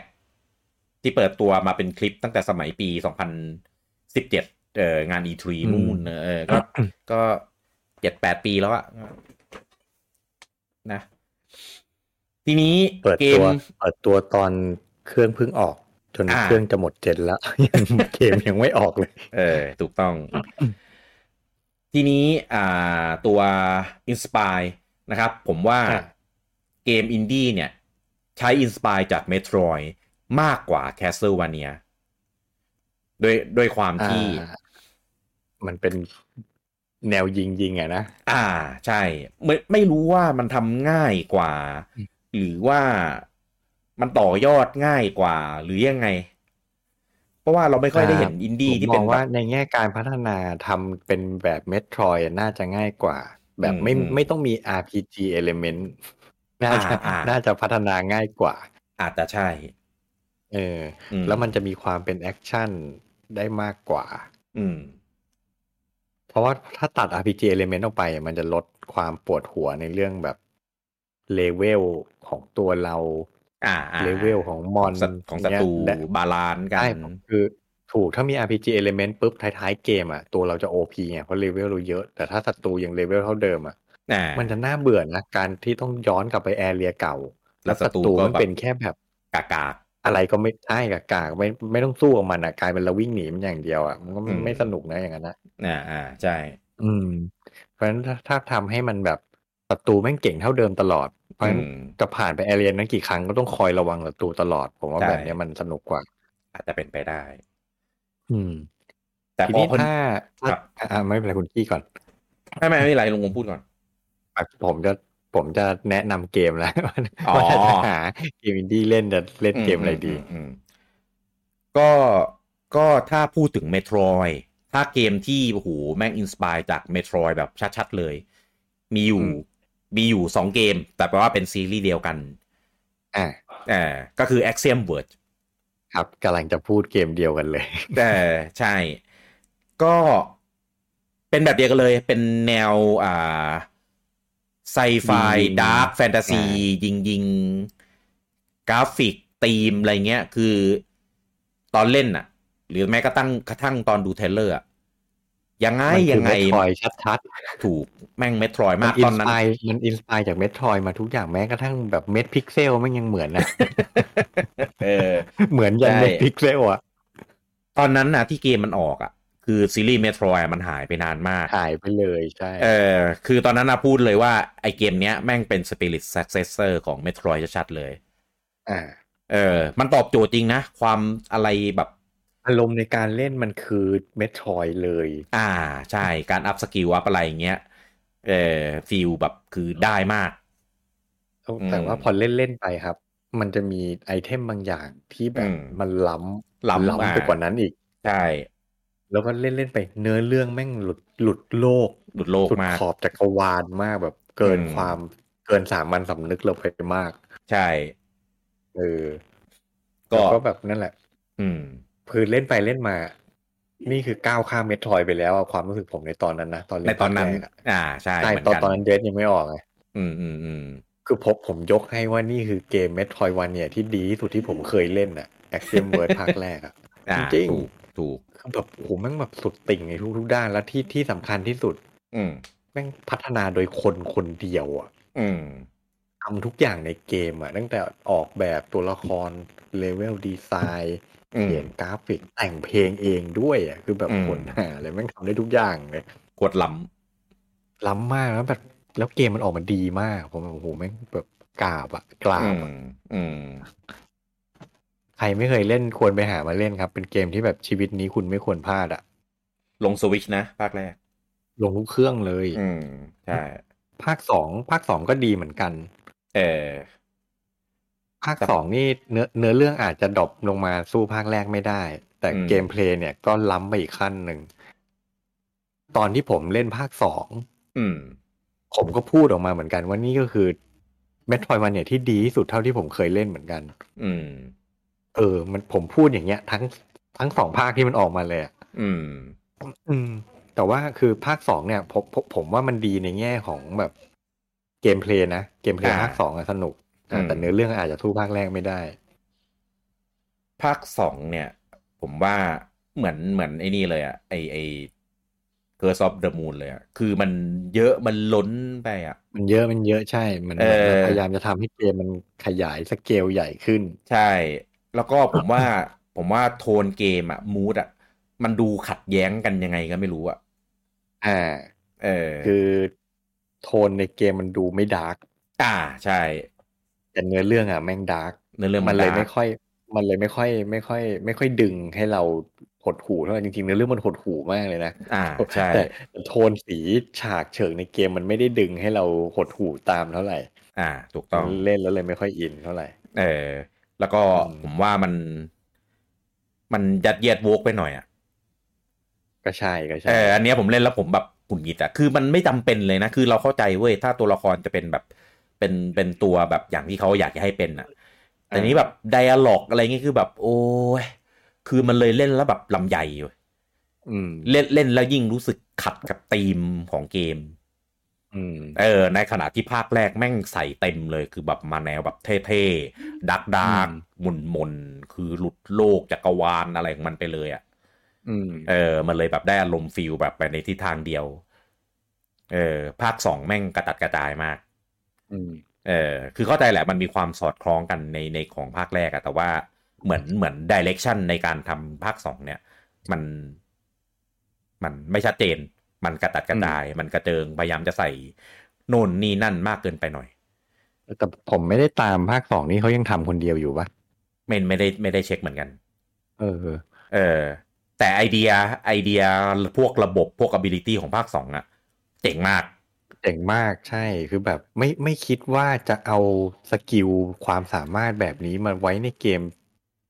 ที่เปิดตัวมาเป็นคลิปตั้งแต่สมัยปี 2017เอองาน E3 อืม นู่นเออก็ก็เจ็ดแปดปีแล้วอะนะ ทีนี้ เปิด เกมตัวเปิดตัวตอนเครื่องเพิ่งออก จน อ่า เครื่องจะหมดเจนแล้ว ยังเกมยังไม่ออกเลย เออ ถูกต้อง ทีนี้อ่าตัว Inspire นะครับ ผมว่า อ่ะ เกมอินดี้เนี่ย ใช้ Inspire จาก Metroid มากกว่า Castlevania ด้วยด้วยความที่ อ่ามันเป็นแนวยิงยิงๆอะนะ อ่าใช่ ไม่ไม่รู้ว่ามันทำง่ายกว่า อืม หรือว่ามันต่อยอดง่ายกว่า หรือยังไง เพราะว่าเราไม่ค่อยได้เห็นอินดี้ ผม ที่เป็น มอง แบ ว่า บ ในแง่การพัฒนาทำเป็นแบบเมโทรยน่าจะง่ายกว่า แบบไม่ อืม ไม่ต้องมี RPG element น่าจะ อ่าอ่า น่าจะพัฒนาง่ายกว่า อาจจะใช่ เออ อื อแล้วมันจะมีความเป็นแอคชั่นได้มากกว่า อืม เพราะว่าถ้าตัด RPG element ออกไป มันจะลดความปวดหัวในเรื่องแบบเลเวลของตัวเรา อ่าอ่า เลเวลของมอน สัตว์ของศัตรู เนี่ย บาลานซ์กั ใช่ น คือถูกถ้ามี RPG element ปุ๊บท้ายๆเกมอ่ะตัวเราจะ OP ไงเพราะเลเวลเราเยอะ แต่ถ้าศัตรูยังเลเวลเท่าเดิมอ่ะ อ่า มันจะน่าเบื่อนะ การที่ต้องย้อนกลับไปแอเรียเก่า แล้ แล้ว ว ศั ศั ตรู ตรู ก็ มัน แบบ เป็นแค่แบบ กากาก อะไรก็ไม่ใช่กากากไม่ไม่ต้องสู้กับมันอ่ะกลายเป็นเราวิ่งหนีมันอย่างเดียวอ่ะมันก็ไม่ อืม ไม่สนุกนะอย่างนั้นนะ อ่าอ่าใช่ อืม เพราะฉะนั้นถ้าถ้าทำให้มันแบบศัตรูแม่งเก่งเท่าเดิมตลอดเพราะฉะนั้น อืม จะผ่านไปแอเรียนั้นกี่ครั้งก็ต้องคอยระวังศัตรูตลอด ผมว่า ใช่ แบบเนี้ยมันสนุกกว่า อาจจะเป็นไปได้ อืม แต่ ที พอ นี้ เพิ่น ถ้า ครับ อ่ะอ่ะไม่เป็นไรคุณกี้ก่อน ไม่ไม่ไม่เป็นไรลุงผมพูดก่อน อ่ะผมจะผมจะแนะนำ เกมแล้วว่า อ๋อ ว่าถ้าหาเกมอินดี้เล่นจะเล่นเกมอะไรดี มอืมก็ก็ถ้าพูดถึงเมโทรยถ้าเกมที่โอ้โหแม่งอินสปายจากเมโทรยแบบชัดๆเลย มีอยู่ อืม มีอยู่สองเกม แต่แปลว่าเป็นซีรีส์เดียวกัน อ่า อ่าก็คือ Axiom Verge ครับกำลังจะพูดเกมเดียวกันเลย แต่ใช่ ก็เป็นแบบเดียวกันเลยเป็นแนวอ่าไซไฟ ยิงๆ ดาร์ f แฟนตาซี อ่ ยิงยิงๆกราฟิกตีม อะไรเงี้ย คือตอนเล่นน่ะ หรือแม้กระทั่งกระทั่งตอนดูเทรลเลอร์อะยังไงยังไง ทอยชัด ถูกแม่งเมโทรย ๆ มาก อิ ตอน น ส นั้น ปายมันอินสปายจากเมทรอยมาทุกอย่างแม้กระทั่งแบบเม็ดพิกเซลมันยังเหมือนนะ เออ เหมือนยัน ใช่ เม็ดพิกเซลอ่ะ ตอนนั้นน่ะที่เกมมันออกอ่ะ คือซีรีส์เมโทรยมันหายไปนานมาก หายไปเลยใช่ เออคือตอนนั้นนะพูดเลยว่า ไอเกมเนี้ยแม่งเป็น Spirit Successor ของ Metroid ชัดๆเลย อ่า เออ มันตอบโจทย์จริงนะ ความอะไรแบบ อารมณ์ในการเล่นมันคือเมทรอยเลย อ่าใช่การอัพสกิลอัพอะไรอย่างเงี้ยเออฟีลแบบคือได้มาก อืม แต่ว่าพอเล่นเล่นๆไปครับ มันจะมีไอเทมบางอย่างที่แบ อื บ ม มันล้ำ ล้ำอ่า ล้ำไปกว่านั้นอีก ใช่ แล้วก็เล่นเล่นๆไปเนื้อเรื่องแม่งหลุดหลุดโลก หลุดโลก สุด มาก ขอบจักรวาลมากแบบเกิน อืม ความเกินสามัญสำนึกเราไปมาก ใช่ เออ ก็ แล้วก็แบบนั่นแหละ อืม คือเล่นไปเล่นมา นี่คือก้าวข้ามเมทรอยไปแล้วอะความรู้สึกผมในตอนนั้นนะตอนเล่ ใน น ตอนนั้น ภาคแรกอะ อ่าใช่ ใช่ เหมือน ตอน กัน ตอนนั้นเดสยังไม่ออกไง อืมอืมอืม คือพบผมยกให้ว่านี่คือเกมเมทรอยวันเนี่ยที่ดีที่สุดที่ผมเคยเล่นอะแอคเซมเวิร์ภาคแรกอะ อ่า จริง ถูกถูก คือแบบโหแม่งแบบสุดติ่งในทุกๆด้านแล้วที่ที่สำคัญที่สุด อืม แม่งพัฒนาโดยคนคนเดียวอ่ะ อืม ทำทุกอย่างในเกมอ่ะตั้งแต่ออกแบบตัวละครเลเวลดีไซน์ อืม เขียนกราฟิกแต่งเพลงเองด้วยอ่ะคือแบบ อืม คนหาเลยแม่งทำได้ทุกอย่างเลย กดล้ ล้ำมากแล้วแบบแล้วเกมมันออกมาดีมาก ผมแบบโอ้โหแม่งแบบกราบอ่ะก ำ รา อื บ ม อะ อืม ใครไม่เคยเล่นควรไปหามาเล่นครับ เป็นเกมที่แบบชีวิตนี้คุณไม่ควรพลาดอ่ะ ลงสวิชนะ ภาคแรก ลงทุกเครื่องเลย อืม ใช่ ภาคสองภาคสองก็ดีเหมือนกัน เออ ภาค ครับ สองนี่เนื้อเนื้อเรื่องอาจจะดรอปลงมาสู้ภาคแรกไม่ได้ แต่ อืม เกมเพลย์เนี่ยก็ล้ำไปอีกขั้นหนึ่ง ตอนที่ผมเล่นภาคสอง อืม ผมก็พูดออกมาเหมือนกันว่านี่ก็คือ แมทรอยวันเนี่ยที่ดีที่สุดเท่าที่ผมเคยเล่นเหมือนกัน อืม เออ มันผมพูดอย่างเงี้ย ทั้งทั้งสองภาคที่มันออกมาเลยอะ อืม อืม แต่ว่าคือภาคสองเนี่ยผมผมผมว่ามันดีในแง่ของแบบเกมเพลย์นะ เกมเพลย์ อ่า ภาคสองอะสนุกอ่ะ อืม แต่เนื้อเรื่องอาจจะทู่ภาคแรกไม่ได้ ภาคสองเนี่ย ผมว่าเหมือนเหมือนไอ้นี่เลยอะไอไอ Curse of the Moon เลยอะคือมันเยอะมันล้นไปอะ มันเยอะมันเยอะใช่ มัน เออ พยายามจะทำให้เกมมันขยายสเกลใหญ่ขึ้น ใช่ แล้วก็ผมว่า ผมว่าโทนเกมอะมูดอะมันดูขัดแย้งกันยังไงก็ไม่รู้อะ อ่า เออ คือโทนในเกมมันดูไม่ดาร์ก อ่าใช่ แต่เนื้อเรื่องอ่ะแม่งดาร์ก เนื้อเรื่อง มั มันน เลย ดาร์ก ไม่ค่อย มันเลยไม่ค่อย ไม่ค่อย ไม่ค่อยดึงให้เราหดหูเท่าไหร่จริงๆเนื้อเรื่องมันหดหูมากเลยนะ อ่าใช่ แต่แต่โทนสีฉากเฉิงในเกมมันไม่ได้ดึงให้เราหดหูตามเท่าไหร่ อ่า ถูกต้อง เล่นแล้วเลยไม่ค่อยอินเท่าไหร่ เออ แล้วก็ อืม ผมว่ามัน มันยัดเยียดโวกไปหน่อยอะ ก็ใช่ก็ใช่ เอออันเนี้ยผมเล่นแล้วผมแบบหงุดหงิดอะคือมันไม่จำเป็นเลยนะ คือเราเข้าใจเว้ย ถ้าตัวละครจะเป็นแบบ เป็น เป็นตัวแบบอย่างที่เขาอยากจะให้เป็นอะแต่นี้แบบไดอะล็อกอะไรเงี้ยคือแบบ โอ้ย คือมันเลยเล่นแล้วแบบลำใหญ่เว้ย อืม เล่นเล่นแล้วยิ่งรู้สึกขัดกับธีมของเกม อืม เออ ในขณะที่ภาคแรกแม่งใส่เต็มเลย คือแบบมาแนวแบบเท่ๆ ดักดาก อืม มุนมนๆคือหลุดโลกจักรวาลอะไรของมันไปเลยอะ อืม เออ มันเลยแบบได้อารมณ์ฟิลแบบไปในทิศทางเดียว เออ ภาคสองแม่งกระตัดกระจายมาก อืม เออ คือเข้าใจแหละมันมีความสอดคล้องกันในในของภาคแรกอะแต่ว่าเหมือนเหมือนดิเรกชันในการทำภาคสองเนี่ย มัน มันไม่ชัดเจน มันกระตัดกระจาย มันกระเจิง พยายามจะใส่โน่นนี่นั่นมากเกินไปหน่อย แต่ผมไม่ได้ตามภาคสองนี้เขายังทำคนเดียวอยู่ปะ ไม่ไม่ได้ไม่ได้เช็คเหมือนกัน เออ เออ แต่ไอเดียไอเดียพวกระบบพวก ability ของภาคสองอะเจ๋งมาก เจ๋งมากใช่คือแบบไม่ไม่คิดว่าจะเอาสกิลความสามารถแบบนี้มาไว้ในเกม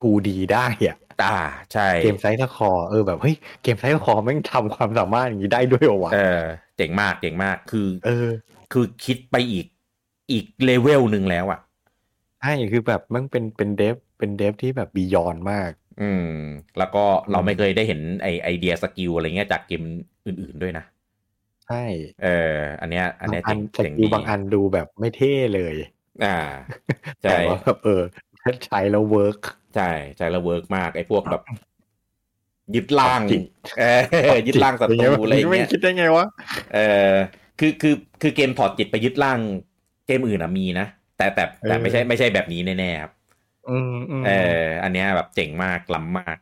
2D ได้อะ อ่าใช่ เกมไซส์ตะคอเออแบบเฮ้ยเกมไซส์ตะคอแม่งทำความสามารถอย่างนี้ได้ด้วยเหรอวะ เออเจ๋งมากเจ๋งมากคือ เออ คือคิดไปอีกอีกเลเวลหนึ่งแล้วอะ่ะ ใช่คือแบบแมันเป็นเป็นเดฟเป็นเดฟที่แบบบียอนมาก อืม แล้วก็เรา อืม ไม่เคยได้เห็นไอไอเดียสกิลอะไรเงี้ยจากเกมอื่นๆด้วยนะ ใช่ เออ อันเนี้ย อันเนี้ย บา เจ๋งงอันส เจ๋ง กิ ดี ลบางอันดูแบบไม่เท่เลย อ่า ใช่ แต่ว่าแบบเออใช้แล้วเวิร์ก ใช่ใช่แล้วเวิร์กมากไอพวกแบบ ยึดล่าง จริง เออยึดล่างศัตรูอะไร ไม่ เงี้ย คิดได้ไงวะ เออคือคือคือเกมพอร์ตจิตไปยึดล่างเกมอื่นอะมีนะแต่แต่แต่ไม่ใช่ไม่ใช่แบบนี้แน่ๆครับ อืมอืม เออ อันเนี้ยแบบเจ๋งมากล้ำมาก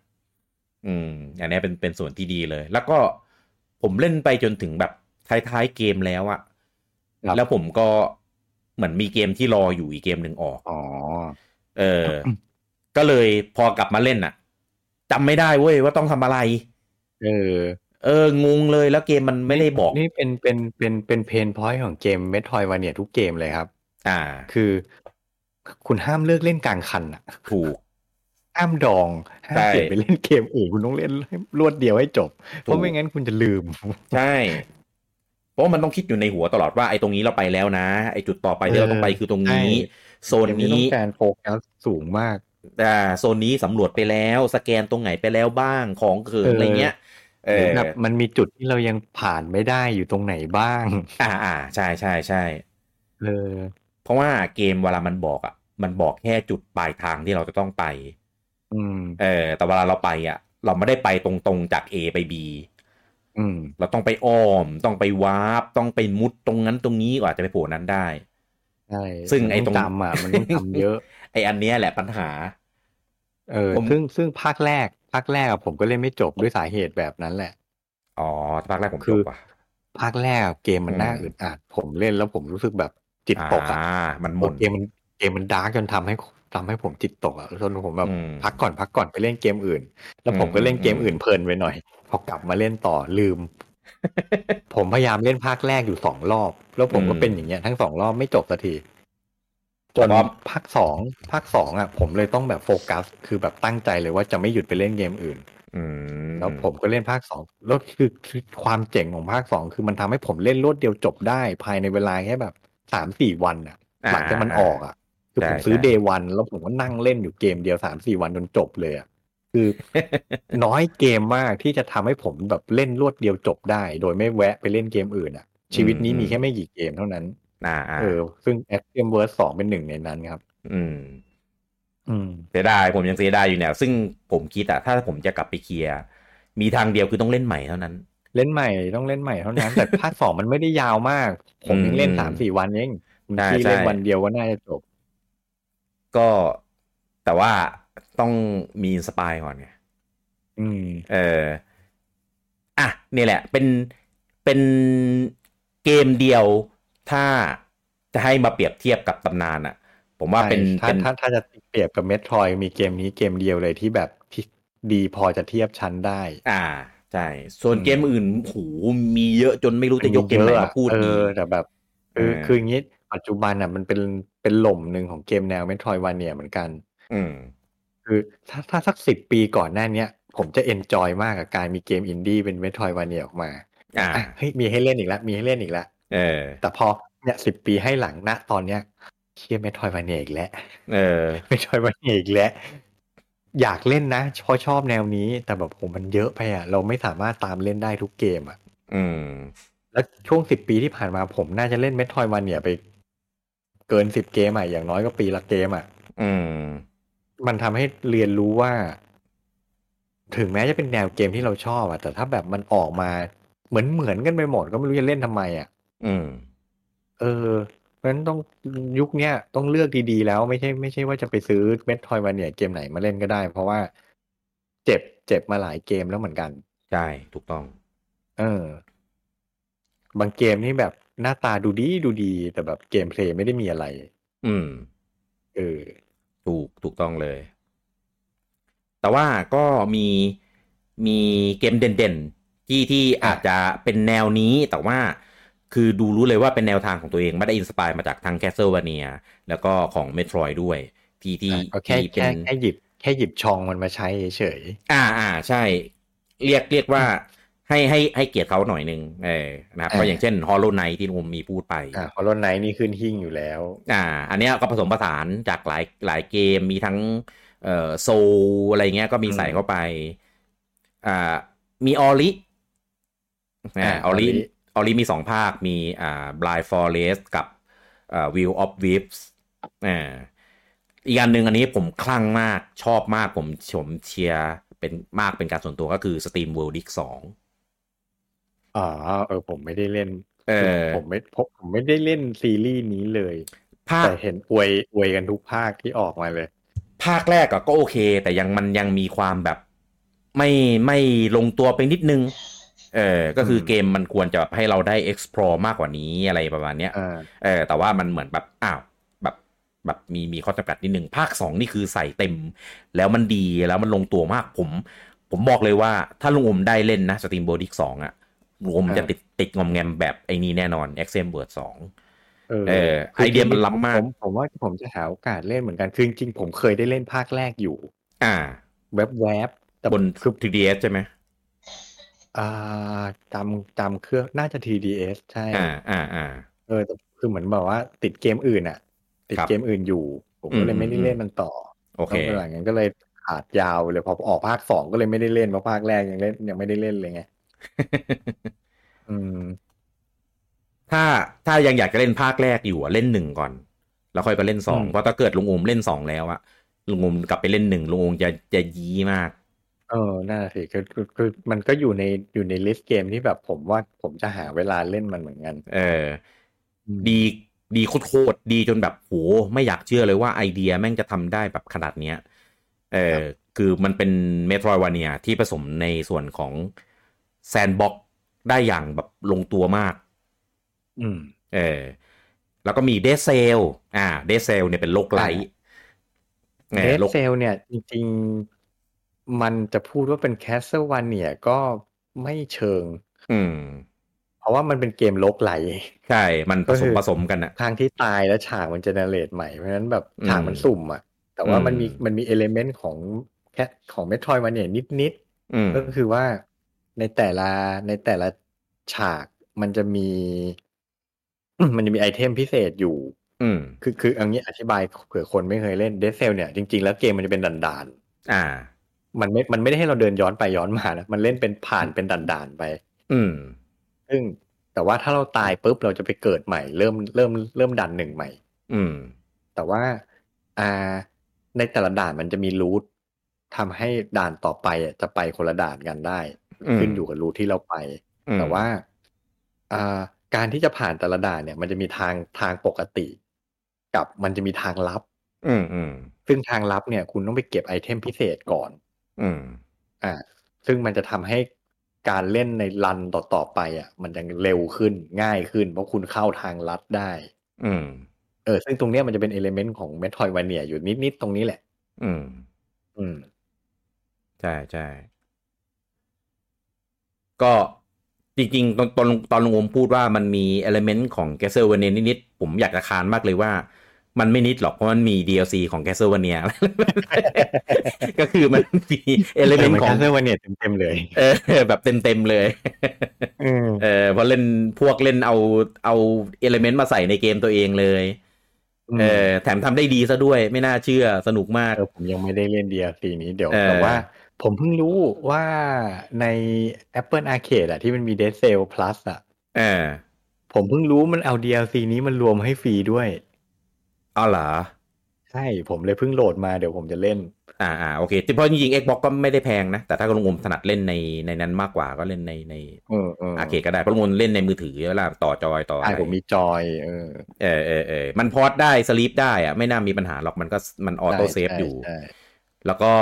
อืม อันเนี้ยเป็นเป็นส่วนที่ดีเลย แล้วก็ผมเล่นไปจนถึงแบบท้ายๆเกมแล้วอะแล้วผมก็เหมือนมีเกมที่รออยู่อีกเกมหนึ่งออก อ๋อ เออ ก็เลยพอกลับมาเล่นอะจำไม่ได้เว้ยว่าต้องทำอะไร เออ เอองงเลยแล้วเกมมันไม่ได้บอก นี่เป็นเป็นเป็นเป็นเพนพอยต์ของเกมเมทรอยวาเนียทุกเกมเลยครับ อ่า คือคุณห้ามเลือกเล่นกลางคันอ่ะ ถูก ห้ามดองห้าม ใช่ เปลี่ยนไปเล่นเกมอื่นคุณต้องเล่นรวดเดียวให้จบ เพ ถู ราะ ก ไม่งั้นคุณจะลืม ใช่ เพราะมันต้องคิดอยู่ในหัวตลอดว่าไอ้ตรงนี้เราไปแล้วนะ ไอ้จุดต่อไปที่เราต้องไปคือตรงนี้ ใช่ โซน เกมที่ต้อ นี้ งการโฟกัสสูงมาก อ่าโซนนี้สำรวจไปแล้วสแกนตรงไหนไปแล้วบ้างของเขิน เอออ อะไรเงี้ย เอ หรือ อแบบมันมีจุดที่เรายังผ่านไม่ได้อยู่ตรงไหนบ้าง อ่าอ่าใช่ใช่ใช่ เออ เพราะว่าเกมเวลามันบอกอ่ะ มันบอกแค่จุดปลายทางที่เราจะต้องไป อืม เออ แต่เวลาเราไปอ่ะ เราไม่ได้ไปตรงๆจาก A ไป B อืม เราต้องไปอ้อม ต้องไปวาร์ปต้องไปมุดตรงนั้นตรงนี้กว่าจะไปโผล่นั้นได้ ใช่ ซึ่งไอ้ตมันรง จำอ่ะมันต้องทำเยอะ ไออันเนี้ยแหละปัญหา เออ ผม ซึ่งซึ่งภาคแรก ภาคแรกอะผมก็เล่นไม่จบด้วยสาเหตุแบบนั้นแหละ อ๋อภาคแรกผม คื จ อ บว่ะ ภาคแรกอะเกมมัน อืม น่าอึดอัดผมเล่นแล้วผมรู้สึกแบบจิตตกอ่ะ อ่ามันหมด เกมมันเกมมันดาร์กจนทำให้ทำให้ผมจิตตกอ่ะจนผมแบบ อืม พักก่อนพักก่อนไปเล่นเกมอื่น แล้วผมก็เล่นเกม อืม อื่นเพลินไปหน่อย พอกลับมาเล่นต่อลืม ผมพยายามเล่นภาคแรกอยู่สองรอบ แล้วผมก็เป็นอย่างเงี้ยทั้งสองรอบไม่จบสักทีจนภาคสองภาคสองอ่ะ ผมเลยต้องแบบโฟกัส คือแบบตั้งใจเลยว่าจะไม่หยุดไปเล่นเกมอื่น อืม แล้วผมก็เล่นภาคสองแล้วคือคือความเจ๋งของภาคสองคือมันทำให้ผมเล่นรวดเดียวจบได้ภายในเวลาแค่แบบสามสี่วันอ่ะ อ่า หลังจากมันออกอ่ะคือผม ใช่ ซื้อ ใช่ เดวันแล้วผมก็นั่งเล่นอยู่เกมเดียวสามสี่วันจนจบเลยอ่ะคือ น้อยเกมมากที่จะทำให้ผมแบบเล่นรวดเดียวจบได้ โดยไม่แวะไปเล่นเกมอื่นอ่ะ ชีวิตนี้มีแค่ไม่กี่เกมเท่านั้น อ่าอ่า เออ ซึ่งแอคเกมเวิร์สสองเป็นหนึ่งในนั้นครับ อืม อืม เสียดายผมยังเสียดายอยู่เนี่ย ซึ่งผมคิดอะถ้าผมจะกลับไปเคลียร์ มีทางเดียวคือต้องเล่นใหม่เท่านั้น เล่นใหม่ต้องเล่นใหม่เท่านั้น แต่ ภาคสองมันไม่ได้ยาวมาก ผมยังเล่น อืม สามสี่วันเอง ใช่ ที่เล่น ใช่ วันเดียวก็น่าจะจบ ก็แต่ว่าต้องมีอินสปายก่อนไง อืม เอออ่ะนี่แหละ เป็น เป็นเกมเดียว ถ้าจะให้มาเปรียบเทียบกับตำนานอะผมว่าเป็น ใช่ถ้า เป็น ถ้าถ้าจะเปรียบกับเมทรอยมีเกมนี้เกมเดียวเลยที่แบบที่ดีพอจะเทียบชั้นได้ อ่า ใช่ ส่วน อืม เกมอื่นโหมีเยอะจนไม่รู้จะยกเกมไหนมาพูด เอ ดี อแต่แบบเออ เออ คืออย่างงี้ปัจจุบันอ่ะมันเป็นเป็นหล่มหนึ่งของเกมแนวเมทรอยวันเนี่ยเหมือนกัน อืม คือถ้าถ้าสักสิบปีก่อนหน้าเนี้ย ผมจะเอนจอยมากกับการมีเกมอินดี้เป็นเมทรอยวันเนี่ยออกมา อ่า อ่ะเฮ้ยมีให้เล่นอีกแล้วมีให้เล่นอีกแล้ว เออ แต่พอเนี่ยสิบปีให้หลังณตอนเนี้ยเชียเมทรอยวันเนี่ยอีกแล้ว เออ เมทรอยวันเนี่ยอีกแล้ว อยากเล่นนะเพราะชอบแนวนี้ แต่แบบผมมันเยอะไปอ่ะ เราไม่สามารถตามเล่นได้ทุกเกมอ่ะ อืม แล้วช่วงสิบปีที่ผ่านมาผมน่าจะเล่นเมทรอยวันเนี่ยไป เกินสิบเกมอ่ะอย่างน้อยก็ปีละเกมอ่ะ อืม มันทำให้เรียนรู้ว่า ถึงแม้จะเป็นแนวเกมที่เราชอบอ่ะ แต่ถ้าแบบมันออกมาเหมือนเหมือนๆกันไปหมดก็ไม่รู้จะเล่นทำไมอ่ะ อืม เออ เพราะฉะนั้นต้องยุคเนี้ยต้องเลือกดีๆแล้วไม่ใช่ไม่ใช่ว่าจะไปซื้อเมททอยมาเนี่ยเกมไหนมาเล่นก็ได้ เพราะว่าเจ็บเจ็บมาหลายเกมแล้วเหมือนกัน ใช่ ถูกต้อง เออ บางเกมนี่แบบหน้าตาดูดีดูดี แต่แบบเกมเพลย์ไม่ได้มีอะไร อืม เออ ถูก ถูกต้องเลย แต่ว่าก็มี มีเกมเด่นๆ ที่ที่อาจจะเป็นแนวนี้ แต่ว่า คือดูรู้เลยว่าเป็นแนวทางของตัวเอง ไม่ได้อินสปายมาจากทาง Castlevania แล้วก็ของ Metroid ด้วย ที่ที่ ก็แค่ ที่เป็ แค่ น แค่หยิบแค่หยิบชองมันมาใช้เฉย อ่าอ่าใช่ เรียกเรียกว่าให้ให้ให้เกียรติเขาหน่อยนึงเออนะครับก็อย่างเช่น Hollow Knight ที่ผมมีพูดไป ๆอ่าฮอลลไนท์นี่ขึ้นหิ้งอยู่แล้ว อ่า อันเนี้ยก็ผสมผสานจากหลายหลายเกมมีทั้งเอ่อโซอะไรเงี้ยก็มีใส่เข้าไป อ่า มีออริอ่า อ่า ออริ Ori ออริมีสองภาคมีอ่า Blind Forest กับอ่า View of w i p s อ่าอีกอันหนึ่งอันนี้ผมคลั่งมากชอบมากผมผมเชียร์เป็นมากเป็นการส่วนตัวก็คือ Steam World Dig 2 อ๋อเออ ผมไม่ได้เล่น เออ ผมไม่ผมผมไม่ได้เล่นซีรีส์นี้เลย ภาค แต่เห็นอวยอวยกันทุกภาคที่ออกมาเลย ภาคแรกอะก็โอเค แต่ยังมันยังมีความแบบ ไม่ไม่ลงตัวไปนิดนึง เออก็คืออ ม เกมมันควรจะแบบให้เราได้ explore มากกว่านี้อะไรประมาณเนี้ย อ่า เออแต่ว่ามันเหมือนแบบอ้าวแบบแบบมีมีข้อจำกัดนิดนึง ภาคสองนี่คือใส่เต็ม แล้วมันดีแล้วมันลงตัวมากผม ผมบอกเลยว่าถ้าลุงอมได้เล่นนะสตรีมโบดิกสองอะลุงอม อ่า จะติดติดงอมแงมแบบไอ้นี้แน่นอน x m w o r d สอง เออ เออไอเดียมันล้ำมาก ผผมว่าผมจะหาโอกาสเล่นเหมือนกัน คือจริงๆผมเคยได้เล่นภาคแรกอยู่ อ่า แวบๆแต่ บนคือ 3ds ใช่ไหม อ่าจำจำเครื่องน่าจะ TDS ใช่ อ่าอ่าอ่า เออแต่คือเหมือนแบบว่าติดเกมอื่นอ่ะ ติด ครับ เกมอื่นอยู่ ผมก็เล อื ย ม ไม่ได้ อืม เล่นมันต่อ โอเค แล้วหลังจากนั้นก็เลยขาดยาวเลยพอออกภาคสองก็เลยไม่ได้เล่นเพราะภาคแรกยังเล่นยังไม่ได้เล่นเลยไงอืม ถ้าถ้ายังอยากจะเล่นภาคแรกอยู่อะเล่นหนึ่งก่อน แล้วค่อยไปเล่นสอง อืม เพราะถ้าเกิดลุงโอมเล่นสองแล้วอะลุงโอมกลับไปเล่นหนึ่งลุงโอมจะจะยี้มาก เออน่าสิคือคือคือมันก็อยู่ในอยู่ในลิสต์เกมที่แบบผมว่าผมจะหาเวลาเล่นมันเหมือนกัน เอออ ม ดีดีโคตรๆดีจนแบบโหไม่อยากเชื่อเลยว่าไอเดียแม่งจะทำได้แบบขนาดเนี้ยเออคือมันเป็นเมโทรวาเนียที่ผสมในส่วนของแซนบ็อกได้อย่างแบบลงตัวมาก อืม เออ แล้วก็มีเดซเซลอ่าเดซเซลเนี่ยเป็นโลกไลท์ เด ออ ด โลก เซลเนี่ยจริงๆ มันจะพูดว่าเป็นแคสเซิลวันเนี่ยก็ไม่เชิง อืม เพราะว่ามันเป็นเกมโลกไหล ใช่ มันผ ก็ ส คื ม อ ผสมกันอะ ทางที่ตายแล้วฉากมันเจเนเรตใหม่ เพราะฉะนั้นแบบ อืม ฉากมันสุ่มอ่ะ แต่ว่ามันมี อืม มันมีเอลเมนต์ของแคของเมทรอยวันเนี่ยนิดๆ อืม ก็คือว่าในแต่ละในแต่ ละฉากมันจะมี มันจะมีไอเทมพิเศษอยู่ อืม คือคือเอันนี้อธิบายเผื่อคนไม่เคยเล่นเดซเซลเนี่ยจริงๆแล้วเกมมันจะเป็นด่าน อ่า ๆมันไม่มันไม่ได้ให้เราเดินย้อนไปย้อนมานะมันเล่นเป็นผ่านเป็นด่านๆไป อืม ซึ่งแต่ว่าถ้าเราตายปุ๊บเราจะไปเกิดใหม่เริ่มเริ่มเริ่มด่านหนึ่งใหม่ อืม แต่ว่าอ่าในแต่ละด่านมันจะมีรูททำให้ด่านต่อไปอ่ะจะไปคนละด่านกันได้ อืม ขึ้นอยู่กับรูทที่เราไป อืม แต่ว่าอ่าการที่จะผ่านแต่ละด่านเนี่ย มันจะมีทางทางปกติ กับมันจะมีทางลับ อืมอืม ซึ่งทางลับเนี่ย คุณต้องไปเก็บไอเทมพิเศษก่อน อืม อ่า ซึ่งมันจะทำให้การเล่นในรันต่อๆไปอ่ะ มันจะเร็วขึ้นง่ายขึ้น เพราะคุณเข้าทางลัดได้ อืม เออ ซึ่งตรงเนี้ยมันจะเป็นเอลเมนต์ของเมทอยวันเนียอยู่นิดๆตรงนี้แหละ อืม อืม ใช่ใช่ก็จริงๆ ตอนตอนตอนลุงอมพูดว่ามันมีเอลเมนต์ของแกเซอร์เวเนียนิดๆผมอยากจะคานมากเลยว่า มันไม่นิดหรอกเพราะมันมี DLC ของแกเซอร์เวเนีย ก็คือมันมีเอลเมนต์ของ เซอร์วันเนี่ยเต็มๆเลย เออแบบเต็มๆเลย อืม เออเพราะเล่นพวกเล่นเอาเอาเอลเมนต์มาใส่ในเกมตัวเองเลย เออแถมทำได้ดีซะด้วยไม่น่าเชื่อสนุกมาก เออผมยังไม่ได้เล่น DLC นี้เดี๋ยว เออ แต่ว่า ผมเพิ่งรู้ว่าใน Apple Arcade อะที่มันมี Dead Cell Plus อะ เออ ผมเพิ่งรู้มันเอา DLC นี้มันรวมให้ฟรีด้วย เอาเหรอ ใช่ผมเลยเพิ่งโหลดมาเดี๋ยวผมจะเล่น อ่าอ่าโอเคแต่เพราะจริงๆ Xbox ก็ไม่ได้แพงนะ แต่ถ้าลุงอมถนัดเล่นในในนั้นมากกว่าก็เล่นในใน อืมอืม อาเคก็ได้ เพราะลุงอมเล่นในมือถือเวลาต่อจอยต่ออะ ใช่ ไร ผมมีจอยเออ เออเออเออมันพอร์ตได้สลีปได้อะไม่น่ามีปัญหาหรอกมันก็มันออโต้เซฟ ใช่ อยู่ ใช่ แล้วก็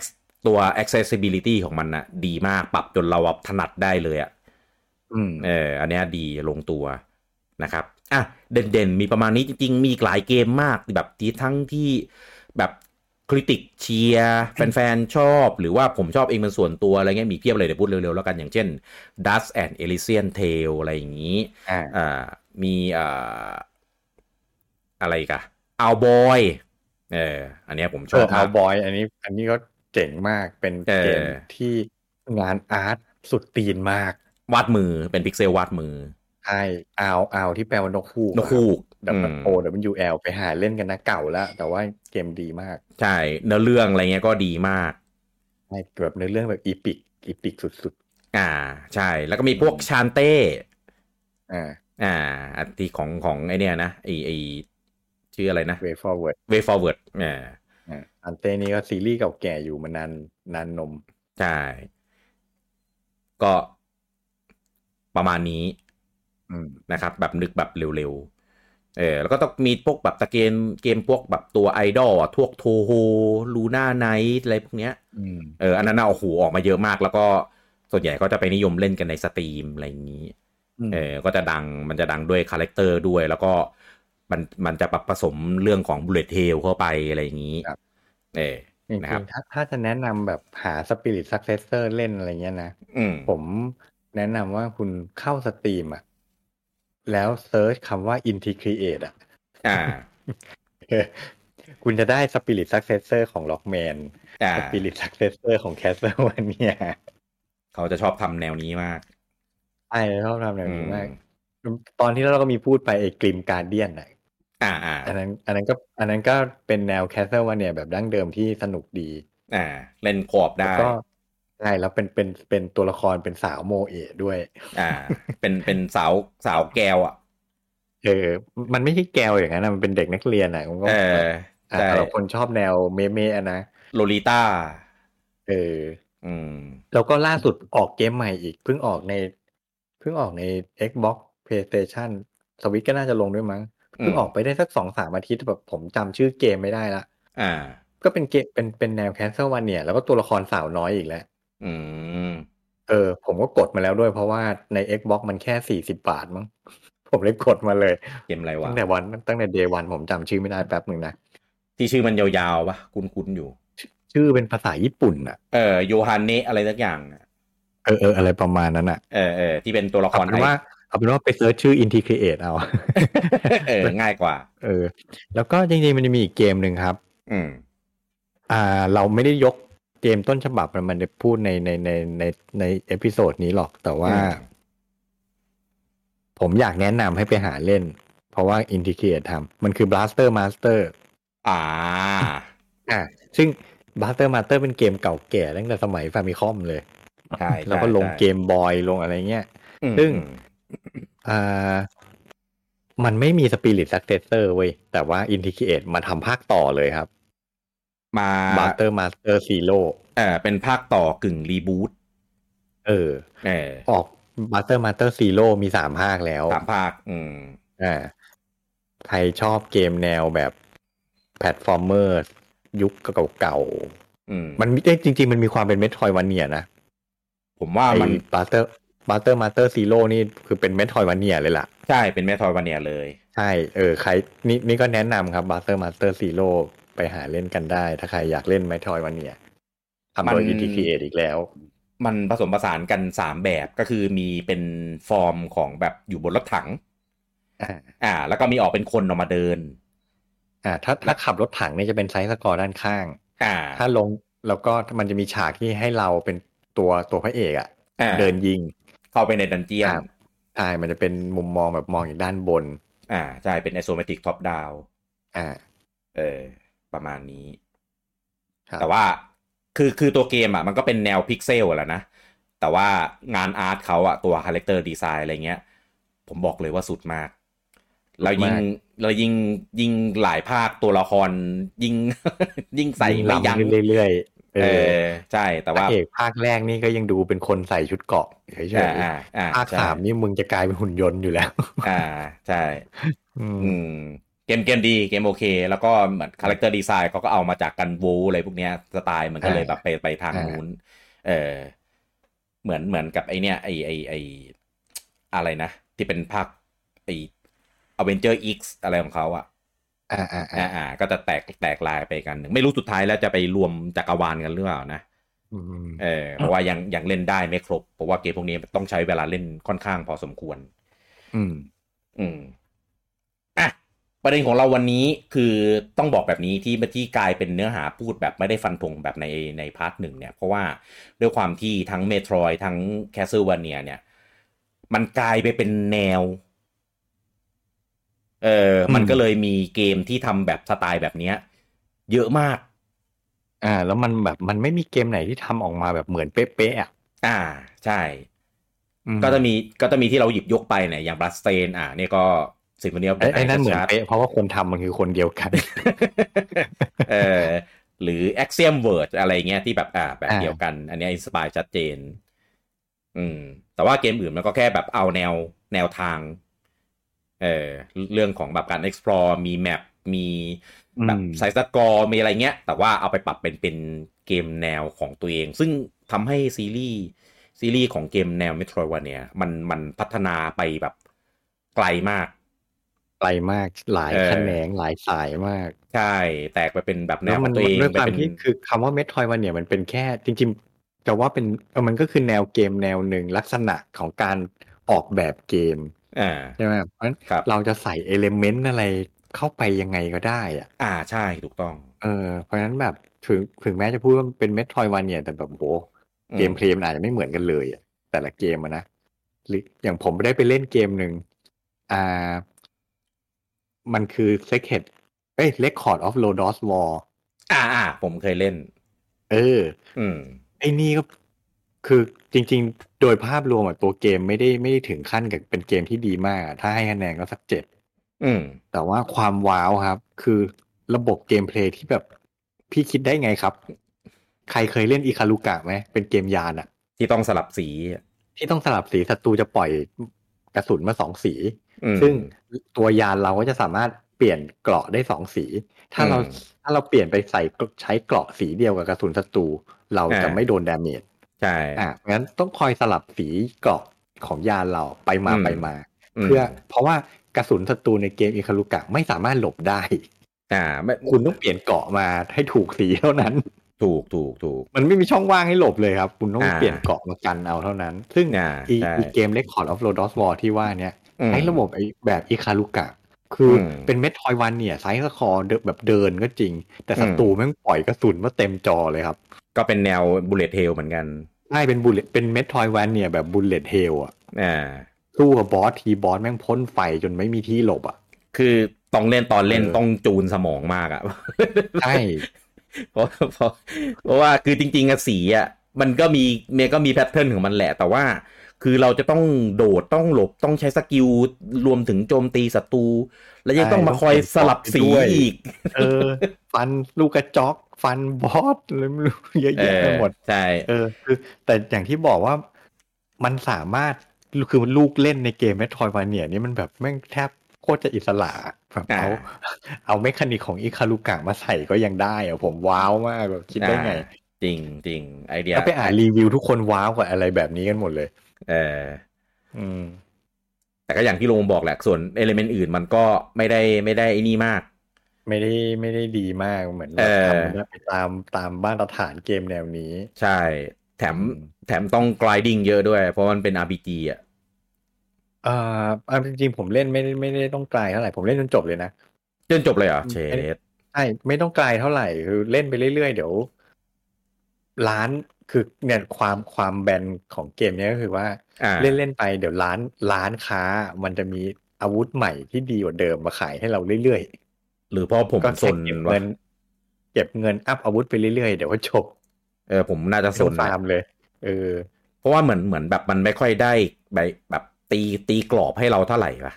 X- ตัว accessibility ของมันนะดีมากปรับจนเราแบบถนัดได้เลยอะ อืม เอออันเนี้ยดีลงตัวนะครับ อ่ะ เด่นๆ มีประมาณนี้จริง ๆ มีอีกหลายเกมมากแบบที่ทั้งที่แบบคริติกเชียร์ แฟนๆ ชอบ หรือว่าผมชอบเองเป็นส่วนตัวอะไรเงี้ยมีเพียบเลยเดี๋ยวพูดเร็วๆ แล้วกันอย่างเช่น Dust and Elysian Tale อะไรอย่างนี้ อ่า อ่ามีอ่าอะไรอีกันเอาบอยเอออันเนี้ยผมชอบเออเอา มาก บอยอันนี้ อันนี้ก็เจ๋งมากเป็น เออ เกมที่งานอาร์ตสุดตีนมาก วาดมือเป็นพิกเซลวาดมือ ใช่อาวอาวที่แปลว่านกฮูก นกฮูก ดับ อืม โอดับยูแอลไปหาเล่นกันนะเก่าแล้ว แต่ว่าเกมดีมาก ใช่เนื้อเรื่องอะไรเงี้ยก็ดีมาก ใช่แบบในเรื่องแบบอีพิกอีพิกสุด อ่าใช่แล้วก็มีพวกชานเต้ ๆ อ่า อ่าที่ของของไอเนี้ยนะไอไอชื่ออะไรนะ เวฟอร์เวิร์ด Way Forward อ่า อ่าอันเตนี้ก็ซีรีส์เก่าแก่อยู่มานานนานนม ใช่ ก็ประมาณนี้ อืม นะครับ แบบนึกแบบเร็วๆเออแล้วก็ต้องมีพวกแบบตะเกมเกมพวกแบบตัวไอดอลอะพวกโทโฮลูน่าไนท์อะไรพวกเนี้ย อืม เอออันนั้นน่ะโอ้โหออกมาเยอะมาก แล้วก็ส่วนใหญ่ก็จะไปนิยมเล่นกันในสตรีมอะไรอย่างนี้ อืม เออก็จะดังมันจะดังด้วยคาแรคเตอร์ด้วย แล้วก็มันมันจะแบบผสมเรื่องของบุลเลตเทลเข้าไปอะไรอย่างนี้ ครับ เออ จริง นะครับ ๆถ้าถ้าจะแนะนำแบบหาสปิริตซักเซสเซอร์เล่นอะไรเงี้ยนะ อืม ผมแนะนำว่าคุณเข้าสตรีมอ่ะ แล้วเซิร์ชคำว่า Inticreate อ่ะ อ่า คุณจะได้สปิริตซักเซสเซอร์ของล็อกแมน อ่า สปิริตซักเซสเซอร์ของแคสเซิลวันเนี่ย เขาจะชอบทำแนวนี้มาก ใช่ชอบทำแบบนี้มาก อื ตอนที่เราก็มีพูดไปไอ้กริมการเดียนอ่ะ อ่าอ่า อันนั้น อันนั้นก็ อันนั้นก็เป็นแนวแคสเซิลวันเนี่ยแบบดั้งเดิมที่สนุกดี อ่า เล่นขอบ แล้ว ได้ ก็ใช่แล้วเป็นเป็นเป็นตัวละครเป็นสาวโมเอะด้วย อ่า เป็นเป็นสาวสาวแก้วอ่ะ เออ มันไม่ใช่แกวอย่างนั้นนะมันเป็นเด็กนักเรียนอ่ะผมก็ เออ อ่ะ ใช่ แต่เราคนชอบแนวเมเมะอะนะ โลลิต้า เออ อืม แล้วก็ล่าสุดออกเกมใหม่อีก เพิ่งออกใน เพิ่งออกใน Xbox PlayStation Switch ก็น่าจะลงด้วยมั้งเพิ่งออกไปได้สักสองสามอาทิตย์แบบผมจำชื่อเกมไม่ได้ละ อ่า ก็เป็นเกมเป็นเป็นแนว Castlevania แล้วก็ตัวละครสาวน้อยอีกแล้ว อืม เออ ผมก็กดมาแล้วด้วยเพราะว่าใน Xbox มันแค่สี่สิบบาทมั้ง ผมเลยกดมาเลย เกมอะไรวะ ตั้งแต่วันตั้งแต่ day one ผมจำชื่อไม่ได้แป๊บหนึ่งนะ ที่ชื่อมันยาวๆปะคุ้นๆอยู่ ชื่อเป็นภาษาญี่ปุ่นอะ เออโยฮันเนะอะไรสักอย่างอะ เออเอออะไรประมาณนั้นอะ เออเออที่เป็นตัวละค เอา ร เป็นว่าเอาเป็นว่าไปเซิร์ชชื่อ Inticreate เอา เออง่ายกว่า เออแล้วก็จริงๆมันจะมีอีกเกมหนึ่งครับ อืม อ่า เราไม่ได้ยกเกมต้นฉบับมันจะพูดในในในในในเอพิโซดนี้หรอกแต่ว่า อืม ผมอยากแนะนำให้ไปหาเล่น เพ ราะว่าอินทิเกตทำมันคือ Blaster Master อ่า อ่ะซึ่ง Blaster Master เป็นเกมเก่าแก่ตั้งแต่สมัยฟามิคอมเลย ใช่ใช่ แล้วก็ลง ใช่ เกมบอยลงอะไรเงี้ย อืม ซึ่ง อ่ามันไม่มีสปิริตซักเซสเตอร์เว้ย แต่ว่าอินทิเกตมาทำภาคต่อเลยครับ มา Blaster Master Zero เออเป็นภาคต่อกึ่งรีบูต เออ เออ ออก Blaster Master Zero มีสามภาคแล้ว สามภาค อืม อ่าใครชอบเกมแนวแบบแพลตฟอร์มเมอร์ ยุคเก่า อืม ๆ มันมีเอ้ยจริง ๆ มันมีความเป็นเมทรอยวันเนียนะ ผมว่า ไอ้ มัน บัตเตอร์บัตเตอร์มาเตอร์ซีโร่นี่คือเป็นเมทรอยวันเนียเลยล่ะ ใช่เป็นแมทอยวันเนียเลย ใช่ เออ ใครนี่นี่ก็แนะนำครับบัตเตอร์มาเตอร์ซีโร่ไปหาเล่นกันได้ ถ้าใครอยากเล่นเมทรอยวันเนียทำโดมัยน ETK8 อีกแล้ว มันผสมผสานกันสามแบบก็คือมีเป็นฟอร์มของแบบอยู่บนรถถัง อ่า อ่า แล้วก็มีออกเป็นคนออกมาเดิน อ่า ถ้าถ้าขับรถถังเนี่ยจะเป็นไซส์สกอร์ด้านข้าง อ่า ถ้าลงแล้วก็มันจะมีฉากที่ให้เราเป็นตัวตัวพระเอกอะ อ่า เดินยิง เข้าไปในดันเจียน ครับ ใช่ มันจะเป็นมุมมองแบบมองอย่างด้านบน อ่าใช่เป็นไอโซเมติกท็อปดาว อ่า เออ ประมาณนี้ ครับ แต่ว่าคือคือตัวเกมอ่ะมันก็เป็นแนวพิกเซลแหละนะ แต่ว่างานอาร์ตเขาอ่ะตัวคาแรคเตอร์ดีไซน์อะไรเงี้ย ผมบอกเลยว่าสุดมากเรายิงเรายิงยิงหลายภาคตัวละครยิง ยิงใส่ไม่ยั้ง ยิงล้ำขึ้นเรื่อยๆ เอ เอ อ อใช่แต่ว่า พระเอกภาคแรกนี่ก็ยังดูเป็นคนใส่ชุดเกราะเฉย อ่าอ่าอ่า ๆภาค ใช่ สามนี่มึงจะกลายเป็นหุ่นยนต์อยู่แล้ว อ่าใช่ อืม อืมเกมเกมดีเกมโอเค แล้วก็เหมือนคาแรคเตอร์ดีไซน์เขาก็เอามาจากกันวูอะไรพวกเนี้ยสไตล์มันก็เลยแบบไปไปทางนู้นเออเหมือนเหมือนกับไอเนี้ยไอไอไออะไรนะ ที่เป็นภาคไออเวนเจอร์อีกอะไรของเขาอ่ะ อ่าอ่าอ่า อ่าอ่าก็จะแตกแตกลายไปกันหนึ่งไม่รู้สุดท้ายแล้วจะไปรวมจักรวาลกันหรือเปล่านะ อืม เออเพราะว่ายังยังเล่นได้ไม่ครบ เพราะว่าเกมพวกนี้มันต้องใช้เวลาเล่นค่อนข้างพอสมควร อืม อืม อ่ะ ประเด็นของเราวันนี้คือต้องบอกแบบนี้ที่ที่กลายเป็นเนื้อหาพูดแบบไม่ได้ฟันธงแบบในในพาร์ทหนึ่งเนี่ย เพราะว่าด้วยความที่ทั้งเมโทรยทั้งแคสเซิลวาเนียเนี่ย มันกลายไปเป็นแนว เออมันก็เลยมีเกมที่ทำแบบสไตล์แบบเนี้ย เยอะมาก อ่า แล้วมันแบบมันไม่มีเกมไหนที่ทำออกมาแบบเหมือนเป๊ะๆอ่ะ อ่า ใช่ อืม ก็จะมีก็จะมีที่เราหยิบยกไปเนี่ยอย่างบลัสเตนอ่ะเนี่ยก็สิมโฟนี ไอ้ไอ้นั่นเหมือนเป๊ะเพราะว่าคนทำมันคือคนเดียวกัน เออหรือ axiom word อะไรเงี้ยที่แบบอ่าแบบ อ่า เดียวกัน อันเนี้อินสปายชัดเจน อืม แต่ว่าเกมอื่นมันก็แค่แบบเอาแนวแนวทาง เออเรื่องของแบบการ explore มี map มีแบบไซส์สกอร์มีอะไรเงี้ย แต่ว่าเอาไปปรับเป็นเป็นเกมแนวของตัวเอง ซึ่งทำให้ซีรีส์ซีรีส์ของเกมแนว Metroidvania มันมันพัฒนาไปแบบไกลมาก ไกลมากหลาย เออ แขนงหลายสายมาก ใช่ แตกไปเป็นแบบแน แล้ว ว ข มั อน งตัวเอง ด้วยความ ไปเป็น ที่คือคำว่าเมทรอยวันเนี่ยมันเป็นแค่จริงๆแต่ว่าเป็นเออมันก็คือแนวเกมแนวหนึ่งลักษณะของการออกแบบเกม อ่า ใช่ไหมเพราะฉะนั้น ครับ เราจะใส่เอลิเมนต์อะไรเข้าไปยังไงก็ได้อะ อ่าใช่ถูกต้อง เออเพราะฉะนั้นแบบถึงถึงแม้จะพูดว่ามันเป็นเมทรอยวันเนี่ยแต่แบบโห อื เกมเพลย์มันอาจจะไม่เหมือนกันเลยอะแต่ละเกมอะนะหรืออย่างผมได้ไปเล่นเกมหนึ่งอ่า มันคือ Secret เอ้ย Record of Lodos War อ่าอ่าผมเคยเล่น เออ อืม ไอ้นี่ก็คือจริงๆ โดยภาพรวมอะตัวเกมไม่ได้ไม่ได้ถึงขั้นกับเป็นเกมที่ดีมากอะถ้าให้คะแนนก็สักเจ็ด อืม แต่ว่าความว้าวครับ คือระบบเกมเพลย์ที่แบบพี่คิดได้ไงครับ ใครเคยเล่นอิคารุกะไหมเป็นเกมยานอะ ที่ต้องสลับสีอ่ะ ที่ต้องสลับสีศัตรูจะปล่อยกระสุนมาสองสี อืม ซึ่งตัวยานเราก็จะสามารถเปลี่ยนเกราะได้สองสี ถ้าเรา อืม ถ้าเราเปลี่ยนไปใส่ใช้เกราะสีเดียวกับกระสุนศัตรูเราจะ อ่า ไม่โดนดาเมจ ใช่ อ่ะงั้นต้องคอยสลับสีเกราะของยานเราไปมา อืม ไปมา ม เพื่อเพราะว่ากระสุนศัตรูในเกมอิคารุกะไม่สามารถหลบได้ อ่าไม่ คุณต้องเปลี่ยนเกราะมาให้ถูกสีเท่านั้น ถูกถูกถูก มันไม่มีช่องว่างให้หลบเลยครับ คุณต้อง อ่า เปลี่ยนเกราะมากันเอาเท่านั้น ซึ่ง อ่า อี ใช่ อีเกม Record of Lodos War ที่ว่าเนี้ย อืม ไอ้ระบบไอ้แบบอิคารุกะ คืออ ม เป็นเมทรอยวันเนี่ยไซส์คอร์แบบเดินก็จริง แต่ศั อืม ตรูแม่งปล่อยกระสุนมาเต็มจอเลยครับ ก็เป็นแนวบุเลตเทลเหมือนกัน ใช่เป็นบุลเลตเป็นเมทรอยวันเนี่ยแบบบุลเลตเฮลอะ อ่า สู้กับบอสทีบอสแม่งพ่นไฟจนไม่มีที่หลบอ่ะ คือต้องเล่นตอนเล่น เออ ต้องจูนสมองมากอะ ใช่ เพราะ เพราะเพราะว่าคือจริงๆอะสีอะมันก็มีมันก็มีแพทเทิร์นของมันแหละ แต่ว่าคือเราจะต้องโดดต้องหลบต้องใช้สกิลรวมถึงโจมตีศัตรู แล้วยังต้องมาคอยสลับสีอีก เออ ฟันลูกกระจอก ฟันบอสอะไรไม่รู้เยอะ เอ แยะ อ ไปหมด ใช่ เออคือแต่อย่างที่บอกว่ามันสามารถคือลูกเล่นในเกมแมทรอยด์วาเนียนี่มันแบบแม่งแทบโคตรจะอิสระแบบ อ่า เอาเอาเมคานิกของอิคารุกะมาใส่ก็ยังได้อะผมว้าวมากแบบคิดได้ไง อ่าจริงจริงไอเดีย ถ้าไปอ่านรีวิวทุกคนว้าวกับอะไรแบบนี้กันหมดเลย เออ อืม แต่ก็อย่างที่โรงบอกแหละ ส่วนเอลิเมนต์อื่นมันก็ไม่ได้ไม่ได้ไอ้นี่มาก ไม่ได้ไม่ได้ดีมากเหมือน เออ ทำได้ไปตามตามมาตรฐานเกมแนวนี้ ใช่ แถม อืม แถมต้องกลายดิ้งเยอะด้วย เพราะมันเป็น RPG อ่ะ เอ่อเอาจริงๆผมเล่นไม่ได้ไม่ได้ต้องไกลเท่าไหร่ผมเล่นจนจบเลยนะ จนจบเลยเหรอเชด ใช่ไม่ต้องไกลเท่าไหร่คือเล่นไปเรื่อยๆ เดี๋ยวร้านคือเนี่ยความความแบนของเกมเนี้ยก็คือว่า อ่า เล่นเล่นๆไปเดี๋ยวร้านร้านค้า มันจะมีอาวุธใหม่ที่ดีกว่าเดิมมาขายให้เราเรื่อย หรือเพราะผม ๆ ก็ ส แค่ น เก็บ วะ เงิน เก็บเงินอัพอาวุธไปเรื่อยๆ เดี๋ยวก็จบ เออผมน่าจะส ส่วน น นะ ตามเลยเออ เพราะว่าเหมือนเหมือนแบบมันไม่ค่อยได้ไปแบบตีตีกรอบให้เราเท่าไหร่ปะ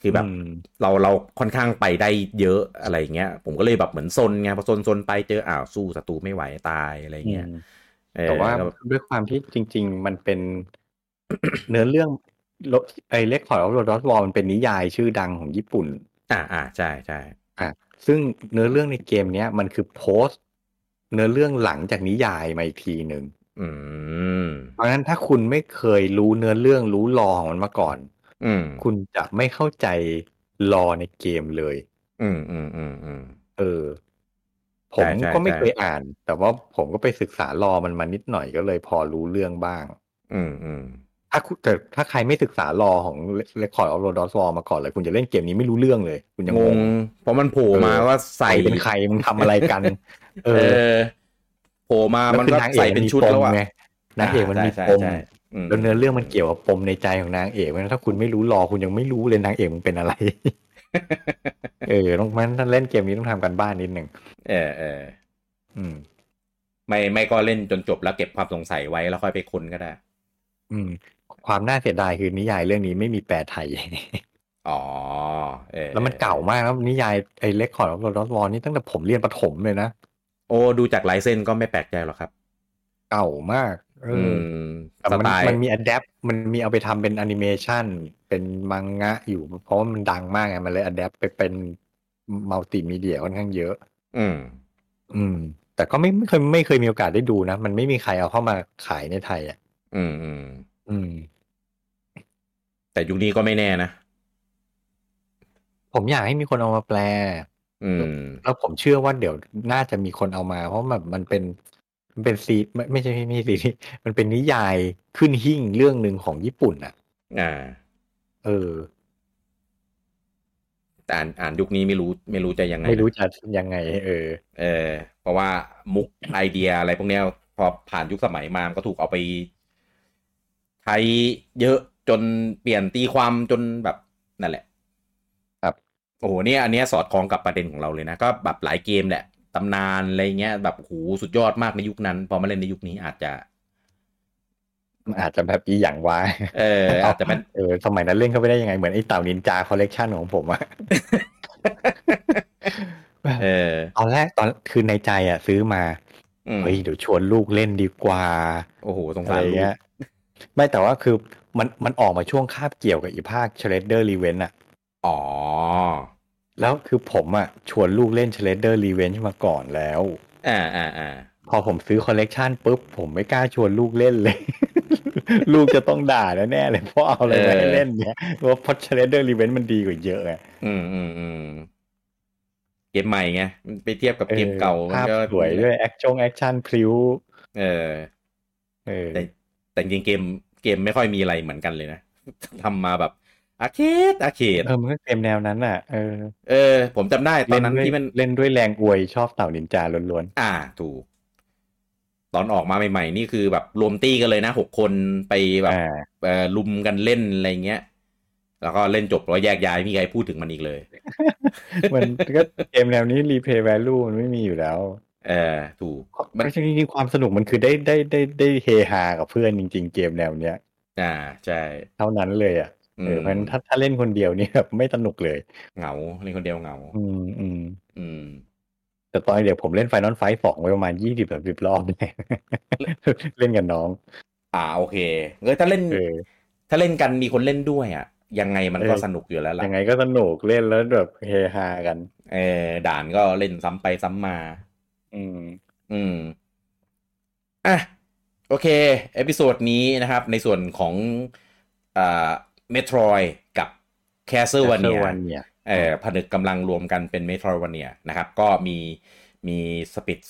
คือแบบ ม เราเราค่อนข้างไปได้เยอะอะไรอย่างเงี้ย ผมก็เลยแบบเหมือนซนไงพอซนซนไปเจออ้าวสู้ศัตรูไม่ไหวตายอะไรอย่างเงี้ย อืม เออ แต่ว่า ล้ ด้วยความที่จริง ๆ มันเป็น เนื้อเรื่องรไอเล็กขอร์ดรอสวอลมันเป็นนิยายชื่อดังของญี่ปุ่น อ่าอ่าใช่ใช่ อ่ะซึ่งเนื้อเรื่องในเกมเนี้ยมันคือโพสต์ เนื้อเรื่องหลังจากนิยายมาอีกทีหนึ่ง อืม เพราะฉะนั้นถ้าคุณไม่เคยรู้เนื้อเรื่องรู้ลอของมันมาก่อน อืม คุณจะไม่เข้าใจลอในเกมเลย อืมอืมอืมอืม เออ ผม ใช่ใช่ ก็ไม่ ใช่ เคยอ่าน แต่ว่าผมก็ไปศึกษาลอมันมานิดหน่อยก็เลยพอรู้เรื่องบ้าง อืมอืม ถ้าคุณแต่ถ้าใครไม่ศึกษาลอของ Record of Lost War มาก่อนเลย คุณจะเล่นเกมนี้ไม่รู้เรื่องเลย คุณจะ ง ง ง ง เพราะมันโผล่มาว่าใส่ ใส่เป็นใครมึงทำอะไรกัน เอ เอ อ อโผล่มา แล้ว มัน คือ ก็ นางเอก ใส่เป็นชุดแล้วอะ มีปมไงนางเอกมันมี ใช่ ปม ใช่ใช่ม แล้วเนื้อเรื่องมันเกี่ยวกับปมในใจของนางเอกเพราะฉะนั้นถ้าคุณไม่รู้รอคุณยังไม่รู้เลยนางเอกมัน เป็นอะไร เออต้องมันถ้าเล่นเกมนี้ต้องทำกันบ้านนิดหนึ่ง เออเออ อืม ไม่ไม่ก็เล่นจนจบแล้วเก็บความสงสัยไว้แล้วค่อยไปค้นก็ได้ อืม ความน่าเสียดายคือนิยายเรื่องนี้ไม่มีแปลไทย อ๋อเออ แล้วมันเก่ามากแล้วนิยายไอ้เล็กขอร์ดรอดวอนี่ตั้งแต่ผมเรียนประถมเลยนะ โอ้ดูจากลายเส้นก็ไม่แปลกใจหรอกครับ เก่ามากเอ อื ออ ม แต่ ส มัน ไตล์ มันมีอะแดปมันมีเอาไปทำเป็นแอนิเมชันเป็นมังงะอยู่ เพราะว่ามันดังมากไงมันเลยอะแดปไปเป็นมัลติมีเดียค่อนข้างเยอะ อืม อืม แต่ก็ไม่ไม่เคยไม่เคยมีโอกาสได้ดูนะ มันไม่มีใครเอาเข้ามาขายในไทยอ่ะ อืมอืม อืม แต่ยุคนี้ก็ไม่แน่นะ ผมอยากให้มีคนเอามาแปล อืม แล้วผมเชื่อว่าเดี๋ยวน่าจะมีคนเอามา เพราะแบบมันเป็นมันเป็นซีไม่ไม่ใช่ไม่ใช่ซีรีส์มันเป็นนิยายขึ้นหิ่งเรื่องหนึ่งของญี่ปุ่นอ่ะ อ่า เออ แต่อ่านอ่านยุคนี้ไม่รู้ไม่รู้จะยังไงนะ ไม่รู้จะยังไง เออ เออเพราะว่ามุกไอเดียอะไรพวกเนี้ยพอผ่านยุคสมัยมามันก็ถูกเอาไปใช้เยอะจนเปลี่ยนตีความจนแบบนั่นแหละ ครับ โอ้โหเนี่ยอันเนี้ยสอดคล้องกับประเด็นของเราเลยนะ ก็แบบหลายเกมแหละตำนานอะไรเงี้ยแบบโอ้โหสุดยอดมากในยุคนั้น พอมาเล่นในยุคนี้อาจจะ มันอาจจะแบบอีหยังวะ เอออาจจะเป็น เออสมัยนั้นเล่นเข้าไปได้ยังไงเหมือนไอ้เต่านินจาคอลเลกชันของผมอะ เออ ตอนแรกตอนคือในใจอ่ะ ซื้อมา อืม เฮ้ยเดี๋ยวชวนลูกเล่นดีกว่า โอ้โหสง อะ สา ไร รลู เงี้ ก ยไม่แต่ว่าคือมันมันออกมาช่วงคาบเกี่ยวกับอีภาคเชเลเดอร์รีเวนอะ อ๋อ แล้วคือผมอะชวนลูกเล่นเชเลเดอร์รีเวนมาก่อนแล้ว อ่าอ่าอ่า พอผมซื้อคอลเลกชันปุ๊บ ผมไม่กล้าชวนลูกเล่นเลย ลูกจะต้องด่าแน่ๆเลยเพราะเอาอะไรมาให้เล่นเนี่ยเพราะเชเลเดอร์รีเวนมันดีกว่าเยอะไง อืมอืมอืมเกมใหม่ไงมันไปเทียบกับเกม ออ เก่ามัน ภาพ ก็ สวยด้วยแอคชั่นแอคชั่นพลิ้ว เออ เออ แต่ แต่จริงๆเกมเกมไม่ค่อยมีอะไรเหมือนกันเลยนะ ทำมาแบบอาเคดอาเคด เออมันก็เกมแนวนั้นอ่ะเออ เออ ผมจำได้ตอนนั้น เล่ด้วย ที่มัน เล่นด้วยแรงอวยชอบเต่านินจาล้วน อ่าถูก ตอนออกมาใหม่ๆ นี่คือแบบรวมตี้กันเลยนะหกคนไป ๆ แบบ อ่า เอ่อลุมกันเล่นอะไรเงี้ย แล้วก็เล่นจบแล้วแยกย้ายไม่มีใครพูดถึงมันอีกเลย มันก็เกมแนวนี้ replay value มันไม่มีอยู่แล้ว เออถูก มั มัน นจริงๆความสนุกมันคือได้ได้ได้ได้เฮฮากับเพื่อนจริง ๆ เกมแนวเนี้ย อ่าใช่ เท่านั้นเลยอ่ะ อื เอ ม อเพราะฉะนั้นถ้าถ้าเล่นคนเดียวนี่แบบไม่สนุก เลย เหงาเล่นคนเดียวเหงา อืมอืม อืม แต่ตอนเด็กผมเล่นไฟนอลไฟสองไว้ประมาณยี่สิบสามสิบรอบเนี่ย เล่นกับน้อง อ่าโอเคเออถ้าเล่น เออ ถ้าเล่นกันมีคนเล่นด้วยอ่ะ ยังไงมันก็ เออ สนุกอยู่แล้วล่ะ ยังไงก็สนุกเล่นแล้วแบบเฮฮากัน เออด่านก็เล่นซ้ำไปซ้ำมา อืม อืม อ่ะ โอเค เอพิโซดนี้นะครับ ในส่วนของอ่าเมโทรยกับแคสเซอร์วันเนีย Castlevania เอ่อผนึกกำลังรวมกันเป็นเมโทรวันเนียนะครับ ก็มีมีสปิต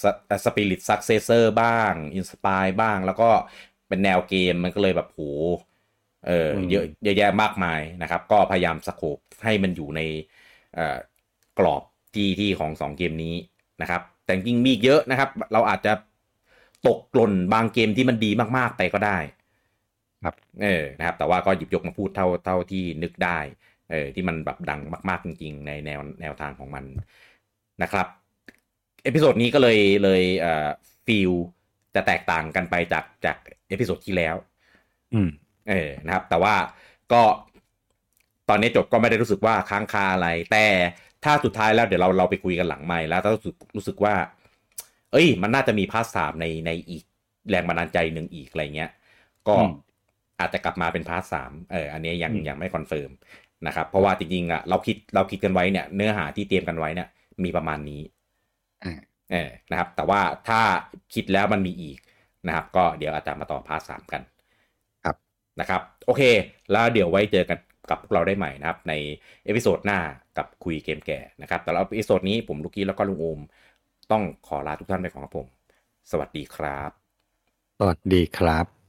สปิริตซักเซเซอร์บ้างอินสปายบ้าง แล้วก็เป็นแนวเกมมันก็เลยแบบโหเออ อืม เยอะเยอะแยะมากมายนะครับ ก็พยายามสโคปให้มันอยู่ในเอ่อกรอบที่ที่ของสองเกมนี้นะครับ แต่จริงๆมีอีกเยอะนะครับ เราอาจจะตกหล่นบางเกมที่มันดีมากๆไปก็ได้ เออ นะครับ แต่ว่าก็หยิบยกมาพูดเท่าเท่าที่นึกได้ เออ ที่มันแบบดังมาก ๆ จริง ๆ ในแนวแนวทางของมันนะครับ เอพิโซดนี้ก็เลยเลยเอ่อฟิลจะแตกต่างกันไปจากจากเอพิโซดที่แล้ว อืม เออ นะครับ แต่ว่าก็ตอนนี้จบก็ไม่ได้รู้สึกว่าค้างคาอะไร แต่ถ้าสุดท้ายแล้วเดี๋ยวเราเราไปคุยกันหลังไม่แล้วถ้ารู้สึกรู้สึกว่า เอ้ย มันน่าจะมีพาร์ทสามในในอีกแรงบันดาลใจหนึ่งอีกอะไรเงี้ย ก็ อืม อาจจะกลับมาเป็นพาร์ทสามเออ อันนี้ยัง อืม ยังไม่คอนเฟิร์มนะครับ เพราะว่าจริงๆอ่ะเราคิดเราคิดกันไว้เนี่ย เนื้อหาที่เตรียมกันไว้เนี่ยมีประมาณนี้ อ่า เออนะครับ แต่ว่าถ้าคิดแล้วมันมีอีกนะครับ ก็เดี๋ยวอาจจะมาต่อพาร์ทสามกัน ครับ นะครับ โอเค แล้วเดี๋ยวไว้เจอกันกับพวกเราได้ใหม่นะครับ ในเอพิโซดหน้ากับคุยเกมแก่นะครับ แต่ละเอพิโซดนี้ผมลูกกี้แล้วก็ลุงโอม ต้องขอลาทุกท่านไปก่อนครับผม สวัสดีครับ สวัสดีครับ